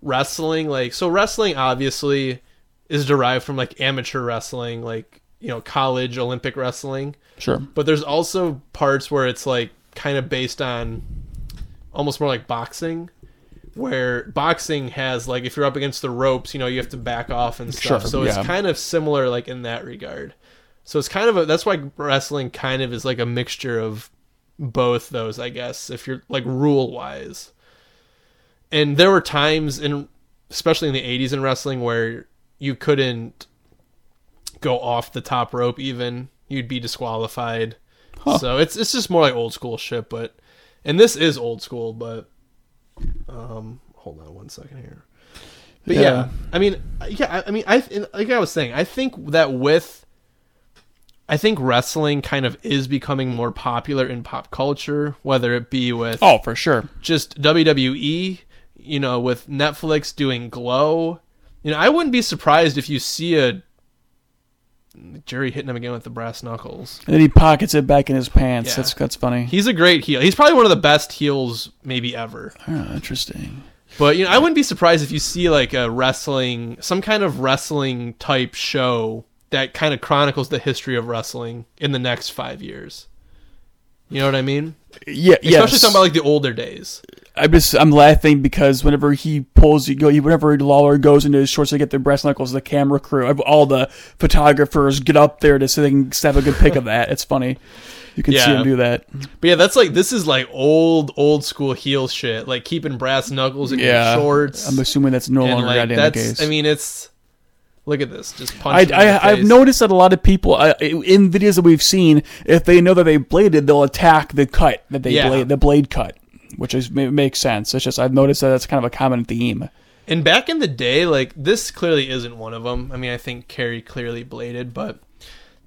[SPEAKER 5] wrestling, like so wrestling obviously is derived from like amateur wrestling, like you know college Olympic wrestling.
[SPEAKER 3] Sure.
[SPEAKER 5] But there's also parts where it's like kind of based on almost more like boxing, where boxing has like if you're up against the ropes, you know, you have to back off and stuff.
[SPEAKER 3] Sure,
[SPEAKER 5] so
[SPEAKER 3] yeah.
[SPEAKER 5] it's kind of similar like in that regard. So it's kind of a, that's why wrestling kind of is like a mixture of both those, I guess, if you're like rule wise. And there were times in especially in the 80s in wrestling where you couldn't go off the top rope even you'd be disqualified so it's it's just more like old school shit but and this is old school but um hold on one second here but yeah,
[SPEAKER 3] Yeah.
[SPEAKER 5] i mean yeah i, I mean i and like i was saying i think that with i think wrestling kind of is becoming more popular in pop culture whether it be with
[SPEAKER 3] Oh, for sure.
[SPEAKER 5] just WWE, you know, with Netflix doing Glow. You know, I wouldn't be surprised if you see a Jerry hitting him again with the brass knuckles.
[SPEAKER 3] And then he pockets it back in his pants.
[SPEAKER 5] Yeah.
[SPEAKER 3] That's that's funny.
[SPEAKER 5] He's a great heel. He's probably one of the best heels maybe ever.
[SPEAKER 3] Oh, interesting.
[SPEAKER 5] But you know, I wouldn't be surprised if you see like a wrestling, some kind of wrestling type show that kind of chronicles the history of wrestling in the next five years. You know what I mean?
[SPEAKER 3] Yeah.
[SPEAKER 5] Especially
[SPEAKER 3] yes.
[SPEAKER 5] talking about like the older days.
[SPEAKER 3] I'm just I'm laughing because whenever he pulls, you go. Whenever Lawler goes into his shorts to get the brass knuckles, the camera crew, all the photographers get up there to so they can snap a good pic of that. It's funny. You can see
[SPEAKER 5] Yeah.
[SPEAKER 3] him do that.
[SPEAKER 5] But yeah, that's like this is like old old school heel shit, like keeping brass knuckles in
[SPEAKER 3] Yeah.
[SPEAKER 5] your shorts.
[SPEAKER 3] I'm assuming that's no
[SPEAKER 5] and
[SPEAKER 3] longer
[SPEAKER 5] like
[SPEAKER 3] goddamn the case.
[SPEAKER 5] that's I mean it's look at this, just
[SPEAKER 3] I,
[SPEAKER 5] punch. him in the
[SPEAKER 3] I, I've
[SPEAKER 5] face.
[SPEAKER 3] noticed that a lot of people uh, in videos that we've seen, if they know that they bladed, they'll attack the cut that they
[SPEAKER 5] Yeah.
[SPEAKER 3] blade, the blade cut, which is ma- makes sense. It's just I've noticed that that's kind of a common theme.
[SPEAKER 5] And back in the day, like this clearly isn't one of them. I mean, I think Kerry clearly bladed, but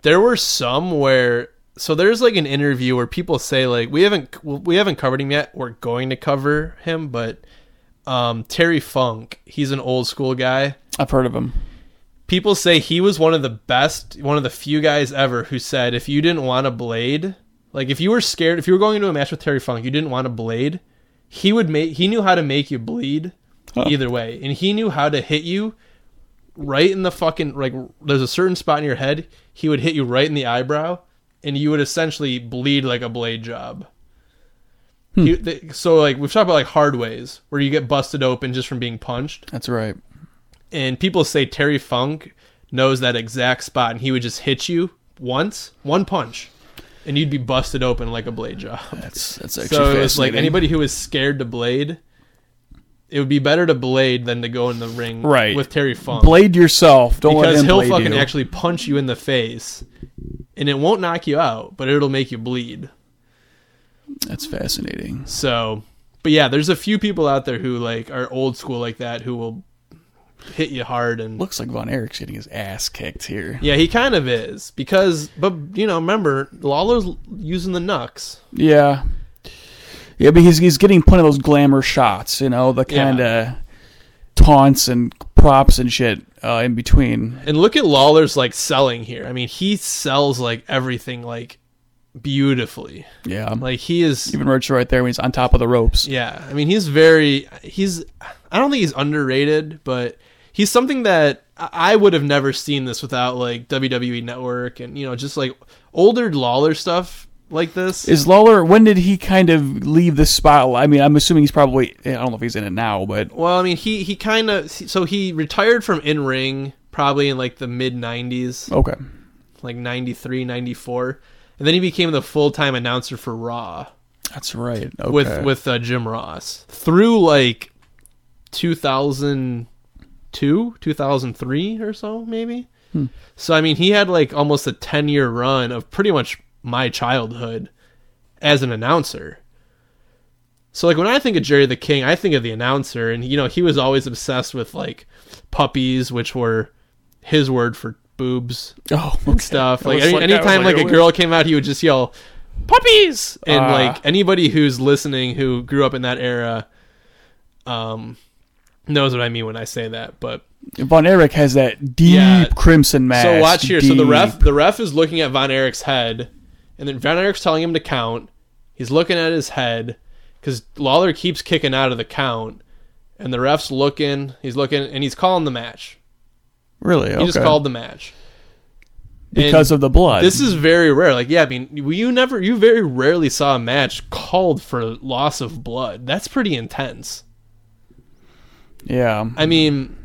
[SPEAKER 5] there were some where so there's like an interview where people say like we haven't we haven't covered him yet. We're going to cover him, but um Terry Funk, he's an old school guy.
[SPEAKER 3] I've heard of them.
[SPEAKER 5] people say he was one of the best, one of the few guys ever who said if you didn't want a blade, like if you were scared, if you were going into a match with Terry Funk, you didn't want a blade, he would make he knew how to make you bleed either way, and he knew how to hit you right in the fucking like there's a certain spot in your head, he would hit you right in the eyebrow and you would essentially bleed like a blade job. He- th- so like we've talked about like hard ways where you get busted open just from being punched
[SPEAKER 3] That's right.
[SPEAKER 5] and people say Terry Funk knows that exact spot, and he would just hit you once, one punch, and you'd be busted open like a blade job.
[SPEAKER 3] That's that's actually
[SPEAKER 5] so it was like
[SPEAKER 3] fascinating.
[SPEAKER 5] anybody who was scared to blade, it would be better to blade than to go in the ring
[SPEAKER 3] Right.
[SPEAKER 5] with Terry Funk
[SPEAKER 3] blade yourself. Don't let
[SPEAKER 5] because
[SPEAKER 3] him
[SPEAKER 5] he'll
[SPEAKER 3] blade
[SPEAKER 5] fucking
[SPEAKER 3] you.
[SPEAKER 5] actually punch you in the face, and it won't knock you out, but it'll make you bleed.
[SPEAKER 3] That's fascinating.
[SPEAKER 5] So But yeah, there's a few people out there who like are old school like that who will hit you hard and
[SPEAKER 3] Looks like Von Erich's getting his ass kicked here.
[SPEAKER 5] yeah, he kind of is because but you know remember Lawler's using the nux.
[SPEAKER 3] Yeah. Yeah, but he's, he's getting plenty of those glamour shots, you know, the
[SPEAKER 5] Yeah.
[SPEAKER 3] kind of taunts and props and shit uh, in between.
[SPEAKER 5] And look at Lawler's like selling here. I mean, he sells like everything like beautifully.
[SPEAKER 3] Yeah.
[SPEAKER 5] Like he is
[SPEAKER 3] Even Rich right there when he's on top of the ropes.
[SPEAKER 5] Yeah, I mean he's very he's I don't think he's underrated, but he's something that I I would have never seen this without like WWE Network and you know just like older Lawler stuff like this.
[SPEAKER 3] Is Lawler, when did he kind of leave the spotlight? I mean, I'm assuming he's probably, I don't know if he's in it now, but
[SPEAKER 5] well, I mean he he kind of so he retired from in ring probably in like the mid 90s,
[SPEAKER 3] okay.
[SPEAKER 5] like 93, 94. And then he became the full-time announcer for Raw.
[SPEAKER 3] That's right. Okay.
[SPEAKER 5] with with uh, Jim Ross through like 2002, 2003 or so maybe. So I mean, he had like almost a 10 year run of pretty much my childhood as an announcer. So like when I think of Jerry the King, I think of the announcer and you know, he was always obsessed with like puppies which were his word for boobs *laughs*
[SPEAKER 3] oh,
[SPEAKER 5] and stuff.
[SPEAKER 3] That
[SPEAKER 5] Like
[SPEAKER 3] was
[SPEAKER 5] any,
[SPEAKER 3] like- that was
[SPEAKER 5] anytime
[SPEAKER 3] like
[SPEAKER 5] like,
[SPEAKER 3] a
[SPEAKER 5] a
[SPEAKER 3] weird-
[SPEAKER 5] girl came out, he would just yell puppies, and
[SPEAKER 3] Ah.
[SPEAKER 5] like anybody who's listening who grew up in that era, um, knows what I mean when I say that. But
[SPEAKER 3] Von Erich has that deep
[SPEAKER 5] Yeah.
[SPEAKER 3] crimson mask.
[SPEAKER 5] so watch here. So the
[SPEAKER 3] deep-
[SPEAKER 5] ref, the ref is looking at Von Erich's head, and then Von Erich's telling him to count. He's looking at his head because Lawler keeps kicking out of the count, and the ref's looking. He's looking, and he's calling the match.
[SPEAKER 3] Really?
[SPEAKER 5] He just called the match.
[SPEAKER 3] because of the blood.
[SPEAKER 5] This is very rare. Like, yeah, I mean, you never, you very rarely saw a match called for loss of blood. That's pretty intense.
[SPEAKER 3] yeah.
[SPEAKER 5] I mean,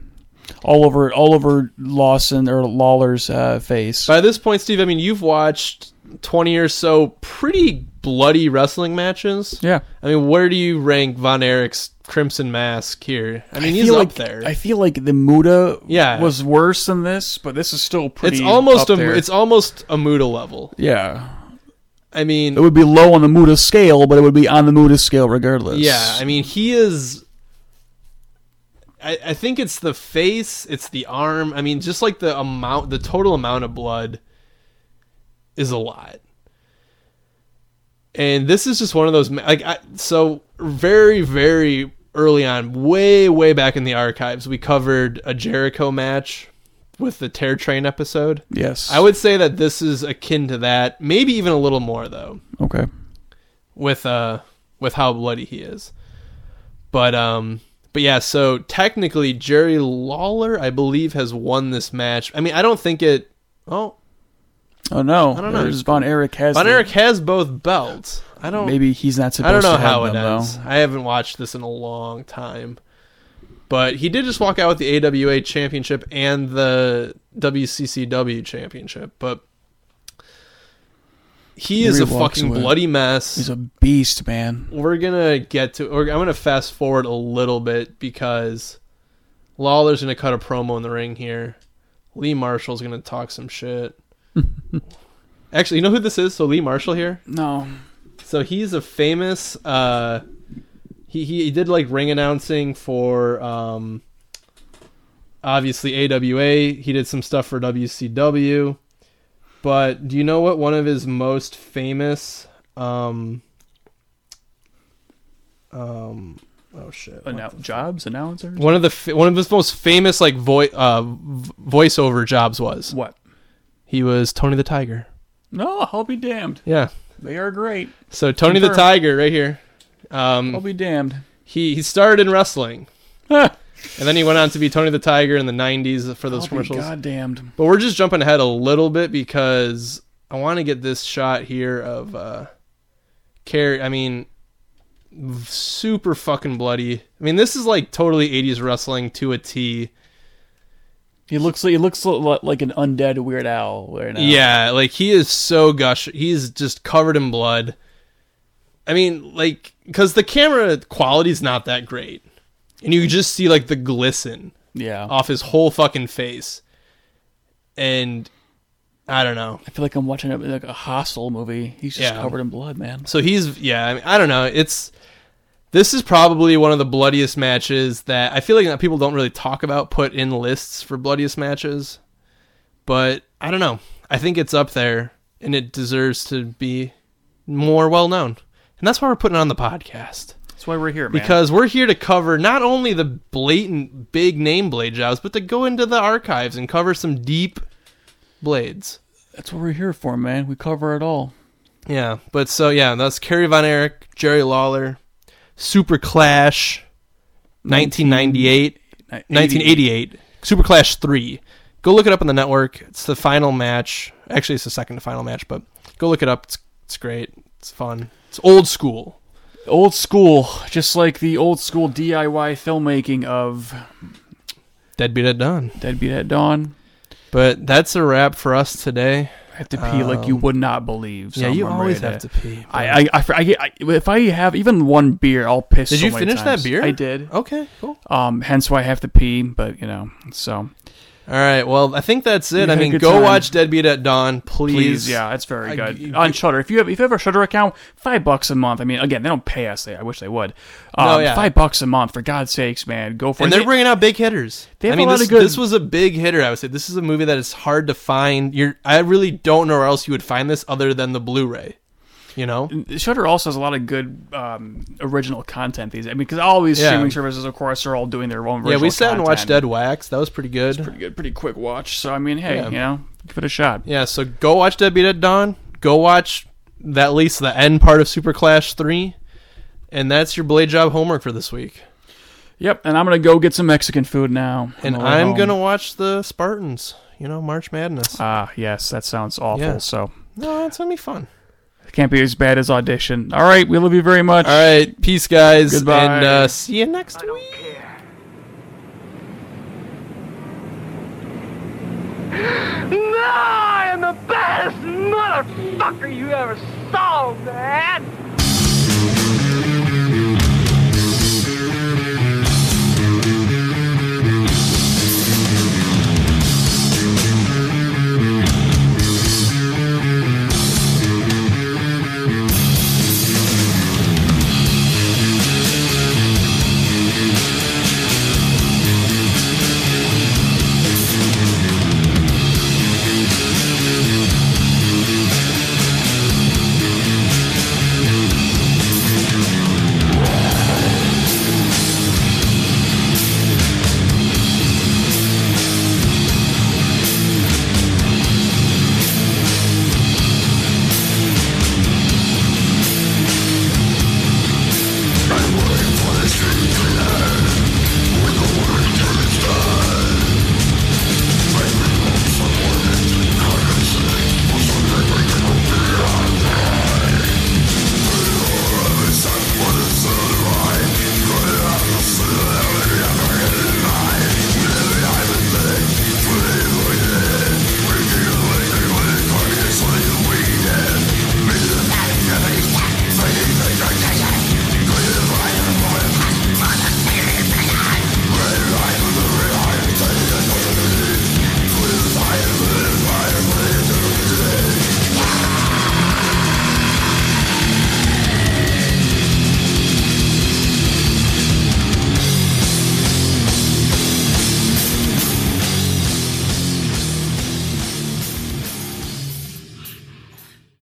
[SPEAKER 3] all over all over Lawson or Lawler's uh, face.
[SPEAKER 5] by this point, Steve, I mean, you've watched twenty or so pretty bloody wrestling matches.
[SPEAKER 3] yeah,
[SPEAKER 5] I mean, where do you rank Von Erich's Crimson Mask here? I mean, he's
[SPEAKER 3] feel
[SPEAKER 5] up
[SPEAKER 3] like,
[SPEAKER 5] there.
[SPEAKER 3] I feel like the Muda
[SPEAKER 5] Yeah.
[SPEAKER 3] was worse than this, but this is still pretty.
[SPEAKER 5] it's almost
[SPEAKER 3] up
[SPEAKER 5] a,
[SPEAKER 3] there.
[SPEAKER 5] it's almost a Muda level.
[SPEAKER 3] yeah.
[SPEAKER 5] I mean,
[SPEAKER 3] It would be low on the Muda scale, but it would be on the Muda scale regardless.
[SPEAKER 5] Yeah, I mean, he is. I, I think it's the face, it's the arm. I mean, just like the amount, the total amount of blood is a lot. And this is just one of those, ma- like, I, so very, very early on, way, way back in the archives, we covered a Jericho match with the Tear Train episode.
[SPEAKER 3] yes.
[SPEAKER 5] I would say that this is akin to that, maybe even a little more, though
[SPEAKER 3] okay.
[SPEAKER 5] with uh with how bloody he is. But um but yeah, so technically Jerry Lawler, I believe, has won this match. I mean, I don't think it oh
[SPEAKER 3] Oh no,
[SPEAKER 5] I don't know.
[SPEAKER 3] There's Von Erich has
[SPEAKER 5] Von
[SPEAKER 3] the-
[SPEAKER 5] Erich has both belts. I don't
[SPEAKER 3] Maybe he's not supposed.
[SPEAKER 5] I don't know
[SPEAKER 3] to have
[SPEAKER 5] how it
[SPEAKER 3] them,
[SPEAKER 5] ends.
[SPEAKER 3] Though.
[SPEAKER 5] I haven't watched this in a long time. But he did just walk out with the AWA championship and the WCCW championship, but he is
[SPEAKER 3] He
[SPEAKER 5] a
[SPEAKER 3] walks
[SPEAKER 5] fucking
[SPEAKER 3] away.
[SPEAKER 5] bloody mess.
[SPEAKER 3] He's a beast, man.
[SPEAKER 5] we're gonna get to or I'm gonna fast forward a little bit because Lawler's gonna cut a promo in the ring here. Lee Marshall's gonna talk some shit. Actually, you know who this is? So Lee Marshall here.
[SPEAKER 3] No,
[SPEAKER 5] So he's a famous uh he he, he did like ring announcing for um obviously AWA. He did some stuff for WCW. But do you know what one of his most famous um um oh shit.
[SPEAKER 4] Annou- jobs announcer.
[SPEAKER 5] One of the fa- one of his most famous like voice uh v- voiceover jobs was
[SPEAKER 4] What?
[SPEAKER 5] he was Tony the Tiger.
[SPEAKER 4] No, I'll be damned.
[SPEAKER 5] Yeah.
[SPEAKER 4] They are great.
[SPEAKER 5] So Tony the
[SPEAKER 4] Confirmed.
[SPEAKER 5] Tiger right here. Um
[SPEAKER 4] I'll be damned.
[SPEAKER 5] he he started in wrestling, and then he went on to be Tony the Tiger in the '90s for
[SPEAKER 3] I'll
[SPEAKER 5] those
[SPEAKER 3] be
[SPEAKER 5] commercials.
[SPEAKER 3] goddamned.
[SPEAKER 5] But we're just jumping ahead a little bit because I want to get this shot here of uh, Carrie. I mean, v- super fucking bloody. I mean, this is like totally '80s wrestling to a T.
[SPEAKER 3] He looks like he looks li- like an undead Weird Al right now.
[SPEAKER 5] Yeah, like he is so gush. He's just covered in blood. I mean, like, because the camera quality's not that great, and you just see like the glisten.
[SPEAKER 3] yeah.
[SPEAKER 5] off his whole fucking face. And I don't know.
[SPEAKER 3] I feel like I'm watching a, like a hostile movie. He's just
[SPEAKER 5] Yeah.
[SPEAKER 3] covered in blood, man.
[SPEAKER 5] So he's yeah, I, mean, I don't know. It's This is probably one of the bloodiest matches that I feel like that people don't really talk about, put in lists for bloodiest matches. But I don't know. I think it's up there and it deserves to be more well known. And that's why we're putting it on the podcast.
[SPEAKER 4] That's why we're here, man.
[SPEAKER 5] Because we're here to cover not only the blatant big name blade jobs, but to go into the archives and cover some deep blades.
[SPEAKER 4] that's what we're here for, man. We cover it all.
[SPEAKER 5] Yeah, but so yeah, that's Kerry Von Erich, Jerry Lawler, Super Clash, 1998, 1988, Super Clash 3. Go look it up on the network. It's the final match. Actually, it's the second to final match, but go look it up. It's, it's great. It's fun. It's old school.
[SPEAKER 4] Old school, just like the old school DIY filmmaking of
[SPEAKER 5] Dead beat it done.
[SPEAKER 4] Dead Beat at Dawn.
[SPEAKER 5] But that's a wrap for us today.
[SPEAKER 4] I have to pee like you would not believe. So
[SPEAKER 5] Oh. yeah, you
[SPEAKER 4] I'm
[SPEAKER 5] always
[SPEAKER 4] ready
[SPEAKER 5] have to pee.
[SPEAKER 4] I, I, I, I, I- if I have even one beer, I'll piss.
[SPEAKER 5] Did
[SPEAKER 4] so
[SPEAKER 5] you
[SPEAKER 4] many
[SPEAKER 5] finish that
[SPEAKER 4] times.
[SPEAKER 5] beer? Oh.
[SPEAKER 4] I did.
[SPEAKER 5] Okay, cool.
[SPEAKER 4] Um, hence why I have to pee. But you know, so
[SPEAKER 5] All right. Well, I think that's it.
[SPEAKER 4] We
[SPEAKER 5] I
[SPEAKER 4] had a
[SPEAKER 5] mean,
[SPEAKER 4] good
[SPEAKER 5] go
[SPEAKER 4] time.
[SPEAKER 5] watch Deadbeat at Dawn, please.
[SPEAKER 4] please, yeah, it's very
[SPEAKER 5] I-
[SPEAKER 4] good
[SPEAKER 5] you-
[SPEAKER 4] on Shutter. If you have, if you have a Shutter account, five bucks a month. I mean, again, they don't pay us. They, I wish they would. Um,
[SPEAKER 5] No, yeah.
[SPEAKER 4] five bucks a month for God's sakes, man, go for it.
[SPEAKER 5] And they're
[SPEAKER 4] They-
[SPEAKER 5] bringing out big hitters.
[SPEAKER 4] they
[SPEAKER 5] I
[SPEAKER 4] have a
[SPEAKER 5] mean,
[SPEAKER 4] lot
[SPEAKER 5] this,
[SPEAKER 4] of good-
[SPEAKER 5] this was a big hitter. I would say this is a movie that is hard to find. You're, I really don't know where else you would find this other than the Blu-ray. You know,
[SPEAKER 4] Shutter also has a lot of good um, original content these. I mean, because all these
[SPEAKER 5] Yeah.
[SPEAKER 4] streaming services, of course, are all doing their own.
[SPEAKER 5] yeah,
[SPEAKER 4] Original
[SPEAKER 5] we sat and watched
[SPEAKER 4] content.
[SPEAKER 5] Dead Wax. That was pretty good.
[SPEAKER 4] Pretty good, pretty quick watch. So I mean, hey,
[SPEAKER 5] Yeah.
[SPEAKER 4] you know, give it a shot.
[SPEAKER 5] yeah, so go watch Dead Beat at Dawn. Go watch the- at least the end part of Super Clash Three, and that's your blade job homework for this week.
[SPEAKER 4] Yep, and I'm gonna go get some Mexican food now. on
[SPEAKER 5] And
[SPEAKER 4] the way
[SPEAKER 5] I'm
[SPEAKER 4] home.
[SPEAKER 5] gonna watch the Spartans. You know, March Madness.
[SPEAKER 4] Ah, yes, that sounds awful.
[SPEAKER 5] Yeah.
[SPEAKER 4] So
[SPEAKER 5] no, it's gonna be fun.
[SPEAKER 4] it can't be as bad as audition. All right, we love you very much.
[SPEAKER 5] All right, peace, guys,
[SPEAKER 4] Goodbye.
[SPEAKER 5] and uh, see you next
[SPEAKER 2] I
[SPEAKER 5] week.
[SPEAKER 2] don't care. No, I am the baddest motherfucker you ever saw, man!